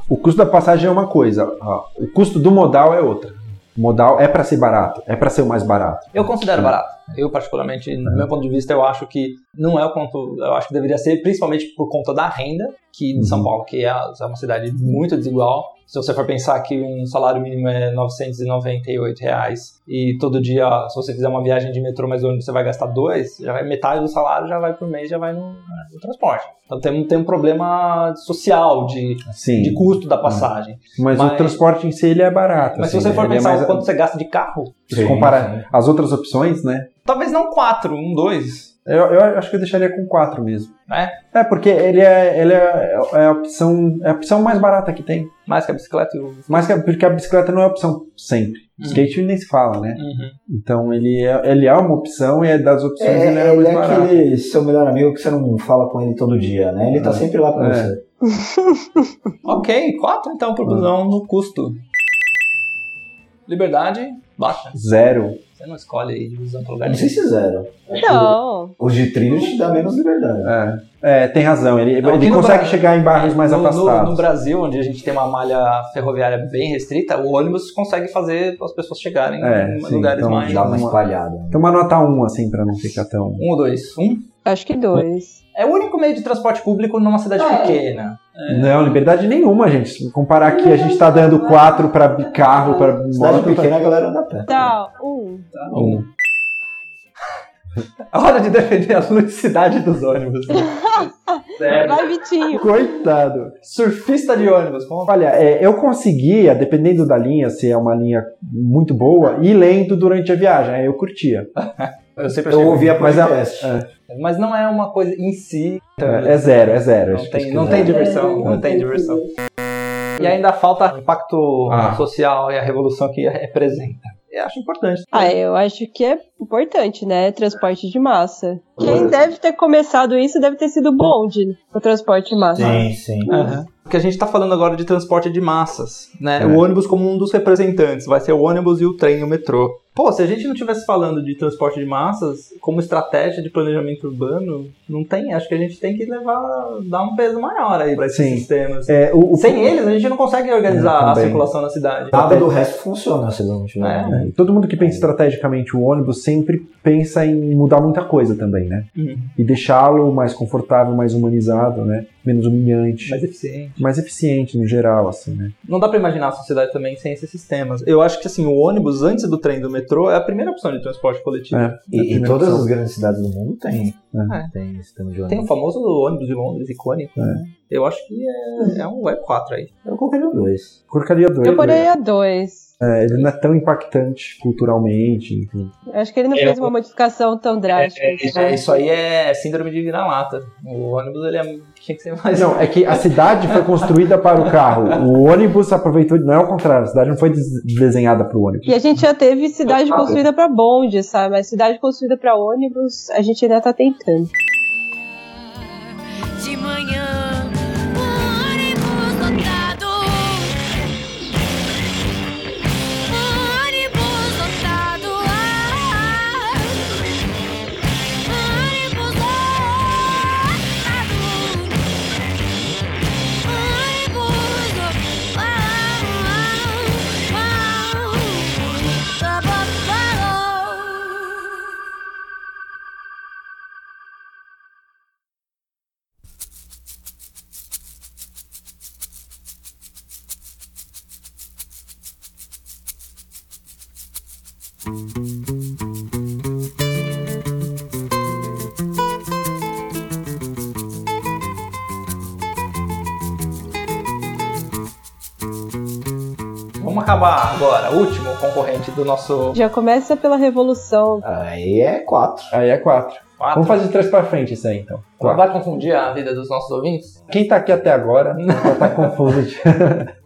O custo da passagem é uma coisa, ó, o custo do modal é outra. O modal é para ser barato, é para ser o mais barato. Eu considero barato. Eu, particularmente, no meu ponto de vista, eu acho que não é o quanto. Eu acho que deveria ser, principalmente por conta da renda, que de Uhum. São Paulo, que é é uma cidade muito desigual. Se você for pensar que um salário mínimo é R$ 998 reais e todo dia, se você fizer uma viagem de metrô mais ônibus, você vai gastar dois, já vai, metade do salário já vai por mês, já vai no, no transporte. Então tem, um- tem um problema social de, Sim. Uhum. de custo da passagem. mas, mas- o transporte em si ele é barato. Mas se assim, você for ele é pensar mais- o quanto você gasta de carro, se comparar as outras opções, né? talvez não quatro, um, dois. Eu, eu acho que eu deixaria com 4 mesmo. É? É, porque ele é, ele é, é a opção, é a opção mais barata que tem. Mais que a bicicleta e o Mas que a- porque a bicicleta não é a opção sempre. Uhum. Skate nem se fala, né? Então ele é, ele é uma opção e é das É, opções ele é, é, a mais ele é barata. aquele seu melhor amigo que você não fala com ele todo dia, né? Ele tá É. sempre lá pra É. você. Ok, 4 então por busão no custo. Liberdade, baixa. Zero. Você não escolhe aí divisão pro lugar Não sei nenhum. se é zero. Acho que Não. Os de trilhos te dá menos liberdade. É, É, tem razão. Ele, Não, ele aqui no consegue Brasil- chegar em bairros mais no, no- afastados. no Brasil, onde a gente tem uma malha ferroviária bem restrita, o ônibus consegue fazer as pessoas chegarem É, em sim, lugares então mais. Dá uma Uma- espalhada. Então uma nota 1, assim, pra não ficar tão. Um ou dois? Um? Acho que dois. É o único meio de transporte público numa cidade pequena. Não, é liberdade nenhuma, gente. Se comparar aqui, a gente tá dando 4 pra bi- carro, pra Cidade moto. pequena, a galera dá pé. Tá, um. Um. É hora de defender a ludicidade dos ônibus. Sério. Vai, Vitinho. Coitado. Surfista de ônibus, vamos Olha, é, eu conseguia, dependendo da linha, se é uma linha muito boa, ir lendo durante a viagem. Aí eu curtia. Eu sempre Eu ouvi a Mas é- podcast. Mas não é uma coisa em si. É, é zero, é zero. Não acho tem, que não é tem zero. diversão, não tem diversão. E ainda falta o impacto Ah. social e a revolução que representa. Eu acho importante. Ah, eu acho que é importante, né? Transporte de massa. Quem deve ter começado isso deve ter sido o bonde, o transporte de massa. Sim, Ah, sim. Aham. Porque Né? a gente está falando agora de transporte de massas, né? É. O ônibus como um dos representantes, vai ser o ônibus e o trem e o metrô. Pô, se a gente não estivesse falando de transporte de massas como estratégia de planejamento urbano, não tem. Acho que a gente tem que levar, dar um peso maior aí para esses Sim. sistemas. É, o, o- Sem eles, a gente não consegue organizar a Também. circulação na cidade. Nada do resto funciona se não tiver. É. ninguém. Todo mundo que pensa estrategicamente o ônibus sempre pensa em mudar muita coisa também, né? Uhum. E deixá-lo mais confortável, mais humanizado, né? Menos humilhante, Mais eficiente. mais eficiente no geral, assim, né? Não dá pra imaginar a sociedade também sem esses sistemas. Eu acho que assim, o ônibus antes do trem do metrô é a primeira opção de transporte coletivo. É. E- E, primeira todas opção. as grandes cidades do mundo tem. É. né? Tem sistema de Tem o ônibus. famoso ônibus de Londres, icônico. né? Eu acho que é, é um web 4 aí. Eu colocaria o 2. Colocaria dois. Eu né? poderia dois. É, ele não é tão impactante culturalmente. enfim. Acho que ele não É, fez eu- uma modificação tão drástica. né? É, isso, isso aí é síndrome de vira-lata. O ônibus ele é- tinha que ser mais. Não, é que a cidade foi construída para o carro. O ônibus aproveitou. Não é o contrário, a cidade não foi des- desenhada para o ônibus. E a gente já teve cidade construída pra bonde, sabe? Mas cidade construída pra ônibus, a gente ainda tá tentando. de manhã. Um ônibus lotado. Um ônibus lotado. ah, um ônibus lotado. Um ônibus lo- ah, ah, ah, ah, ah, ah. Vamos acabar agora. Último concorrente do nosso Já começa pela revolução. Aí é 4. Aí é quatro. 4. Vamos fazer de três para frente isso aí então. Não Quatro. vai confundir a vida dos nossos ouvintes? Quem tá aqui até agora já tá confuso. de-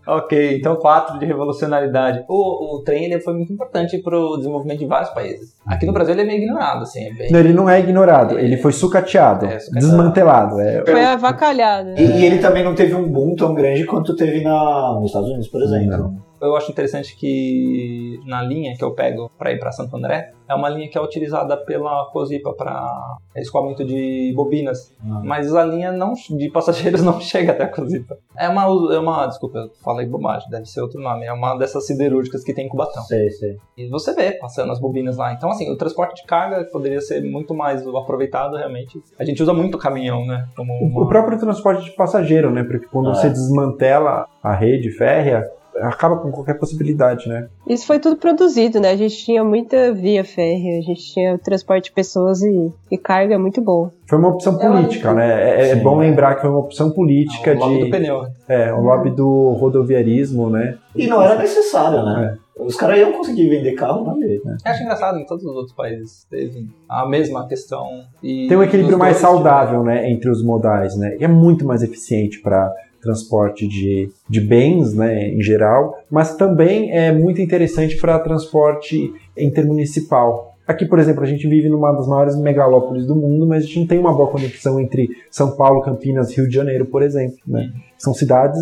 Ok, então 4 de revolucionalidade. O, o trem ele foi muito importante pro desenvolvimento de vários países. Aqui no Brasil ele é meio ignorado, assim. É bem... Não, ele não é ignorado, ele foi sucateado, É, sucateado. desmantelado. É, Foi avacalhada. E, e ele também não teve um boom tão grande quanto teve na, nos Estados Unidos, por exemplo. Eu acho interessante que na linha que eu pego para ir para Santo André, é uma linha que é utilizada pela Cozipa para escoamento de bobinas, Ah. mas a linha não de passageiros não chega até a Cozipa. É uma é uma, desculpa, eu falei bobagem, deve ser outro nome, é uma dessas siderúrgicas que tem em Cubatão. Então, Sei, sei. E você vê passando as bobinas lá. Então assim, o transporte de carga poderia ser muito mais aproveitado realmente. A gente usa muito caminhão, né, como O uma- próprio transporte de passageiro, né? Porque quando Ah, você é. desmantela a rede férrea, acaba com qualquer possibilidade, né? Isso foi tudo produzido, né? A gente tinha muita via férrea, a gente tinha o transporte de pessoas e, e carga muito bom. Foi uma opção política, né? É, é Sim. bom lembrar que foi uma opção Ah, política o lobby do de. pneu. É, o lobby do rodoviarismo, né? E não era necessário, né? Os caras iam conseguir vender carro, né? não ia. Eu acho engraçado, em todos os outros países teve a mesma questão. E Tem um equilíbrio os mais dois saudável, né? Entre os modais, né? E é muito mais eficiente para transporte de, de bens, né? Em geral, mas também é muito interessante para transporte intermunicipal. Aqui, por exemplo, a gente vive numa das maiores megalópolis do mundo, mas a gente não tem uma boa conexão entre São Paulo, Campinas, Rio de Janeiro, por exemplo. Né? São cidades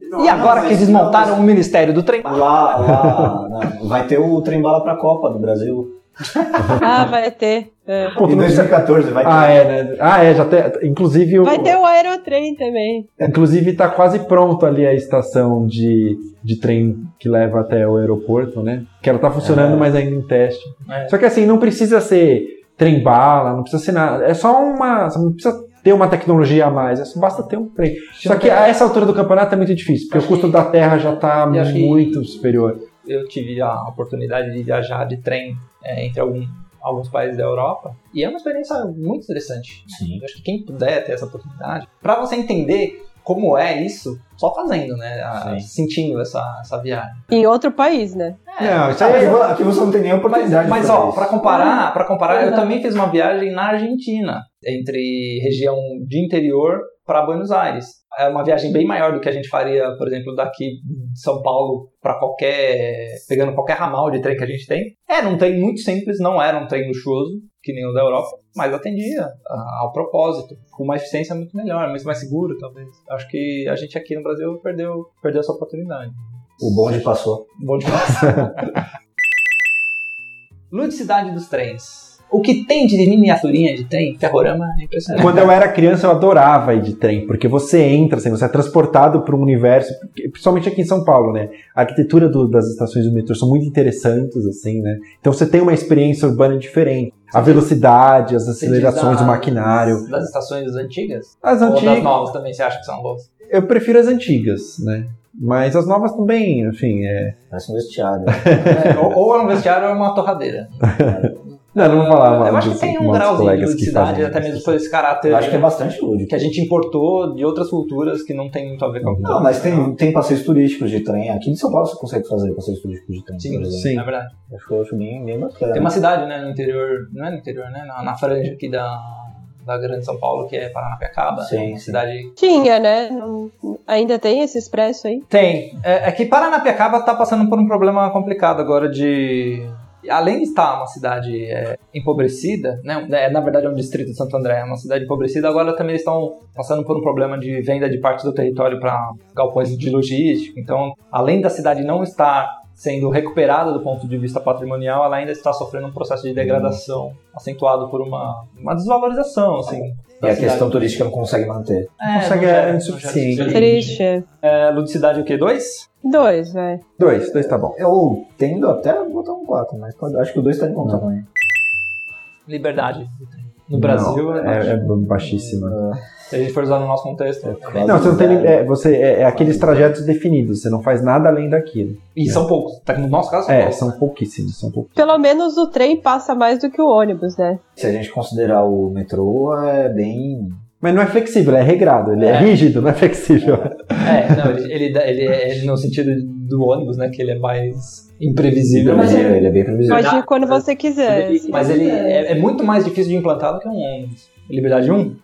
tiveram. E agora que desmontaram o Ministério do Trem. Lá, lá, na- vai ter o trem bala pra Copa no Brasil. Ah, vai ter. é. Pô, tu em não precisa- 2014 vai ter. Ah, é, né? Ah, é, já até. Inclusive, o- Vai ter o aerotrem também. inclusive tá quase pronto ali a estação de, de trem que leva até o aeroporto, né? Que ela tá funcionando, mas ainda em teste. É. Só que assim, não precisa ser trem bala, não precisa ser nada. É só uma. Não precisa ter uma tecnologia a mais, é só- basta ter um trem. Só que a essa altura do campeonato é muito difícil, porque Acho o custo que- da terra já tá Eu acho que- muito superior. Eu tive a oportunidade de viajar de trem é, entre algum- alguns países da Europa. E é uma experiência muito interessante. Sim. Eu acho que quem puder ter essa oportunidade, para você entender como é isso, só fazendo, né? A- Sim. sentindo essa, essa viagem. Em outro país, né? É, Não, isso aí, aqui você não tem nem Mas, oportunidade. mas de fazer ó, isso. para comparar, para comparar, eu também fiz uma viagem na Argentina, entre região de interior para Buenos Aires. É uma viagem bem maior do que a gente faria, por exemplo, daqui de São Paulo para qualquer, pegando qualquer ramal de trem que a gente tem. Era um trem muito simples, não era um trem luxuoso, que nem o da Europa, mas atendia a- ao propósito, com uma eficiência muito melhor, muito mais seguro, talvez. Acho que a gente aqui no Brasil perdeu, perdeu essa oportunidade. O bonde passou. Bom demais. Ludicidade dos trens. O que tem de miniaturinha de trem, ferrorama, é impressionante. Quando eu era criança, eu adorava ir de trem, porque você entra, assim, você é transportado para um universo, porque- principalmente aqui em São Paulo, né? A arquitetura do- das estações do metrô são muito interessantes, assim, né? Então você tem uma experiência urbana diferente. A velocidade, as acelerações, o Das- maquinário. Das estações antigas? As Ou das antigas, novas também, você acha que são boas? eu prefiro as antigas, né? Mas as novas também, enfim, é. Parece um vestiário. É, ou, ou é um vestiário ou é uma torradeira. Não, não vou falar mal Eu acho que dos tem um nossos grauzinho de colegas que ludicidade, fazem até isso. mesmo por esse caráter Eu acho que é bastante lúdico. que a gente importou de outras culturas que não tem muito a ver com a cultura. Não, mas tem, tem passeios turísticos de trem. Aqui em São Paulo você consegue fazer passeios turísticos de trem, por Sim, exemplo. é verdade. Acho que eu acho bem, bem bacana. Tem uma cidade, né, no interior, não é no interior, né, na, na franja aqui da, da grande São Paulo, que é Paranapiacaba. Sim, né, uma sim. cidade... Tinha, né? Não- ainda tem esse expresso aí? Tem. É, é que Paranapiacaba tá passando por um problema complicado agora de... Além de estar uma cidade é, empobrecida, né, é, na verdade é um distrito de Santo André, é uma cidade empobrecida, agora também estão passando por um problema de venda de parte do território para galpões de logística. Então, além da cidade não estar sendo recuperada do ponto de vista patrimonial, ela ainda está sofrendo um processo de degradação acentuado por uma, uma desvalorização, assim. E a questão turística não consegue manter. Consegue, não gera- é não insuficiente. gera- Triste. é. É, ludicidade o quê? Dois? Dois, vai. Dois, dois tá bom. Eu tendo até a botar um 4, É mas pode- acho que o 2 tá de bom tamanho. Liberdade. No Brasil, Não, é- é, é baixíssima. se a gente for usar no nosso contexto. né? Não, você não tem. É, você, é, é um aqueles trajetos definidos, você não faz nada além daquilo. E são poucos. Tá, no nosso caso, são É, poucos. são pouquíssimos, são poucos. Pelo menos o trem passa mais do que o ônibus, né? Se a gente considerar o metrô, é bem. Mas não é flexível, é regrado, ele é, É. rígido, não é flexível. É, não, ele, ele, dá- ele, é- ele no sentido do ônibus, né? Que ele é mais imprevisível. Mas ele, ele é bem previsível. Pode ir quando você é. quiser. assim. Ele- mas ele é, é muito mais difícil de implantar do que um ônibus. Liberdade 1?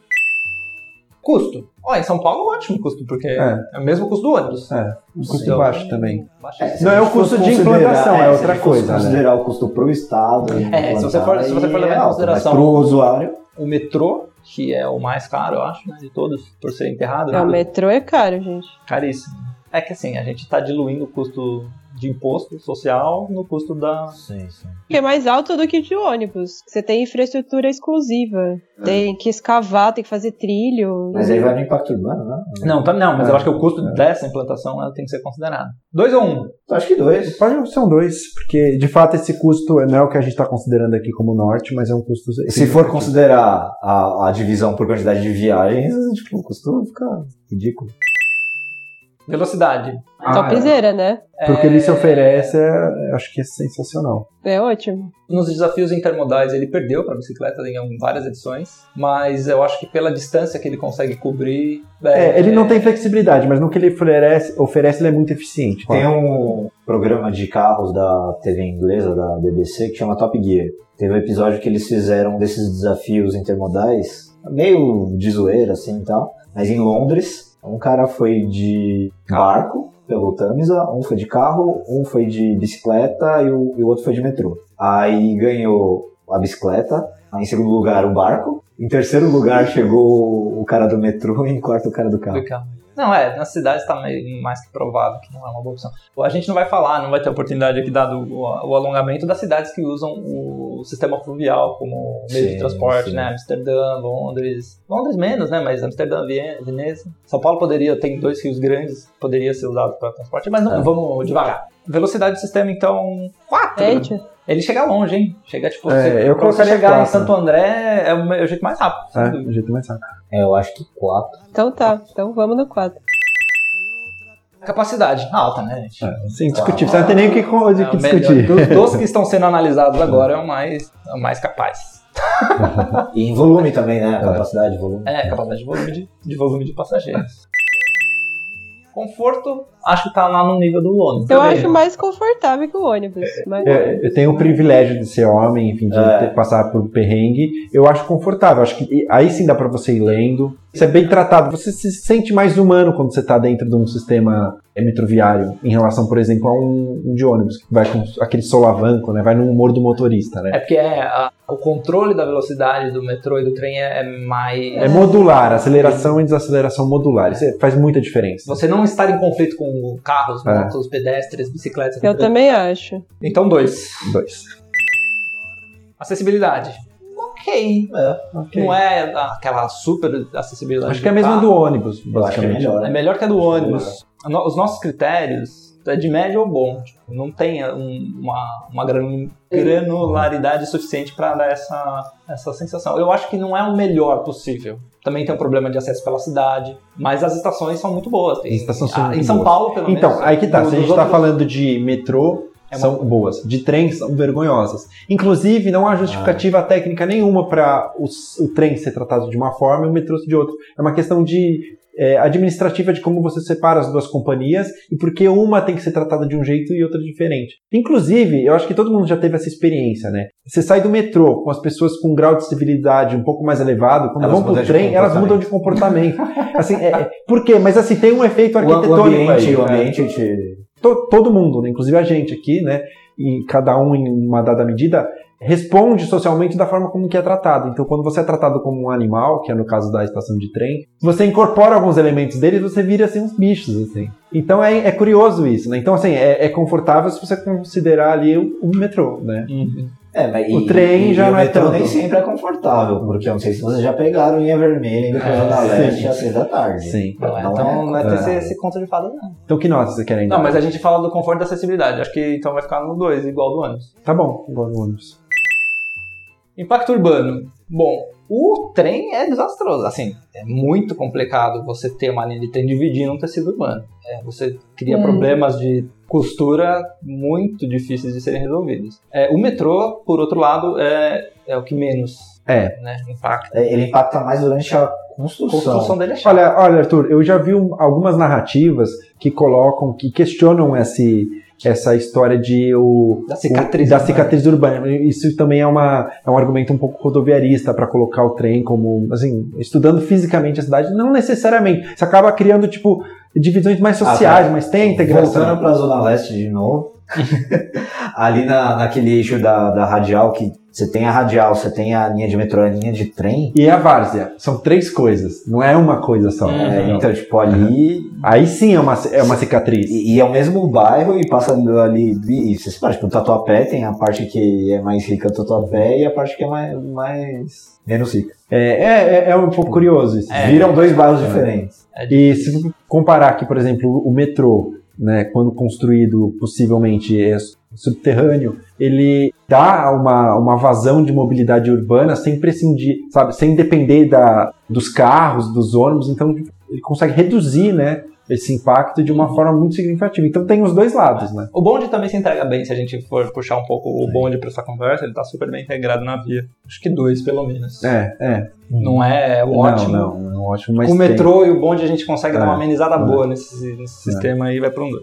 Custo. Ó, em São Paulo, ótimo custo, porque é, o mesmo custo do ônibus. É, um custo Então, baixo também. baixo. se Não a é o gente fosse custo de considerar- implantação, é se a gente outra fosse coisa, né? considerar o custo pro Estado. É, se você for- se você for levar em consideração- Para o usuário, O metrô, que é o mais caro, eu acho, né, de todos, por ser enterrado, né, Não, o metrô é caro, gente. caríssimo. É que assim, a gente tá diluindo o custo de imposto social no custo da... Que é mais alto do que de ônibus. Você tem infraestrutura exclusiva. É. Tem que escavar, tem que fazer trilho. mas aí vai no impacto urbano, né? Não, tá, não, mas É, eu acho que o custo dessa implantação ela tem que ser considerado. Dois ou um? Então, acho que dois. Pode ser um dois, porque de fato esse custo não é o que a gente está considerando aqui como norte, mas é um custo. Se for considerar a, a divisão por quantidade de viagens, tipo, o custo fica ridículo. Velocidade. Ah, Topzera, né? Porque ele se oferece, é- acho que é sensacional. É ótimo. Nos desafios intermodais ele perdeu para bicicleta em algum- várias edições, mas eu acho que pela distância que ele consegue cobrir, É, ele não tem flexibilidade, mas no que ele oferece, oferece ele é muito eficiente. Tem um programa de carros da TV inglesa, da BBC, que chama Top Gear. Teve um episódio que eles fizeram desses desafios intermodais, meio de zoeira assim e tal, mas em Londres, um cara foi de barco pelo Tamisa, um foi de carro, um foi de bicicleta e o, e o outro foi de metrô. Aí ganhou a bicicleta, aí em segundo lugar o barco, em terceiro lugar chegou o cara do metrô e em quarto o cara do carro. Do carro. Não, é, nas cidades está mais que provável que não é uma boa opção. A gente não vai falar, não vai ter oportunidade aqui, dado o, o alongamento das cidades que usam o sistema fluvial como meio de Sim, transporte, sim. né? Amsterdã, Londres. Londres menos, né? Mas Amsterdã, Vie- Veneza. São Paulo poderia, tem dois rios grandes, poderia ser usado para transporte, mas não, É. vamos devagar. Velocidade do sistema, então, 4. Gente, Ele chega longe, hein? Chega, tipo, É, você, pra eu você colocaria chegar em quatro. Santo André é o, é o jeito mais rápido. sem É, dúvida. do jeito mais rápido. É, eu acho que quatro. então tá. Então vamos no 4. Capacidade alta, né, gente? É, Sim, discutível. Você não tem nem o que, co- de É, que o melhor. discutir. Dos, dos que estão sendo analisados agora é o mais, é o mais capaz. E em volume também, né? A capacidade de volume. É, capacidade de volume de, de volume de passageiros. Conforto, acho que tá lá no nível do ônibus. Eu também. é. acho mais confortável que o ônibus. Mas... É, eu tenho o privilégio de ser homem, enfim, de É. ter, passar por um perrengue. Eu acho confortável. Acho que aí sim dá pra você ir lendo. Você é bem tratado. Você se sente mais humano quando você tá dentro de um sistema é, metroviário, em relação, por exemplo, a um, um de ônibus que vai com aquele solavanco, né? Vai no humor do motorista, né? É porque é, a- o controle da velocidade do metrô e do trem é, é mais. É modular, aceleração e desaceleração modular. Isso é- faz muita diferença. Você não estar em conflito com carros, É. motos, pedestres, bicicletas. Eu também acho. Então, dois. Dois. Acessibilidade. Ok. Ok. Não é Ah. aquela super acessibilidade. Acho que é a mesma carro. do Eu ônibus, acho que é basicamente. melhor, É né? melhor que a do ônibus. No- Os nossos critérios é de médio ou bom. Tipo, não tem um- uma, uma gran- granularidade suficiente para dar essa, essa sensação. Eu acho que não é o melhor possível. Também tem um problema de acesso pela cidade, mas as estações são muito boas. Tem- As estações são ah, em muito São boas. Paulo, pelo menos. Então, aí que tá. do- Se a gente dos tá outros- falando de metrô, É uma- são boas. De trem são vergonhosas. Inclusive, não há justificativa Ah, é. técnica nenhuma para o, s- o trem ser tratado de uma forma e o metrô de outra. É uma questão de é, administrativa de como você separa as duas companhias e porque uma tem que ser tratada de um jeito e outra diferente. Inclusive, eu acho que todo mundo já teve essa experiência, né? Você sai do metrô com as pessoas com um grau de civilidade um pouco mais elevado, quando Elas elas vão mudam pro de trem, elas mudam de comportamento. assim, é- é- por quê? Mas assim, tem um efeito O, arquitetônico. o ambiente, aí, o né? ambiente te... to- todo mundo, né, inclusive a gente aqui, né, e cada um em uma dada medida, responde socialmente da forma como que é tratado. Então, quando você é tratado como um animal, que é no caso da estação de trem, você incorpora alguns elementos dele e você vira assim uns bichos, assim. Então é, é curioso isso, né? Então, assim, é, é confortável se você considerar ali o, o metrô, né? Uhum. É, mas O e- trem e- já e não o é metrô tanto. nem sempre é confortável, porque eu não sei se vocês já pegaram linha vermelha É, em Depois da Leste às seis da tarde. né? Sim. Não é, Não então é não é ter esse, confortável. esse conto de fada, não. Então, é. que nota você querem dar? Não, mas a gente fala do conforto e da acessibilidade. Acho que então vai ficar no 2, igual do ônibus. Tá bom, igual no ônibus. Impacto urbano. Bom, o trem é desastroso. Assim, é muito complicado você ter uma linha de trem dividindo um tecido urbano. É, você cria Hum. problemas de costura muito difíceis de serem resolvidos. É, o metrô, por outro lado, é, é o que menos É. né, impacta. É, Ele impacta mais durante a A construção. construção dele é chata. Olha, olha, Arthur, eu já vi um- algumas narrativas que colocam, que questionam esse, essa história de o, Da cicatriz o- da urbana. cicatriz urbana. Isso também é, uma, é um argumento um pouco rodoviarista para colocar o trem como, assim, estudando fisicamente a cidade, não necessariamente. Você acaba criando, tipo, divisões Ah, mais tá. sociais, mas É tem a integração. Voltando pra Zona Leste de novo, né? ali na, naquele eixo da, da radial, que você tem a radial, você tem a linha de metrô, a linha de trem. E a várzea. São três coisas, não é uma coisa só. Uhum. É, então, tipo, ali Aí sim é uma, é uma cicatriz. E, e é o mesmo bairro e passa ali. E, e você separa, tipo, o Tatuapé tem a parte que é mais rica do Tatuapé e a parte que é mais. mais menos rica. É, é, é um pouco curioso isso. É. Viram dois bairros diferentes. E se você comparar aqui, por exemplo, o metrô, né, quando construído possivelmente é subterrâneo, ele dá uma, uma vazão de mobilidade urbana sem prescindir, sabe, sem depender da, dos carros, dos ônibus, então ele consegue reduzir, né, esse impacto de Uhum. uma forma muito significativa. Então tem os dois lados, né? O bonde também se entrega bem, se a gente for puxar um pouco o bonde para essa conversa, ele tá super bem integrado na via. Acho que dois, pelo menos. É, é. Não é o ótimo. Não, não, não ótimo, mas Com o tem. metrô e o bonde a gente consegue dar uma É, amenizada é. boa nesse, nesse É. sistema aí, vai para um dois.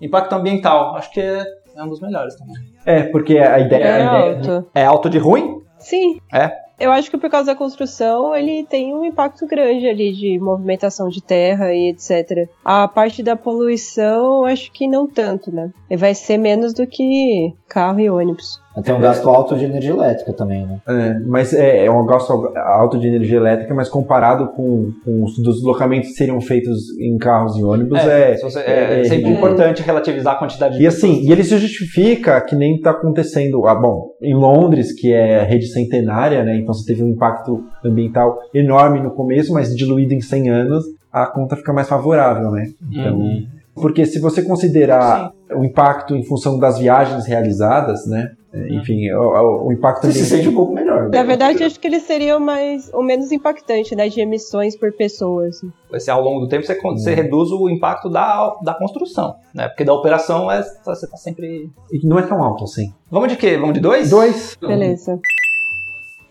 Impacto ambiental, acho que é, é um dos melhores também. É, porque a ideia, a É ideia alto. É alto de ruim? Sim. É? Eu acho que por causa da construção ele tem um impacto grande ali de movimentação de terra e etc. A parte da poluição, acho que não tanto, né? Vai ser menos do que carro e ônibus. Tem um gasto alto de energia elétrica também, né? É, mas é, é um gasto alto de energia elétrica, mas comparado com, com os deslocamentos que seriam feitos em carros e ônibus, é. se você- é, é, sempre é. importante relativizar a quantidade de. E assim, e ele se justifica que nem está acontecendo. Ah, bom, em Londres, que é rede centenária, né? Então você teve um impacto ambiental enorme no começo, mas diluído em 100 anos, a conta fica mais favorável, né? Então, Uhum. Porque se você considerar o impacto em função das viagens realizadas, né? Enfim, o, o- o impacto Você se ambiental. É, sente um pouco melhor. Na verdade, acho que ele seria o mais ou menos impactante, né? De emissões por pessoas. Esse, ao longo do tempo você, con- Uhum. você reduz o impacto da, da construção, né? Porque da operação é, você tá sempre. E não é tão alto assim. Vamos de quê? Vamos de dois? Dois. Beleza.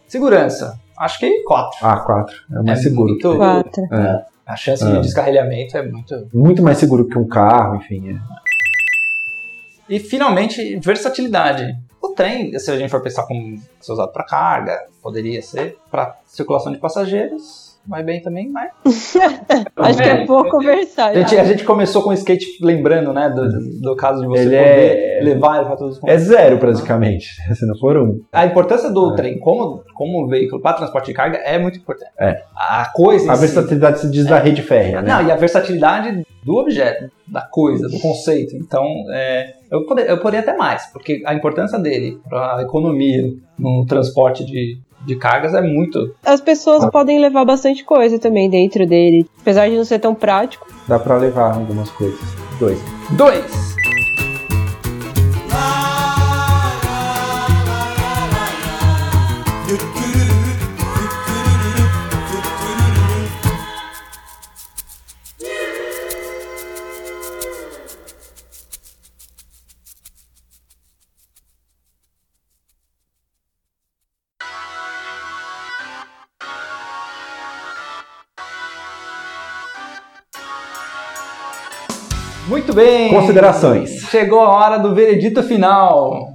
Segurança. Acho que quatro. Ah, quatro. É mais É seguro. Ah. muito- Quatro. A chance de descarrilhamento é muito. Muito mais seguro que um carro, enfim. é. E finalmente, versatilidade. O trem, se a gente for pensar como ser usado para carga, poderia ser para circulação de passageiros, vai bem também, mas. Acho que é pouco A versátil. gente, é- a gente começou com o skate lembrando, né, do, do caso de você Ele poder é- levar ele para todos os É zero, praticamente, se não for um. A importância do trem como, como veículo para transporte de carga é muito importante. É. A coisa em A si- versatilidade se diz da rede férrea, né? Não, e a versatilidade do objeto, da coisa, do conceito. Então, é, eu, poder- eu poderia até mais, porque a importância dele para a economia no transporte de, de cargas é muito. As pessoas podem levar bastante coisa também dentro dele. Apesar de não ser tão prático. Dá pra levar algumas coisas. Dois. Dois. Muito bem! Considerações. Chegou a hora do veredito final,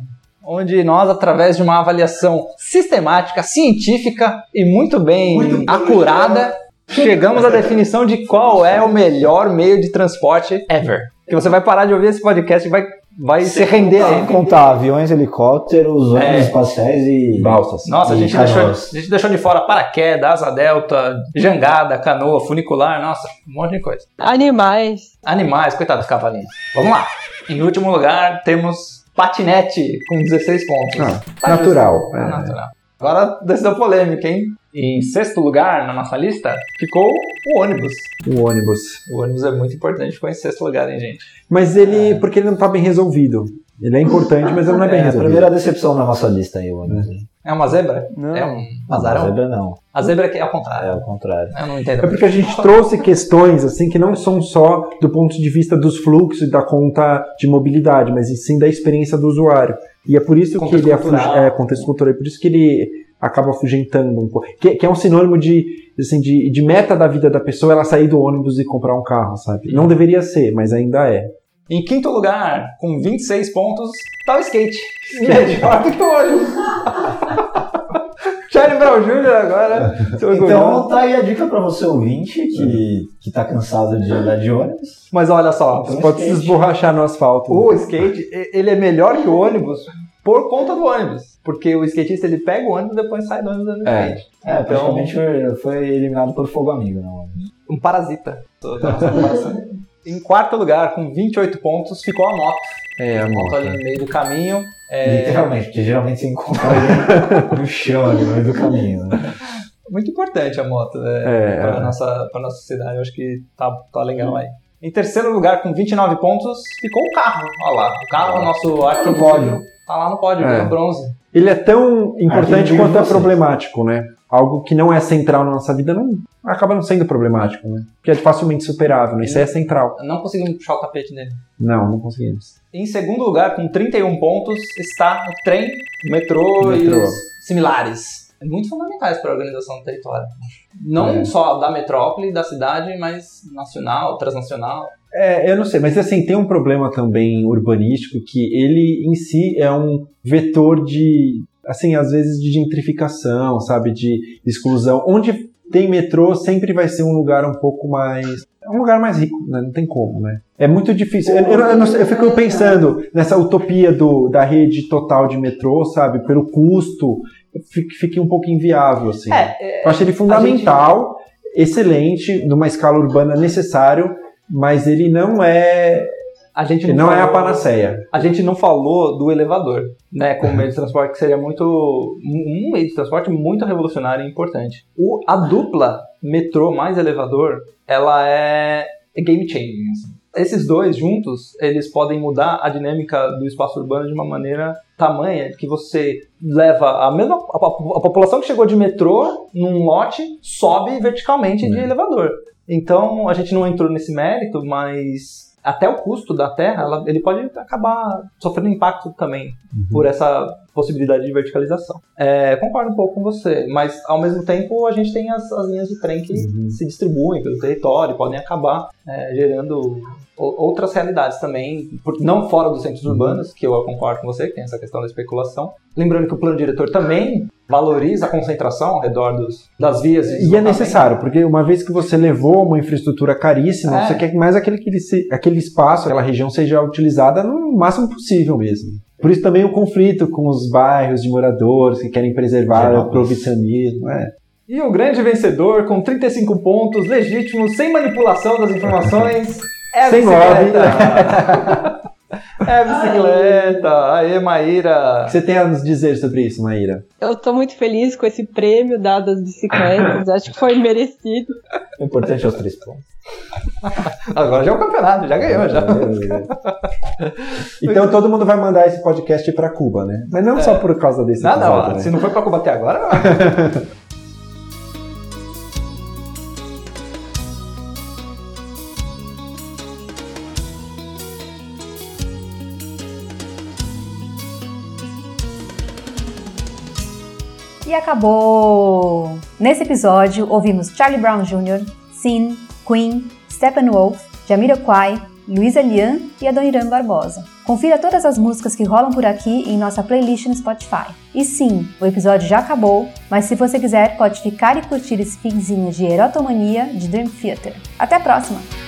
onde nós, através de uma avaliação sistemática, científica e muito bem acurada, chegamos à definição de qual é o melhor meio de transporte ever. Que você vai parar de ouvir esse podcast e vai, vai se render a Sem ele. contar aviões, helicópteros, ônibus É. espaciais e. Balsas. Nossa, a E gente, deixou, a canoas. gente deixou de fora paraquedas, asa delta, jangada, canoa, funicular, nossa, um monte de coisa. Animais. Animais, coitado do cavalinho. Vamos lá. Em último lugar, temos patinete com 16 pontos. Ah, natural. Ah, É. natural. Agora, decisão polêmica, hein? Em sexto lugar na nossa lista ficou o ônibus. O ônibus. O ônibus é muito importante, ficou em sexto lugar, hein, gente? Mas ele. Porque ele não tá bem resolvido. Ele é importante, mas ele não é bem É, a resolvido. primeira decepção na nossa lista aí, o ônibus. É uma zebra? Não. É É, um Não, azarão? zebra não. A zebra que é ao contrário. É o contrário. Eu não entendo. É porque a gente trouxe questões assim que não são só do ponto de vista dos fluxos e da conta de mobilidade, mas e sim da experiência do usuário. E é por isso Contexto que ele cultural. afuge- é contexto cultural, é por isso que ele acaba afugentando um pouco. Que, que é um sinônimo de, assim, de, de meta da vida da pessoa ela sair do ônibus e comprar um carro, sabe? Não deveria ser, mas ainda é. Em quinto lugar, com 26 pontos, tá o skate. Que é melhor do que o ônibus. Charlie Brown Jr. agora. seu orgulhoso. Então tá aí a dica pra você ouvinte Uhum. que, que tá cansado de andar de ônibus. Mas olha só, Você pode se esborrachar no asfalto. O skate, e- ele é melhor que o ônibus por conta do ônibus. Porque o skatista, ele pega o ônibus e depois sai do ônibus andando de É. skate. É, Então- praticamente foi, foi eliminado por fogo amigo, não. Um parasita. Tô- tô nessa comparação. em quarto lugar, com 28 pontos, ficou a moto. É, A moto amor. Tá ali no meio do caminho. É Literalmente, porque geralmente você encontra ele no chão, ali no meio do caminho. Né? muito importante a moto né? É, para a nossa, pra nossa sociedade. Eu acho que tá, tá legal aí. Em terceiro lugar, com 29 pontos, ficou o carro. Olha lá, o carro, nosso arco Tá. no pódio. Tá lá no pódio, É. no bronze. Ele é tão importante digo quanto é vocês. problemático, né? Algo que não é central na nossa vida não acaba não sendo problemático, né? Porque é facilmente superável, né? Isso aí é central. Não conseguimos puxar o tapete dele. Não, não conseguimos. Em segundo lugar, com 31 pontos, está o trem, o metrô, e Metrô. os similares. É Muito fundamentais para a organização do território. Não É. só da metrópole, da cidade, mas nacional, transnacional. É, eu não sei, mas assim, tem um problema também urbanístico que ele em si é um vetor de, assim, às vezes de gentrificação, sabe? De exclusão. Onde tem metrô sempre vai ser um lugar um pouco mais. É um lugar mais rico, né? Não tem como, né? É muito difícil. Eu, eu, eu não sei, eu fico pensando nessa utopia do, da rede total de metrô, sabe? Pelo custo, fica, fica um pouco inviável, assim. É, é, Eu acho ele fundamental, excelente, numa escala urbana necessário, mas ele não é, a gente ele não é a falou- panaceia. A gente não falou do elevador, né? Como meio de transporte que seria muito. Um um meio de transporte muito revolucionário e importante. O, a dupla metrô mais elevador, ela é é game changing. assim. Esses dois juntos, eles podem mudar a dinâmica do espaço urbano de uma maneira tamanha que você leva a mesma a, po- a população que chegou de metrô num lote sobe verticalmente de elevador. Então a gente não entrou nesse mérito, mas até o custo da terra, ela- ele pode acabar sofrendo impacto também Uhum. por essa possibilidade de verticalização. É, concordo um pouco com você, mas ao mesmo tempo a gente tem as, as linhas de trem que Uhum. se distribuem pelo território, podem acabar é, gerando o- outras realidades também, por- não fora dos Uhum. centros urbanos, que eu concordo com você, que tem essa questão da especulação. Lembrando que o plano diretor também valoriza a concentração ao redor dos, das vias. de E é deslocamento. necessário, porque uma vez que você levou uma infraestrutura caríssima, É. você quer que mais aquele, que ele se- aquele espaço, aquela região seja utilizada no máximo possível mesmo. Por isso também o conflito com os bairros de moradores que querem preservar o Genópolis. provincianismo. É. E o grande vencedor, com 35 pontos legítimos, sem manipulação das informações, é a Sem bicicleta. é a bicicleta. Aê, Maíra. Você tem a nos dizer sobre isso, Maíra? Eu tô muito feliz com esse prêmio dado às bicicletas. Acho que foi merecido. O importante é os três pontos. Agora já é o campeonato, já ganhou, já. Então todo mundo vai mandar esse podcast pra Cuba, né? Mas É. não só por causa desse Nada, episódio, ó, né? se não foi pra combater agora, não. E acabou! Nesse episódio, ouvimos Charlie Brown Jr., Sin, Queen, Steppenwolf, Jamiroquai, Luísa Lian e Adoniran Barbosa. Confira todas as músicas que rolam por aqui em nossa playlist no Spotify. E sim, o episódio já acabou, mas se você quiser, pode ficar e curtir esse finzinho de Erotomania de Dream Theater. Até a próxima!